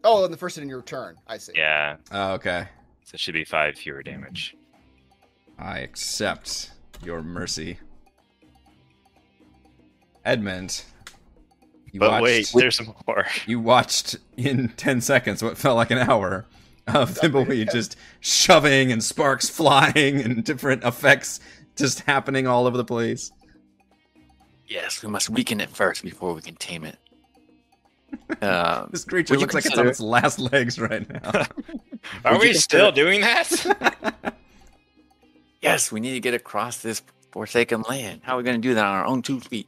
Speaker 2: Oh, and the first in your turn. I see.
Speaker 5: Yeah,
Speaker 1: Oh, okay.
Speaker 5: so it should be five fewer damage.
Speaker 1: I accept your mercy. Edmund. You
Speaker 5: But
Speaker 1: watched,
Speaker 5: wait, there's more.
Speaker 1: You watched in 10 seconds what felt like an hour of Thimbleweed just shoving and sparks flying and different effects just happening all over the place.
Speaker 3: Yes, we must weaken it first before we can tame it. Um,
Speaker 1: This creature
Speaker 3: Would you
Speaker 1: looks like it's on
Speaker 3: consider-
Speaker 1: its last legs right now.
Speaker 5: Are
Speaker 3: Would you
Speaker 5: we still doing that?
Speaker 3: yes, we need to get across this forsaken land. How are we going to do that on our own two feet?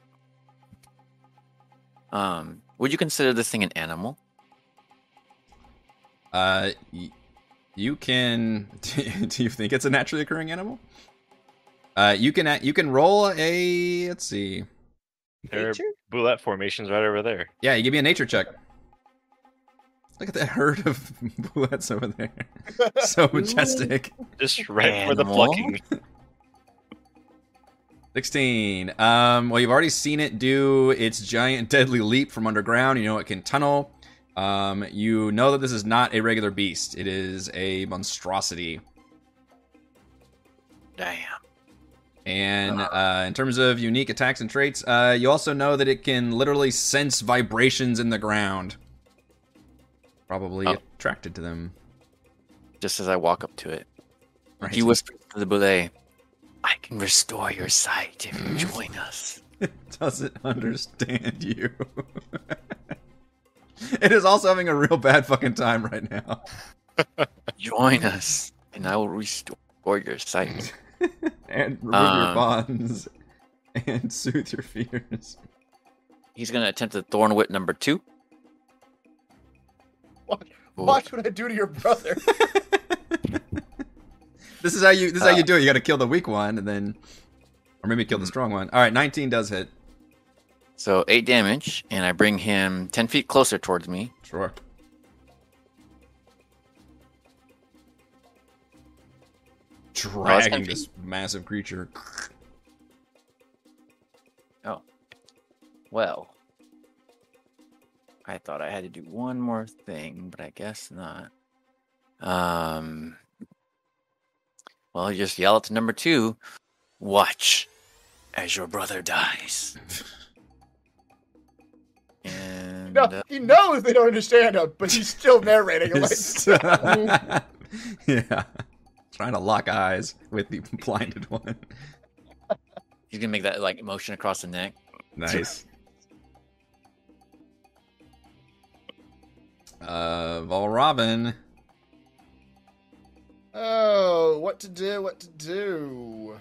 Speaker 3: Um, would you consider this thing an animal?
Speaker 1: uh, y- you can. Do you think it's a naturally occurring animal? Uh, you can you can roll a let's see
Speaker 5: They're
Speaker 7: Creature?
Speaker 5: Boulette formation's right over there.
Speaker 1: Yeah, you give me a nature check. Look at that herd of bullets over there. So majestic.
Speaker 5: Just right for the
Speaker 3: Animal.
Speaker 5: plucking.
Speaker 1: 16. Um, well, you've already seen it do its giant deadly leap from underground. You know it can tunnel. Um, you know that this is not a regular beast, it is a monstrosity.
Speaker 3: Damn.
Speaker 1: And uh, in terms of unique attacks and traits, uh, you also know that it can literally sense vibrations in the ground. Probably
Speaker 3: Oh.
Speaker 1: attracted to them.
Speaker 3: Just as I walk up to it,
Speaker 1: Right.
Speaker 3: he whispers to the boulet, I can restore your sight if you
Speaker 2: Mm-hmm.
Speaker 3: join us.
Speaker 1: doesn't understand you. it is also having a real bad fucking time right now.
Speaker 3: Join us, and I will restore your sight.
Speaker 2: Mm-hmm.
Speaker 1: And remove your
Speaker 3: Um.
Speaker 1: bonds and soothe your fears.
Speaker 3: He's going to attempt the thorn whip number two.
Speaker 2: What-
Speaker 3: Ooh.
Speaker 2: Watch what I do to your brother.
Speaker 1: This is how you this is how you
Speaker 3: Uh.
Speaker 1: do it. You gotta kill the weak one and then or maybe kill the strong one. Alright, nineteen does hit.
Speaker 3: So eight damage, and I bring him 10 feet closer towards me.
Speaker 1: Sure. Dragging
Speaker 3: empty.
Speaker 1: this massive creature.
Speaker 3: Well, I thought I had to do one more thing, but I guess not. Um, well, you just yell at to number two. Watch as your brother dies. and
Speaker 2: No,
Speaker 3: uh,
Speaker 2: he knows they don't understand him, but he's still narrating. I'm like,
Speaker 1: yeah. Trying to lock eyes with the blinded one.
Speaker 3: he's gonna make that like motion across the neck.
Speaker 1: Nice. Uh, Vol Robin.
Speaker 2: oh, what to do? What to do?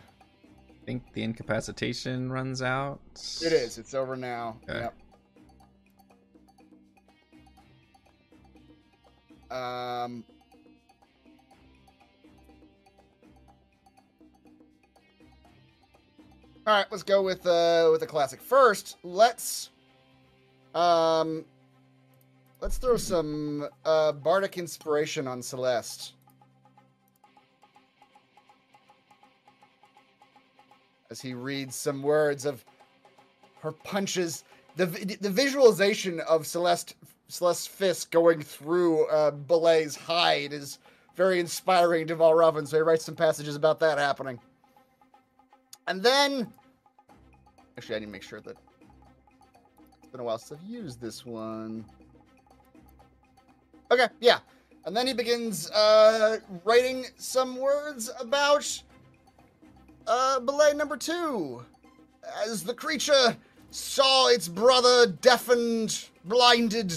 Speaker 1: I think the incapacitation runs out.
Speaker 2: It is. It's over now.
Speaker 1: Okay.
Speaker 2: Yep. Um. All right, let's go with uh with the classic first. Let's um let's throw some uh bardic inspiration on Celeste. As he reads some words of her punches the vi- the visualization of celeste celeste's fist going through uh Belay's hide is very inspiring to Val Robin, so he writes some passages about that happening and then actually i need to make sure that it's been a while since i've used this one okay yeah and then he begins uh writing some words about uh belay number two as the creature saw its brother deafened, blinded,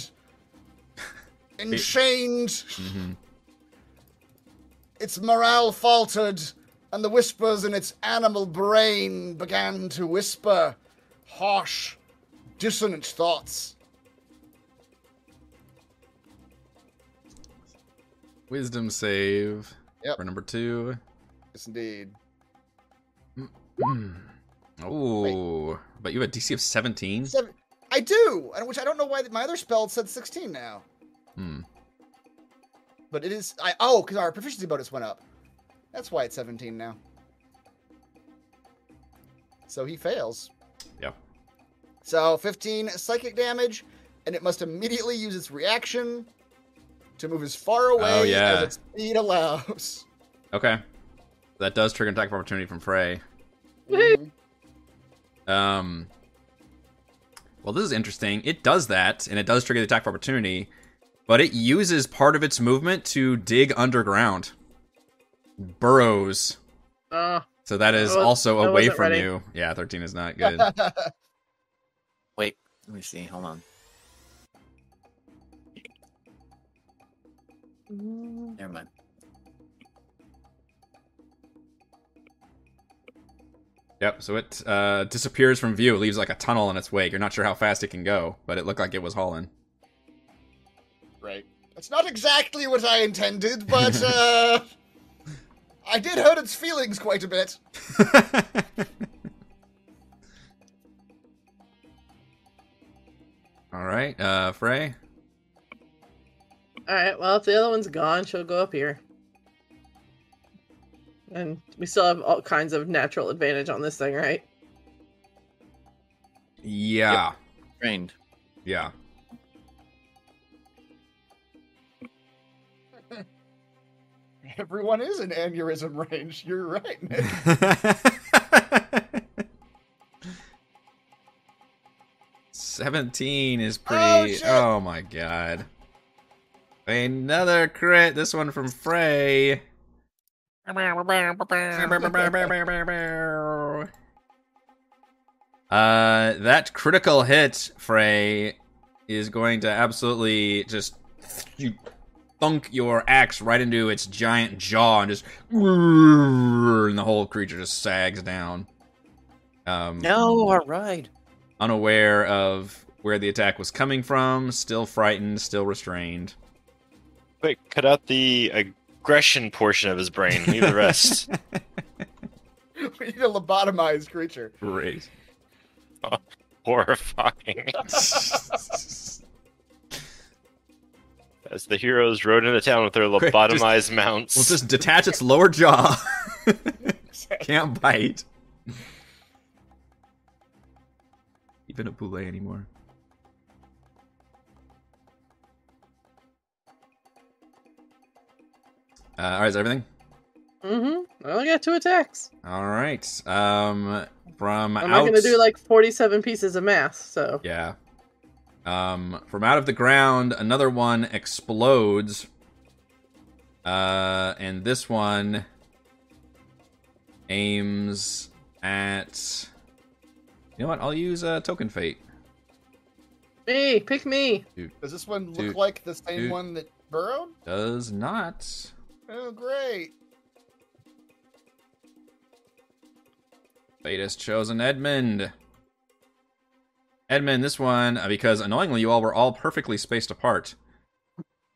Speaker 2: enchained,
Speaker 1: Mhm.
Speaker 2: its morale faltered, and the whispers in its animal brain began to whisper harsh, dissonant thoughts.
Speaker 1: Wisdom save
Speaker 2: Yep.
Speaker 1: for number two.
Speaker 2: Yes, indeed.
Speaker 1: Hmm. Oh, but you have a DC of 17?
Speaker 2: Seven. I do, and which I don't know why my other spell said 16 now.
Speaker 1: Hmm.
Speaker 2: But it is I oh, because our proficiency bonus went up. That's why it's 17 now. So he fails.
Speaker 1: Yeah.
Speaker 2: So 15 psychic damage, and it must immediately use its reaction to move as far away
Speaker 1: Oh, yeah.
Speaker 2: as its speed allows.
Speaker 1: Okay. That does trigger an attack of opportunity from Frey.
Speaker 7: Woohoo.
Speaker 1: Um. Well, this is interesting. It does that, and it does trigger the attack of opportunity, but it uses part of its movement to dig underground, burrows.
Speaker 7: Ah,
Speaker 1: So that is
Speaker 7: I was-
Speaker 1: also
Speaker 7: I
Speaker 1: away
Speaker 7: wasn't
Speaker 1: from
Speaker 7: ready.
Speaker 1: you. Yeah, thirteen is not good.
Speaker 2: Mhm.
Speaker 3: Wait, let me see. Hold on. Never mind.
Speaker 1: yep. So it uh, disappears from view, leaves like a tunnel in its wake. You're not sure how fast it can go, but it looked like it was hauling.
Speaker 2: right. That's not exactly what I intended, but uh I did hurt its feelings quite a bit.
Speaker 1: right, uh, Frey.
Speaker 7: All right. Well, if the other one's gone, she'll go up here. And we still have all kinds of natural advantage on this thing, right?
Speaker 1: Yeah,
Speaker 3: Trained.
Speaker 1: yeah.
Speaker 2: Everyone is in aneurysm range. You're right. Nick.
Speaker 1: Seventeen is
Speaker 2: Oh,
Speaker 1: pretty.
Speaker 2: shit.
Speaker 1: Oh, my god! Another crit. This one from Frey. Uh, that critical hit, Frey, is going to absolutely just you thunk your axe right into its giant jaw and just and the whole creature just sags down. Um,
Speaker 3: No, all right.
Speaker 1: unaware of where the attack was coming from, still frightened, still restrained.
Speaker 5: Quick, cut out the aggression portion of his brain. Leave the rest.
Speaker 2: we need a lobotomized creature.
Speaker 1: Great.
Speaker 5: Horrifying. As the heroes rode into town with their
Speaker 1: Quick,
Speaker 5: lobotomized
Speaker 1: Let's
Speaker 5: mounts.
Speaker 1: just detach its lower jaw. Can't bite. Even a poulet anymore. Uh, all right, is that everything?
Speaker 7: Mm-hmm. I only got two attacks.
Speaker 1: All right. Um, from
Speaker 7: I'm
Speaker 1: out.
Speaker 7: not gonna do like 47 pieces of math. So
Speaker 1: Yeah. Um, from out of the ground, another one explodes. Uh, and this one aims at. You know what? I'll use uh, token fate.
Speaker 7: me, pick me.
Speaker 2: Does this one look
Speaker 1: Dude.
Speaker 2: like the same
Speaker 1: Dude.
Speaker 2: one that burrowed?
Speaker 1: Does not.
Speaker 2: Oh, great.
Speaker 1: Fate has chosen Edmund. Edmund, this one uh, because annoyingly you all were all perfectly spaced apart.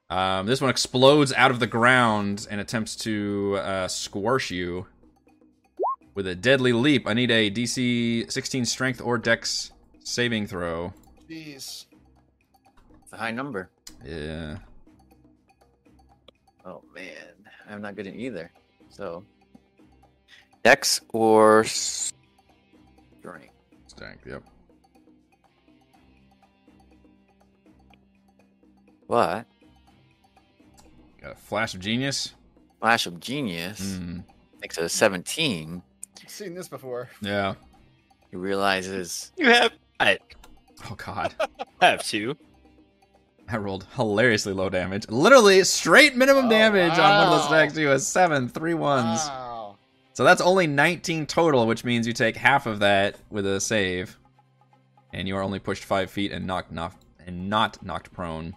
Speaker 1: Um, this one explodes out of the ground and attempts to uh, squash you with a deadly leap. I need a DC 16 Strength or Dex saving throw.
Speaker 2: Jeez.
Speaker 3: It's a high number.
Speaker 1: Yeah.
Speaker 3: Oh man, I'm not good at either. So, Dex or Strength.
Speaker 1: Strength. Yep.
Speaker 3: But
Speaker 1: Got a flash of genius.
Speaker 3: Flash of Genius
Speaker 1: Mm,
Speaker 3: makes it a 17.
Speaker 2: I've seen this before.
Speaker 1: yeah.
Speaker 3: He realizes
Speaker 5: you have I
Speaker 1: Oh God.
Speaker 5: have to.
Speaker 1: I rolled hilariously low damage. Literally straight minimum
Speaker 2: Oh,
Speaker 1: damage on one of those
Speaker 2: wow.
Speaker 1: attacks. You has seven, three ones.
Speaker 2: Wow.
Speaker 1: So that's only 19 total, which means you take half of that with a save, and you are only pushed five feet and knocked knocked and not knocked prone.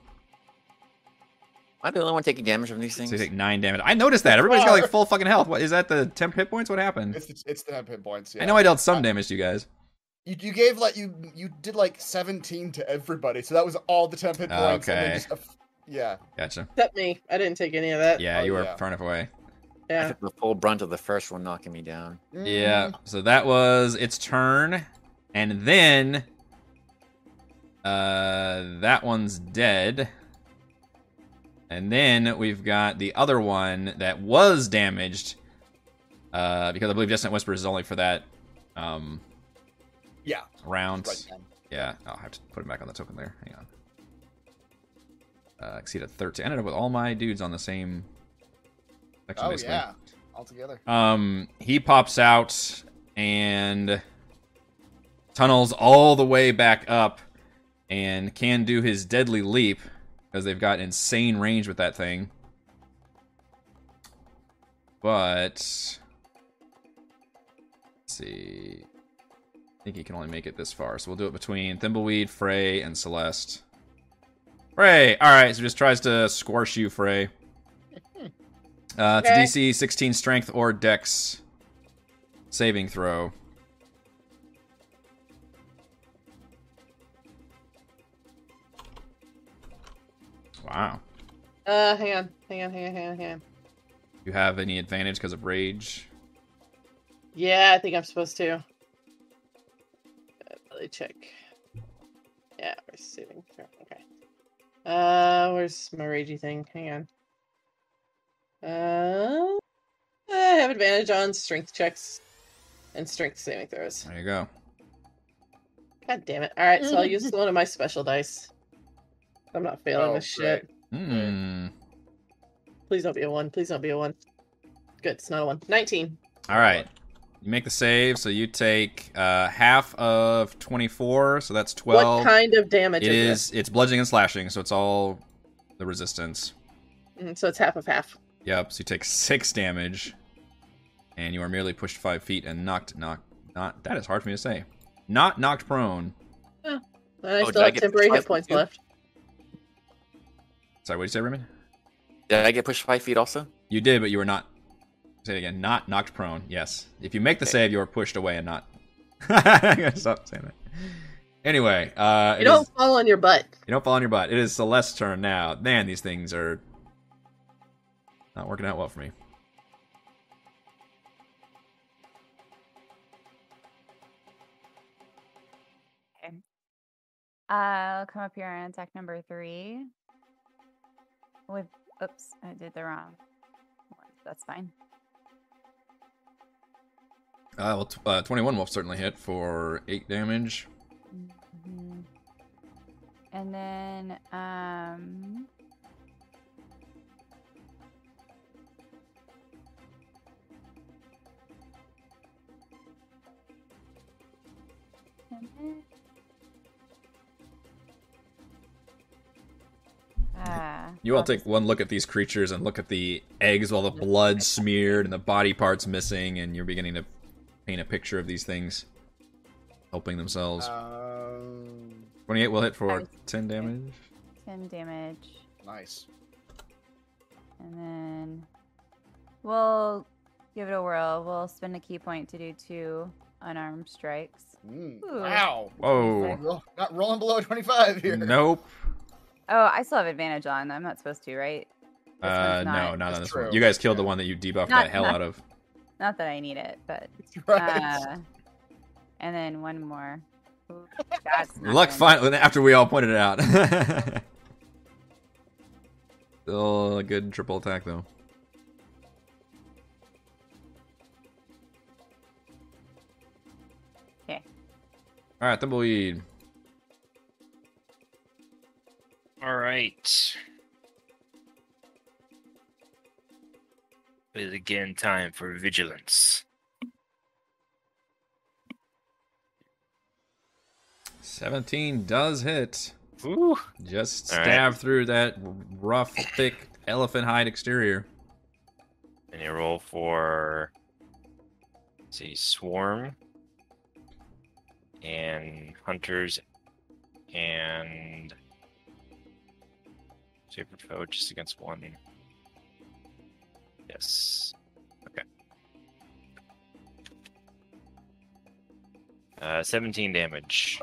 Speaker 3: Am I the only one taking damage from these
Speaker 1: So
Speaker 3: things?
Speaker 1: you take nine damage. I noticed that everybody's got like full fucking health. What is that? The temp hit points? What happened?
Speaker 2: It's the, it's the hit points. Yeah.
Speaker 1: I know I dealt some damage to you guys.
Speaker 2: You, you gave like you you did like 17 to everybody, so that was all the temp hit points. And
Speaker 1: Okay.
Speaker 2: then just a f- yeah.
Speaker 1: Gotcha.
Speaker 7: Except me. I didn't take any of that.
Speaker 1: Yeah,
Speaker 2: Oh,
Speaker 1: you were
Speaker 2: yeah.
Speaker 1: far enough away.
Speaker 3: I
Speaker 7: Yeah. Mm.
Speaker 3: took the full brunt of the first one knocking me down.
Speaker 1: Yeah. So that was its turn, and then uh, that one's dead, and then we've got the other one that was damaged. Uh, because I believe Distant Whispers is only for that um,
Speaker 2: Yeah.
Speaker 1: round.
Speaker 2: Right then.
Speaker 1: Yeah, I'll have to put him back on the token there. Hang on. Uh, exceeded 13. I ended up with all my dudes on the same section,
Speaker 2: Oh
Speaker 1: basically.
Speaker 2: yeah. All together.
Speaker 1: Um, he pops out and tunnels all the way back up and can do his deadly leap because they've got insane range with that thing. But let's see. I think he can only make it this far, so we'll do it between Thimbleweed, Frey, and Celeste. Frey! Alright, so just tries to squash you, Frey. Uh,
Speaker 7: Okay.
Speaker 1: It's a DC 16 strength or dex saving throw. Wow.
Speaker 7: Uh, hang on, hang on, hang on, hang on, hang on.
Speaker 1: You have any advantage because of rage?
Speaker 7: Yeah, I think I'm supposed to. Uh, Let me check. Yeah, we're saving throw. Uh, where's my ragey thing? Hang on. Uh, I have advantage on strength checks and strength saving throws.
Speaker 1: There you go.
Speaker 7: God damn it. All right, so I'll use one of my special dice. I'm not failing
Speaker 2: Oh,
Speaker 7: this shit.
Speaker 1: Mm.
Speaker 7: Please don't be a one. Please don't be a one. Good, it's not a one. 19.
Speaker 1: All right. You make the save, so you take uh, half of 24, so that's 12.
Speaker 7: what kind of damage
Speaker 1: it
Speaker 7: is,
Speaker 1: is, it's bludgeoning and slashing, so it's all the resistance.
Speaker 7: it? Mhm, So it's half of half.
Speaker 1: Yep, so you take six damage, and you are merely pushed five feet and knocked, knocked, not, that is hard for me to say. Not knocked prone.
Speaker 7: And I
Speaker 5: Oh, did
Speaker 7: still
Speaker 5: I
Speaker 7: have
Speaker 5: get
Speaker 7: temporary
Speaker 5: five
Speaker 7: hit points
Speaker 5: too?
Speaker 7: left.
Speaker 1: Sorry, what did you say, Raymond?
Speaker 3: Did I get pushed five feet also?
Speaker 1: You did, but you were not, say it again, not knocked prone. Yes. If you make the
Speaker 3: Okay.
Speaker 1: save, you are pushed away and not. I'm going to stop saying that. Anyway, uh,
Speaker 7: You
Speaker 1: it
Speaker 7: don't
Speaker 1: is-
Speaker 7: fall on your butt.
Speaker 1: You don't fall on your butt. It is Celeste's turn now. Man, these things are not working out well for me.
Speaker 6: Okay. I'll come up here and attack number three. With oops, I did the wrong one. That's fine.
Speaker 1: Uh, well, t- uh, 21 will certainly hit for 8 damage.
Speaker 6: Mhm. And then um and then- Ah,
Speaker 1: You all
Speaker 6: I'll
Speaker 1: take
Speaker 6: just-
Speaker 1: one look at these creatures and look at the eggs with all the blood smeared and the body parts missing, and you're beginning to paint a picture of these things helping themselves.
Speaker 6: Uh,
Speaker 2: Um,
Speaker 1: 28 will hit for
Speaker 6: was-
Speaker 1: 10 damage.
Speaker 6: 10 damage.
Speaker 2: nice.
Speaker 6: And then we'll give it a whirl. We'll spend a key point to do two unarmed strikes.
Speaker 2: Mm,
Speaker 6: Ooh.
Speaker 2: Wow.
Speaker 1: Whoa.
Speaker 2: Roll- not rolling below 25 here.
Speaker 1: Nope.
Speaker 6: Oh, I still have advantage on. I'm not supposed to, right? This
Speaker 1: Uh,
Speaker 6: one's
Speaker 1: no,
Speaker 6: not-
Speaker 1: not on
Speaker 2: That's
Speaker 1: this
Speaker 2: true.
Speaker 1: one. You guys killed the one that you debuffed
Speaker 6: Not-
Speaker 1: the hell
Speaker 6: not-
Speaker 1: out of.
Speaker 6: Not that I need it, but.
Speaker 2: Right.
Speaker 6: Uh, and then one more. Ooh, That's not
Speaker 1: Luck
Speaker 6: good.
Speaker 1: finally after we all pointed it out. Still a good triple attack though.
Speaker 6: Okay.
Speaker 1: All right, Thimbleweed.
Speaker 5: All right. It is again time for vigilance.
Speaker 1: Seventeen does hit.
Speaker 5: Ooh.
Speaker 1: Just
Speaker 5: All right.
Speaker 1: stab through that rough, thick elephant hide exterior.
Speaker 5: And you roll for let's see swarm and hunters and super foe just against one. Yes. Okay. Uh, 17 damage.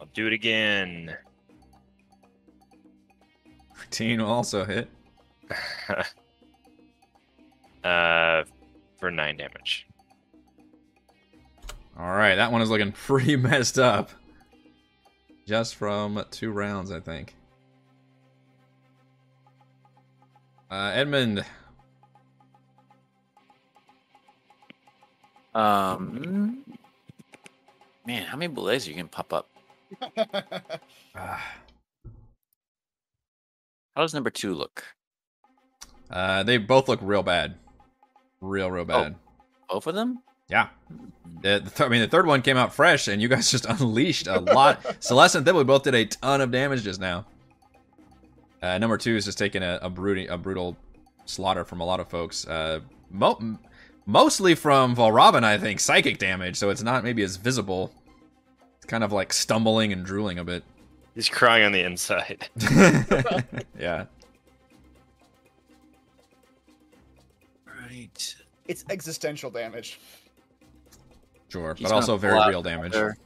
Speaker 5: I'll do it again.
Speaker 1: Fourteen will also hit.
Speaker 5: uh, for 9 damage.
Speaker 1: All right, that one is looking pretty messed up. Just from two rounds, I think. Uh, Edmund,
Speaker 3: Um, man, how many bullets you can pop up?
Speaker 1: ah,
Speaker 3: How does number two look?
Speaker 1: Uh, they both look real bad, real real bad.
Speaker 3: Both of them?
Speaker 1: Yeah. The, the th- I mean, the third one came out fresh, and you guys just unleashed a lot. Celeste and Thibault both did a ton of damage just now. Uh, number two is just taking a, a, broody, a brutal slaughter from a lot of folks. Uh, mo- m- mostly from Valrobin, I think, psychic damage, so it's not maybe as visible. It's kind of like stumbling and drooling a bit.
Speaker 5: He's crying on the inside.
Speaker 1: yeah.
Speaker 3: Right.
Speaker 2: it's existential damage.
Speaker 1: Sure,
Speaker 3: He's
Speaker 1: but
Speaker 3: gonna pull
Speaker 1: also very
Speaker 3: out
Speaker 1: real damage.
Speaker 3: another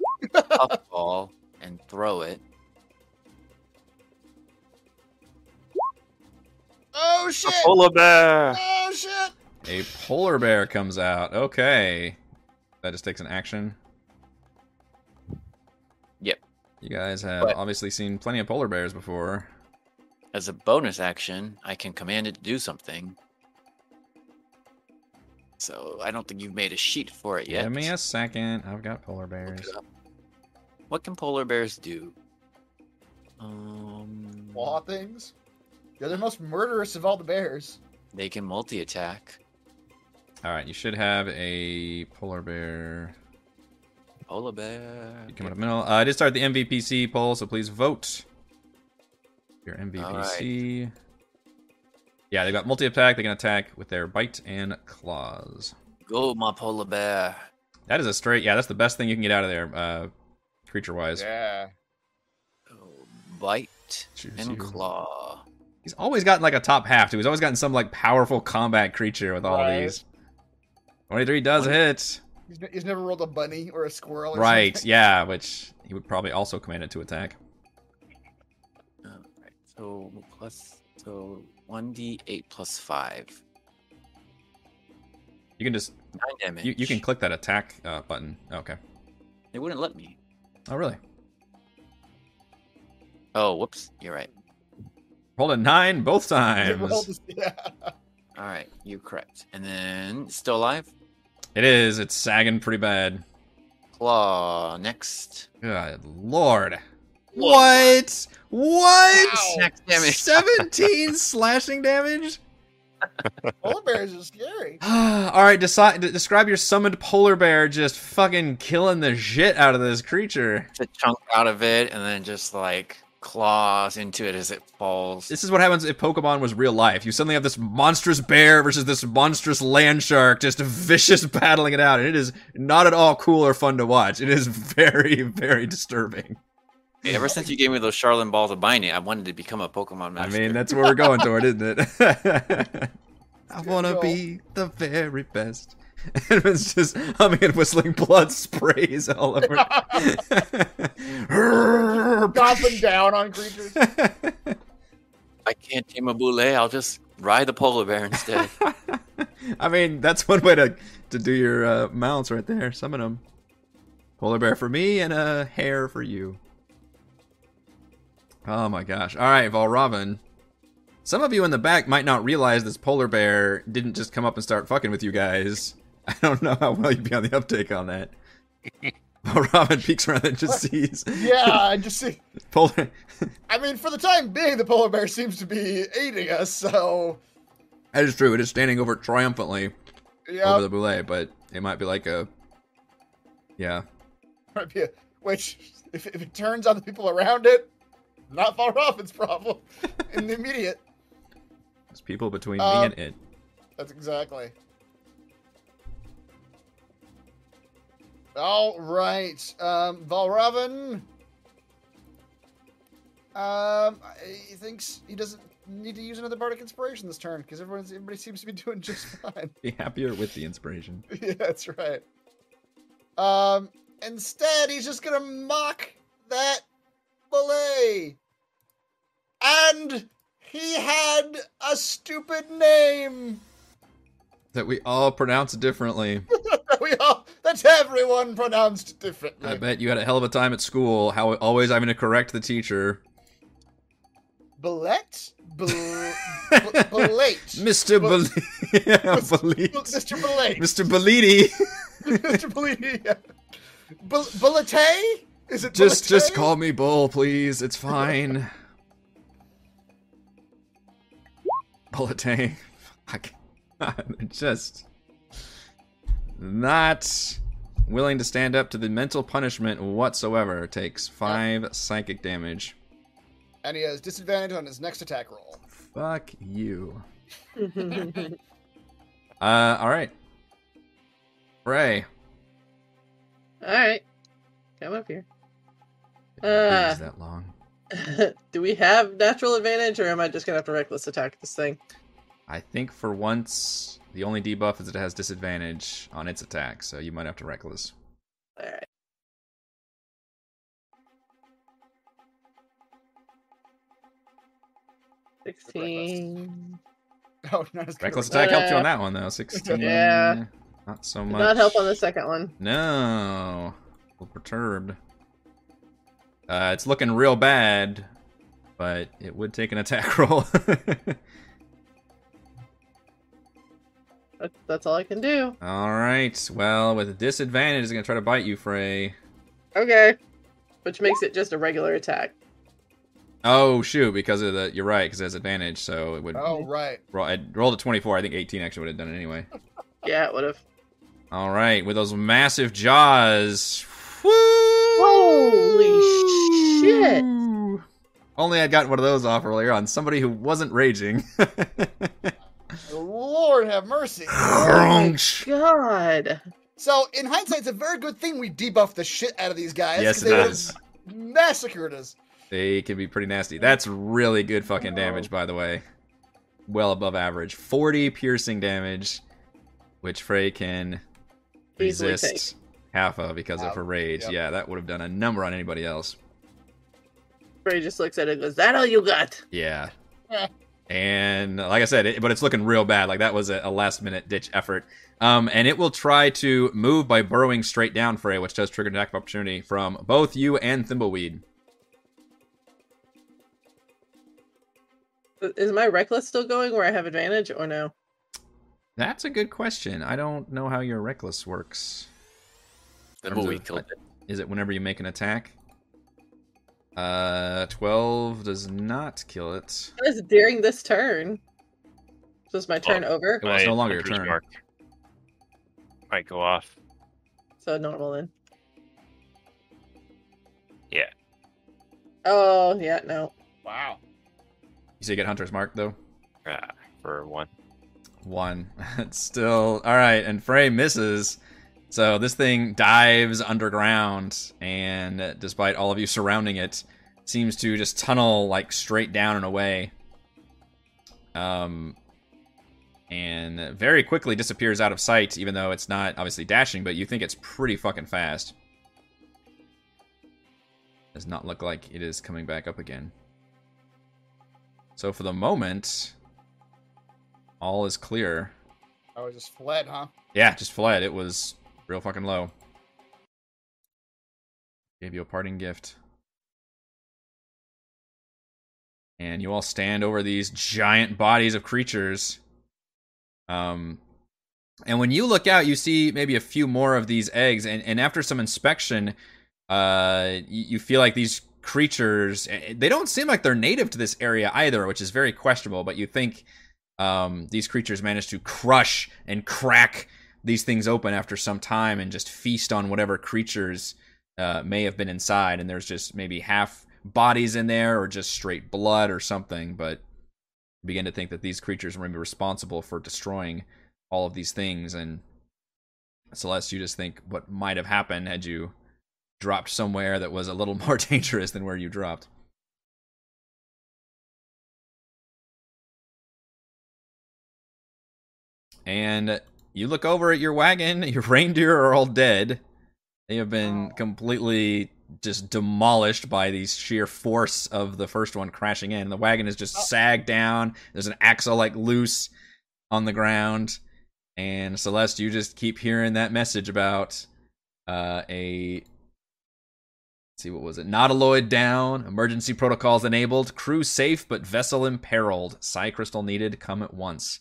Speaker 3: puff ball and throw it.
Speaker 2: Oh shit!
Speaker 5: Polar bear.
Speaker 2: Oh shit!
Speaker 1: A polar bear comes out. Okay. That just takes an action.
Speaker 3: Yep.
Speaker 1: You guys have
Speaker 2: But-
Speaker 1: obviously seen plenty of polar bears before.
Speaker 3: As a bonus action, I can command it to do something. So I don't think you've made a sheet for it yet.
Speaker 1: Give me a second. I've got polar
Speaker 3: Look it
Speaker 1: bears.
Speaker 3: up. What can polar bears do? Um,
Speaker 2: Claw things. They're the most murderous of all the bears.
Speaker 3: They can multi-attack.
Speaker 1: All right, you should have a polar bear.
Speaker 3: Polar bear.
Speaker 1: You come in the middle. Uh, I did start the MVPC poll, so please vote. Your MVPC. Yeah, they've got multi attack. They can attack with their bite and claws.
Speaker 3: Go, my polar bear.
Speaker 1: That is a straight. Yeah, that's the best thing you can get out of there, uh, creature wise.
Speaker 2: Yeah.
Speaker 3: Oh, Bite and claw.
Speaker 1: He's always gotten like a top half too. He's always gotten some like powerful combat creature with all
Speaker 2: Right.
Speaker 1: these. Twenty-three does hit.
Speaker 2: He's, ne- he's never rolled a bunny or a squirrel. Or
Speaker 1: Right,
Speaker 2: something.
Speaker 1: yeah, which he would probably also command it to attack.
Speaker 3: Alright, so plus so one d eight plus five.
Speaker 1: You can just
Speaker 3: Nine damage.
Speaker 1: you, you can click that attack uh, button. Okay.
Speaker 3: It wouldn't let me.
Speaker 1: Oh really?
Speaker 3: Oh, whoops. You're right.
Speaker 1: Rolled a nine both
Speaker 2: He rolled
Speaker 1: times.
Speaker 2: his- yeah.
Speaker 3: All right, you're correct. And then still alive.
Speaker 1: It is. It's sagging pretty bad.
Speaker 3: Claw next.
Speaker 1: Good lord. What? What?
Speaker 3: Next damage.
Speaker 1: Seventeen slashing damage.
Speaker 2: Polar bears are scary.
Speaker 1: All right, decide. de- Describe your summoned polar bear just fucking killing the shit out of this creature.
Speaker 3: The chunk out of it, and then just like claws into it as it falls.
Speaker 1: This is what happens if Pokemon was real life. You suddenly have this monstrous bear versus this monstrous land shark, just vicious battling it out, and it is not at all cool or fun to watch. It is very, very disturbing.
Speaker 3: Ever since you gave me those Charlene balls of binding, I wanted to become a Pokemon
Speaker 1: I
Speaker 3: master.
Speaker 1: mean, that's where we're going toward, isn't it? I want to
Speaker 2: goal.
Speaker 1: be the very best. And it's just humming and whistling blood sprays all over.
Speaker 2: Gobbling down on creatures.
Speaker 3: I can't tame a boule. I'll just ride the polar bear instead.
Speaker 1: I mean, that's one way to to do your uh, mounts right there. Summon them. Polar bear for me and a hare for you. Oh my gosh! All right, Valravn. Some of you in the back might not realize this polar bear didn't just come up and start fucking with you guys. I don't know how well you'd be on the uptake on that. Valravn peeks around and just sees
Speaker 2: Yeah, I just see.
Speaker 1: polar.
Speaker 2: I mean, for the time being, the polar bear seems to be aiding us, so.
Speaker 1: that is true. It is standing over triumphantly
Speaker 2: Yeah.
Speaker 1: over the boule, but it might be like a yeah.
Speaker 2: might be a- which, if, if it turns on the people around it, not far off its problem in the immediate.
Speaker 1: There's people between me
Speaker 2: Um,
Speaker 1: and it.
Speaker 2: That's exactly. All right, um, Valravn. Um, he thinks he doesn't need to use another bardic inspiration this turn because everyone's everybody seems to be doing just fine.
Speaker 1: Be happier with the inspiration.
Speaker 2: yeah, that's right. Um, instead, he's just gonna mock that belay, and he had a stupid name.
Speaker 1: That we all pronounce differently.
Speaker 2: we all that's everyone pronounced differently.
Speaker 1: I bet you had a hell of a time at school. How always having to correct the teacher.
Speaker 2: Bellet? Bel- Bel- Belate.
Speaker 1: Mr.
Speaker 2: Well-
Speaker 1: Bel- yeah,
Speaker 2: Mr.
Speaker 1: Belit.
Speaker 2: Bel- Mr. Belate.
Speaker 1: Mr. Beliti.
Speaker 2: Mr. Bellini. yeah. Bel- Belate? Is it
Speaker 1: Just just
Speaker 2: Belate?
Speaker 1: call me Bull, please. It's fine. Bulletin. Fuck. I'm just not willing to stand up to the mental punishment whatsoever. Takes five psychic damage.
Speaker 2: And he has disadvantage on his next attack roll.
Speaker 1: Fuck you. Uh, all right. Ray.
Speaker 7: All right, come up here.
Speaker 1: It didn't
Speaker 7: Uh.
Speaker 1: use that long.
Speaker 7: Do we have natural advantage, or am I just gonna have to reckless attack this thing?
Speaker 1: I think for once, the only debuff is it has disadvantage on its attack, so you might have to reckless.
Speaker 7: All right. Sixteen.
Speaker 2: Oh, not as good.
Speaker 1: Reckless attack helped you on that one though. Sixteen.
Speaker 7: uh, Yeah.
Speaker 1: Not so
Speaker 7: Did
Speaker 1: much.
Speaker 7: not help on the second one.
Speaker 1: No. A little perturbed. Uh, it's looking real bad, but it would take an attack roll.
Speaker 7: That- That's all I can do.
Speaker 1: All right. Well, with disadvantage, it's gonna try to bite you, Frey.
Speaker 7: Okay. Which makes it just a regular attack.
Speaker 1: Oh shoot! Because of the, you're right. Because it has advantage, so it would.
Speaker 2: Oh right.
Speaker 1: Roll, I rolled a 24. I think 18 actually would have done it anyway.
Speaker 7: Yeah, it would have.
Speaker 1: All right, with those massive jaws. Woo!
Speaker 7: Holy shit.
Speaker 1: Only I'd gotten one of those off earlier on somebody who wasn't raging.
Speaker 2: Lord have mercy.
Speaker 1: Crunch.
Speaker 7: God.
Speaker 2: So in hindsight, it's a very good thing we debuffed the shit out of these guys.
Speaker 1: yes,
Speaker 2: 'cause
Speaker 1: it
Speaker 2: they would've
Speaker 1: is.
Speaker 2: Massacred us.
Speaker 1: They can be pretty nasty. That's really good fucking damage, by the way. Well above average. 40 piercing damage, which Frey can
Speaker 7: Easily
Speaker 1: resist half of because of
Speaker 2: Wow.
Speaker 1: her rage.
Speaker 2: Yep.
Speaker 1: Yeah, that would have done a number on anybody else.
Speaker 7: Bray just looks at it and goes, That all you got?
Speaker 1: Yeah.
Speaker 2: Yeah.
Speaker 1: and like I said, it, but it's looking real bad. Like that was a, a last minute ditch effort. Um, and it will try to move by burrowing straight down Frey, which does trigger an attack of opportunity from both you and Thimbleweed.
Speaker 7: Is my reckless still going where I have advantage or no?
Speaker 1: That's a good question. I don't know how your reckless works.
Speaker 3: The
Speaker 1: terms of
Speaker 3: movie
Speaker 1: the
Speaker 3: killed
Speaker 1: fight. Is it whenever you make an attack? Uh, twelve does not kill it.
Speaker 7: That is during this turn. So is my turn over?
Speaker 1: Well, it's
Speaker 5: My
Speaker 1: no longer your
Speaker 5: hunter's
Speaker 1: turn.
Speaker 5: mark Might go off.
Speaker 7: So normal then.
Speaker 5: Yeah.
Speaker 7: Oh yeah, no.
Speaker 2: Wow.
Speaker 1: You say you get Hunter's Mark though.
Speaker 5: Uh, for one.
Speaker 1: One. It's still all right, and Frey misses. So this thing dives underground, and despite all of you surrounding it, seems to just tunnel like straight down and away. Um, and very quickly disappears out of sight, even though it's not obviously dashing, but you think it's pretty fucking fast. Does not look like it is coming back up again. So for the moment, all is clear.
Speaker 2: I was Oh, just fled, huh?
Speaker 1: Yeah, just fled. It was real fucking low. Gave you a parting gift. And you all stand over these giant bodies of creatures. Um and when you look out, you see maybe a few more of these eggs, and, and after some inspection, uh, you, you feel like these creatures eh, they don't seem like they're native to this area either, which is very questionable. But you think um, these creatures manage to crush and crack these things open after some time and just feast on whatever creatures uh, may have been inside. And there's just maybe half bodies in there or just straight blood or something. But you begin to think that these creatures may be responsible for destroying all of these things. And Celeste, you just think what might have happened had you dropped somewhere that was a little more dangerous than where you dropped. And you look over at your wagon, your reindeer are all dead. They have been
Speaker 2: Oh.
Speaker 1: completely just demolished by the sheer force of the first one crashing in. The wagon is just sagged down. There's an axle like loose on the ground. And Celeste, you just keep hearing that message about uh, a let's see what was it? Nautiloid down, emergency protocols enabled, crew safe but vessel imperiled. Psi crystal needed, come at once.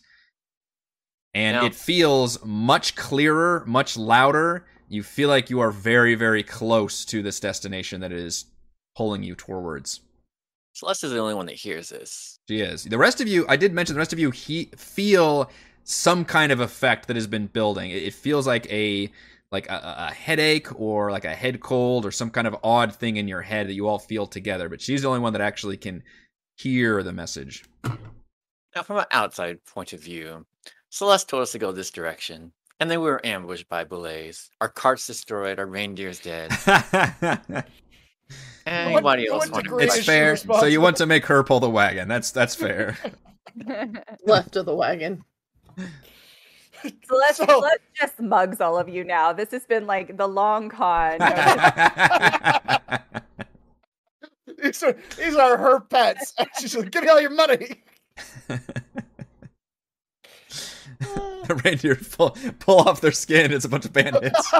Speaker 1: And
Speaker 3: Yeah.
Speaker 1: it feels much clearer, much louder. You feel like you are very, very close to this destination that is pulling you towards.
Speaker 3: Celeste is the only one that hears this.
Speaker 1: She is. The rest of you, I did mention the rest of you he, feel some kind of effect that has been building. It, it feels like a like a- a, a headache or like a head cold or some kind of odd thing in your head that you all feel together. But she's the only one that actually can hear the message.
Speaker 3: Now, from an outside point of view, Celeste told us to go this direction, and then we were ambushed by boulets. Our carts destroyed. Our reindeer's dead.
Speaker 1: it's
Speaker 2: what-
Speaker 3: Anybody
Speaker 2: to
Speaker 3: else
Speaker 2: what
Speaker 3: want
Speaker 2: degree is
Speaker 3: to?
Speaker 2: she
Speaker 1: fair. So you
Speaker 2: responsible?
Speaker 1: want to make her pull the wagon? That's that's fair.
Speaker 7: Left of the wagon.
Speaker 6: Celeste,
Speaker 2: So-
Speaker 6: Celeste just mugs all of you now. This has been like the long con.
Speaker 2: These are these are her pets. And she's like, give me all your money.
Speaker 1: the reindeer pull, pull off their skin. It's a bunch of bandits.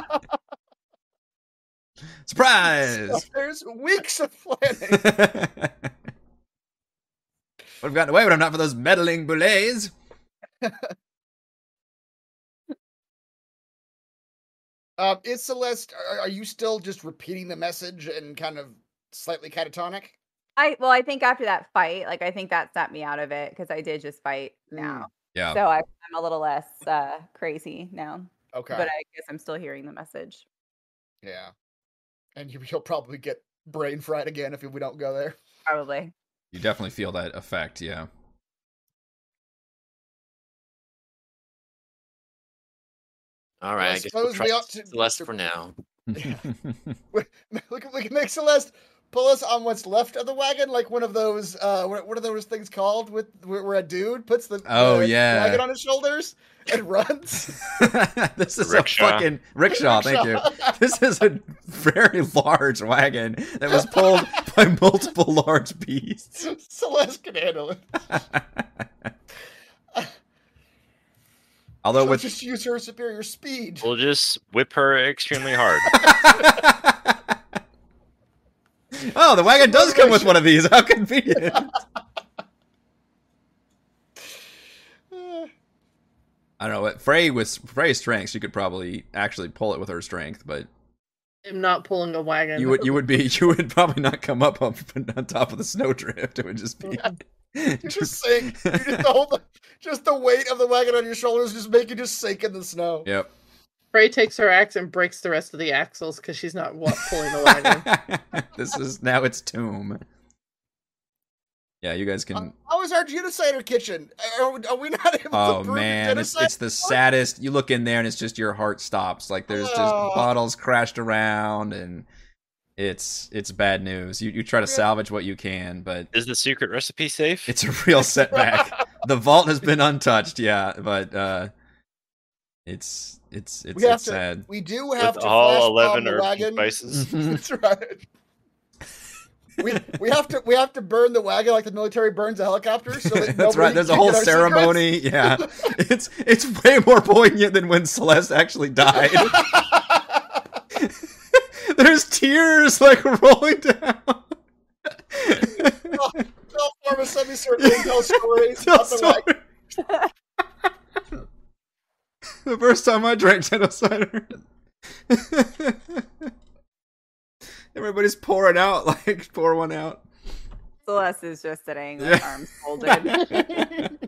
Speaker 1: Surprise!
Speaker 2: There's weeks of planning.
Speaker 1: Would have gotten away with it not for those meddling boulets.
Speaker 2: Um, is Celeste? Are, are you still just repeating the message and kind of slightly catatonic?
Speaker 6: I well, I think after that fight, like I think that snapped me out of it because I did just fight now,
Speaker 1: Yeah.
Speaker 6: so I, I'm a little less uh, crazy now.
Speaker 2: Okay.
Speaker 6: But I guess I'm still hearing the message.
Speaker 2: yeah. And you, you'll probably get brain fried again if we don't go there.
Speaker 6: Probably.
Speaker 1: You definitely feel that effect, yeah.
Speaker 3: All right,
Speaker 2: I
Speaker 3: I, guess we'll
Speaker 2: suppose we
Speaker 3: trust
Speaker 2: ought to-
Speaker 3: Celeste
Speaker 2: to-
Speaker 3: for now.
Speaker 2: we, can, we can make Celeste pull us on what's left of the wagon, like one of those. Uh, what, what are those things called? With where, where a dude puts the
Speaker 1: Oh,
Speaker 2: the
Speaker 1: yeah.
Speaker 2: wagon on his shoulders and runs.
Speaker 1: this is
Speaker 5: Rickshaw.
Speaker 1: a fucking rickshaw, Oh, thank you. This is a very large wagon that was pulled by multiple large beasts.
Speaker 2: you. Celeste can handle it.
Speaker 1: Although
Speaker 2: She'll
Speaker 1: with
Speaker 2: just use her superior speed.
Speaker 5: We'll just whip her extremely hard.
Speaker 1: oh, the wagon does come with one of these. How convenient.
Speaker 2: Uh,
Speaker 1: I don't know. what Frey with Frey's strength, she could probably actually pull it with her strength, but
Speaker 7: I'm not pulling a wagon.
Speaker 1: you would you would be you would probably not come up on, on top of the snowdrift. It would just be
Speaker 2: You're just sink. You just the whole, just the weight of the wagon on your shoulders just make you just sink in the snow.
Speaker 1: Yep.
Speaker 7: Frey takes her axe and breaks the rest of the axles because she's not wa- pulling the wagon.
Speaker 1: this is now its tomb. Yeah, you guys can.
Speaker 2: How is our genocider kitchen? Are, are we not able
Speaker 1: Oh
Speaker 2: to prove
Speaker 1: man, it's,
Speaker 2: genocide?
Speaker 1: it's the saddest. You look in there and it's just your heart stops. Like there's just
Speaker 2: Oh.
Speaker 1: bottles crashed around and it's it's bad news. You you try to
Speaker 2: Yeah.
Speaker 1: salvage what you can, but
Speaker 5: Is the secret recipe safe?
Speaker 1: it's a real setback. the vault has been untouched, yeah, but uh it's it's it's,
Speaker 2: We have
Speaker 1: it's
Speaker 2: to-
Speaker 1: sad.
Speaker 2: we do have
Speaker 5: With
Speaker 2: to
Speaker 5: all
Speaker 2: flash bomb
Speaker 5: eleven
Speaker 2: the
Speaker 5: herbs
Speaker 2: wagon.
Speaker 5: and spices.
Speaker 1: Mhm.
Speaker 2: That's right. we we have to we have to burn the wagon like the military burns a helicopter. So that
Speaker 1: That's right.
Speaker 2: nobody
Speaker 1: There's a
Speaker 2: can
Speaker 1: whole
Speaker 2: get our
Speaker 1: ceremony. Yeah, it's it's way more poignant than when Celeste actually died.
Speaker 2: secrets.
Speaker 1: There's tears like rolling down.
Speaker 2: They'll form a semicircle and tell stories
Speaker 1: Tell
Speaker 2: about the wagon.
Speaker 1: story. the first time I drank Tennessee cider, everybody's pouring out. Like pour one out.
Speaker 6: Celeste is just sitting with
Speaker 1: Yeah.
Speaker 6: arms folded,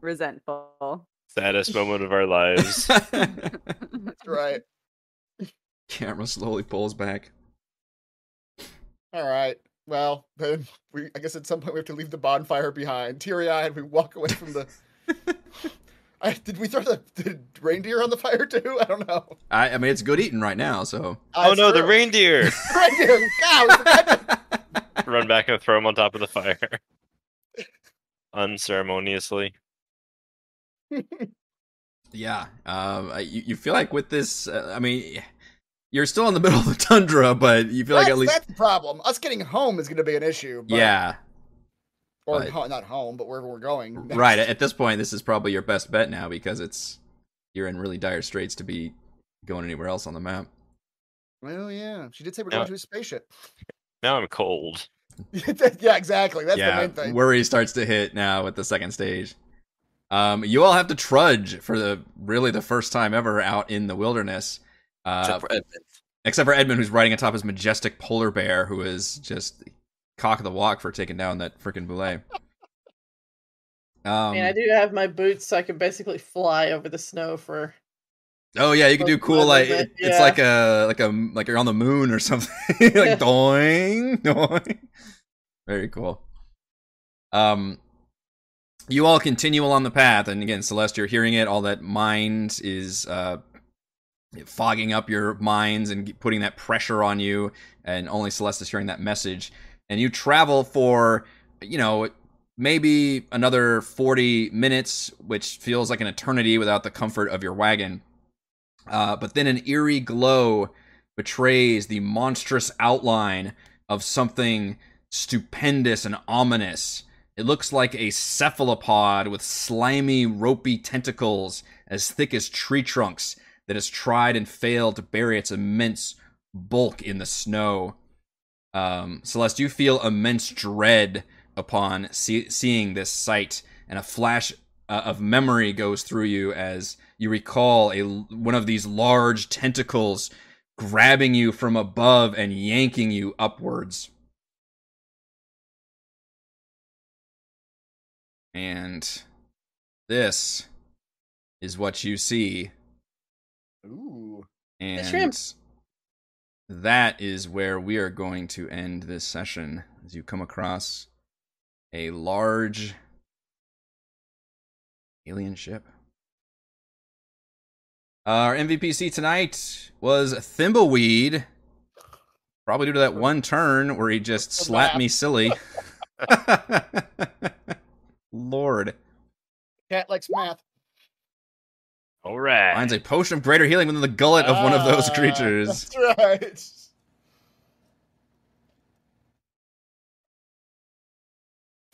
Speaker 6: resentful.
Speaker 5: Saddest moment of our lives.
Speaker 2: That's right.
Speaker 1: Camera slowly pulls back.
Speaker 2: All right. Well, then we I guess at some point we have to leave the bonfire behind. Teary eyed, we walk away from the. I, did we throw the, the reindeer on the fire too? I don't know.
Speaker 1: I, I mean, it's good eating right now, so.
Speaker 5: oh
Speaker 2: That's
Speaker 5: no, the
Speaker 2: true.
Speaker 5: reindeer!
Speaker 2: reindeer. God, we forgot-
Speaker 5: Run back and throw him on top of the fire. Unceremoniously.
Speaker 1: yeah, um, I- you, you feel like with this, uh, I mean, you're still in the middle of the tundra, but you feel like
Speaker 2: that's,
Speaker 1: at least,
Speaker 2: that's the problem. Us getting home is going to be an issue. But,
Speaker 1: yeah,
Speaker 2: Or
Speaker 1: but-
Speaker 2: ho- not home, but wherever we're going. next.
Speaker 1: right. At this point, this is probably your best bet now because it's you're in really dire straits to be going anywhere else on the map.
Speaker 2: Well, yeah. She did say we're
Speaker 5: Yeah.
Speaker 2: going to a spaceship.
Speaker 5: Now I'm cold.
Speaker 2: yeah, exactly. That's
Speaker 1: yeah,
Speaker 2: the main thing.
Speaker 1: worry starts to hit now at the second stage. Um, you all have to trudge for the really the first time ever out in the wilderness. Uh,
Speaker 3: Except for Edmund.
Speaker 1: except for Edmund, who's riding atop his majestic polar bear, who is just cock of the walk for taking down that Um, freaking boulet. Um,
Speaker 7: and I do have my boots, so I can basically fly over the snow for.
Speaker 1: oh yeah, you can do cool
Speaker 7: Love
Speaker 1: like
Speaker 7: it,
Speaker 1: it- it's
Speaker 7: yeah.
Speaker 1: like a like a like you're on the moon or something, like doing doing. Very cool. Um, you all continue along the path, and again, Celeste, you're hearing it. All that mind is uh, fogging up your minds and putting that pressure on you, and only Celeste is hearing that message. And you travel for, you know, maybe another 40 minutes, which feels like an eternity without the comfort of your wagon. Uh, but then an eerie glow betrays the monstrous outline of something stupendous and ominous. It looks like a cephalopod with slimy, ropey tentacles as thick as tree trunks that has tried and failed to bury its immense bulk in the snow. Um, Celeste, you feel immense dread upon see- seeing this sight, and a flash uh, of memory goes through you as you recall a one of these large tentacles grabbing you from above and yanking you upwards. And this is what you see.
Speaker 2: Ooh.
Speaker 1: And
Speaker 7: shrimp.
Speaker 1: that is where we are going to end this session as you come across a large alien ship. Our MVPC tonight was Thimbleweed. Probably due to that one turn where he just slapped me silly. Lord.
Speaker 2: Cat likes math.
Speaker 5: All right.
Speaker 1: Finds a potion of greater healing within the gullet of one of those
Speaker 2: Ah,
Speaker 1: creatures.
Speaker 2: That's right.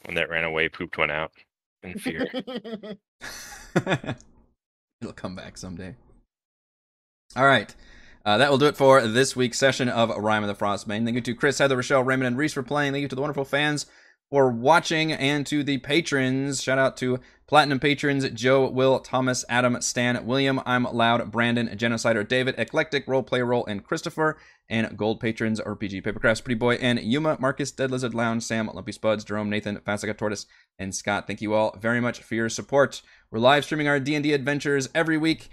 Speaker 5: When that ran away, pooped one out in fear.
Speaker 1: It'll come back someday. All right. Uh, that will do it for this week's session of Rhyme of the Frostbane. Thank you to Chris, Heather, Rochelle, Raymond, and Reese for playing. Thank you to the wonderful fans for watching and to the patrons. Shout out to Platinum patrons Joe, Will, Thomas, Adam, Stan, William, I'm Loud, Brandon, Genocider, David, Eclectic, Roleplay Roll, and Christopher. And gold patrons RPG Papercrafts, Pretty Boy, and Yuma, Marcus, Dead Lizard Lounge, Sam, Lumpy Spuds, Jerome, Nathan, Fastica Tortoise, and Scott. Thank you all very much for your support. We're live streaming our D&D adventures every week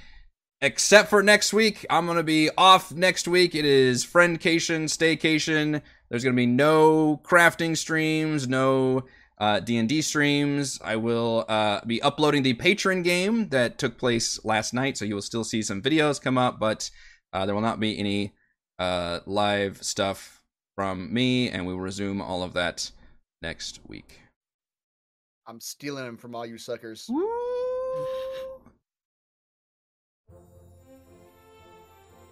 Speaker 1: except for next week. I'm going to be off next week. It is friendcation, staycation. There's going to be no crafting streams, no uh, D&D streams. I will uh, be uploading the patron game that took place last night, so you will still see some videos come up, but uh, there will not be any uh, live stuff from me, and we will resume all of that next week.
Speaker 2: I'm stealing him from all you suckers.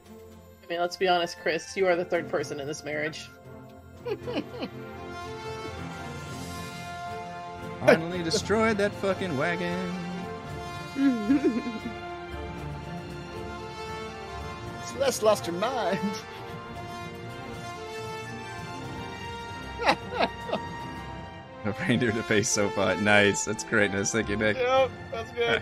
Speaker 7: I mean, let's be honest, Chris, you are the third person in this marriage.
Speaker 1: Finally destroyed that fucking wagon.
Speaker 2: Celeste lost her mind.
Speaker 1: A reindeer to face sofa. Nice. That's greatness. Thank you, Nick.
Speaker 2: Yep, that's good.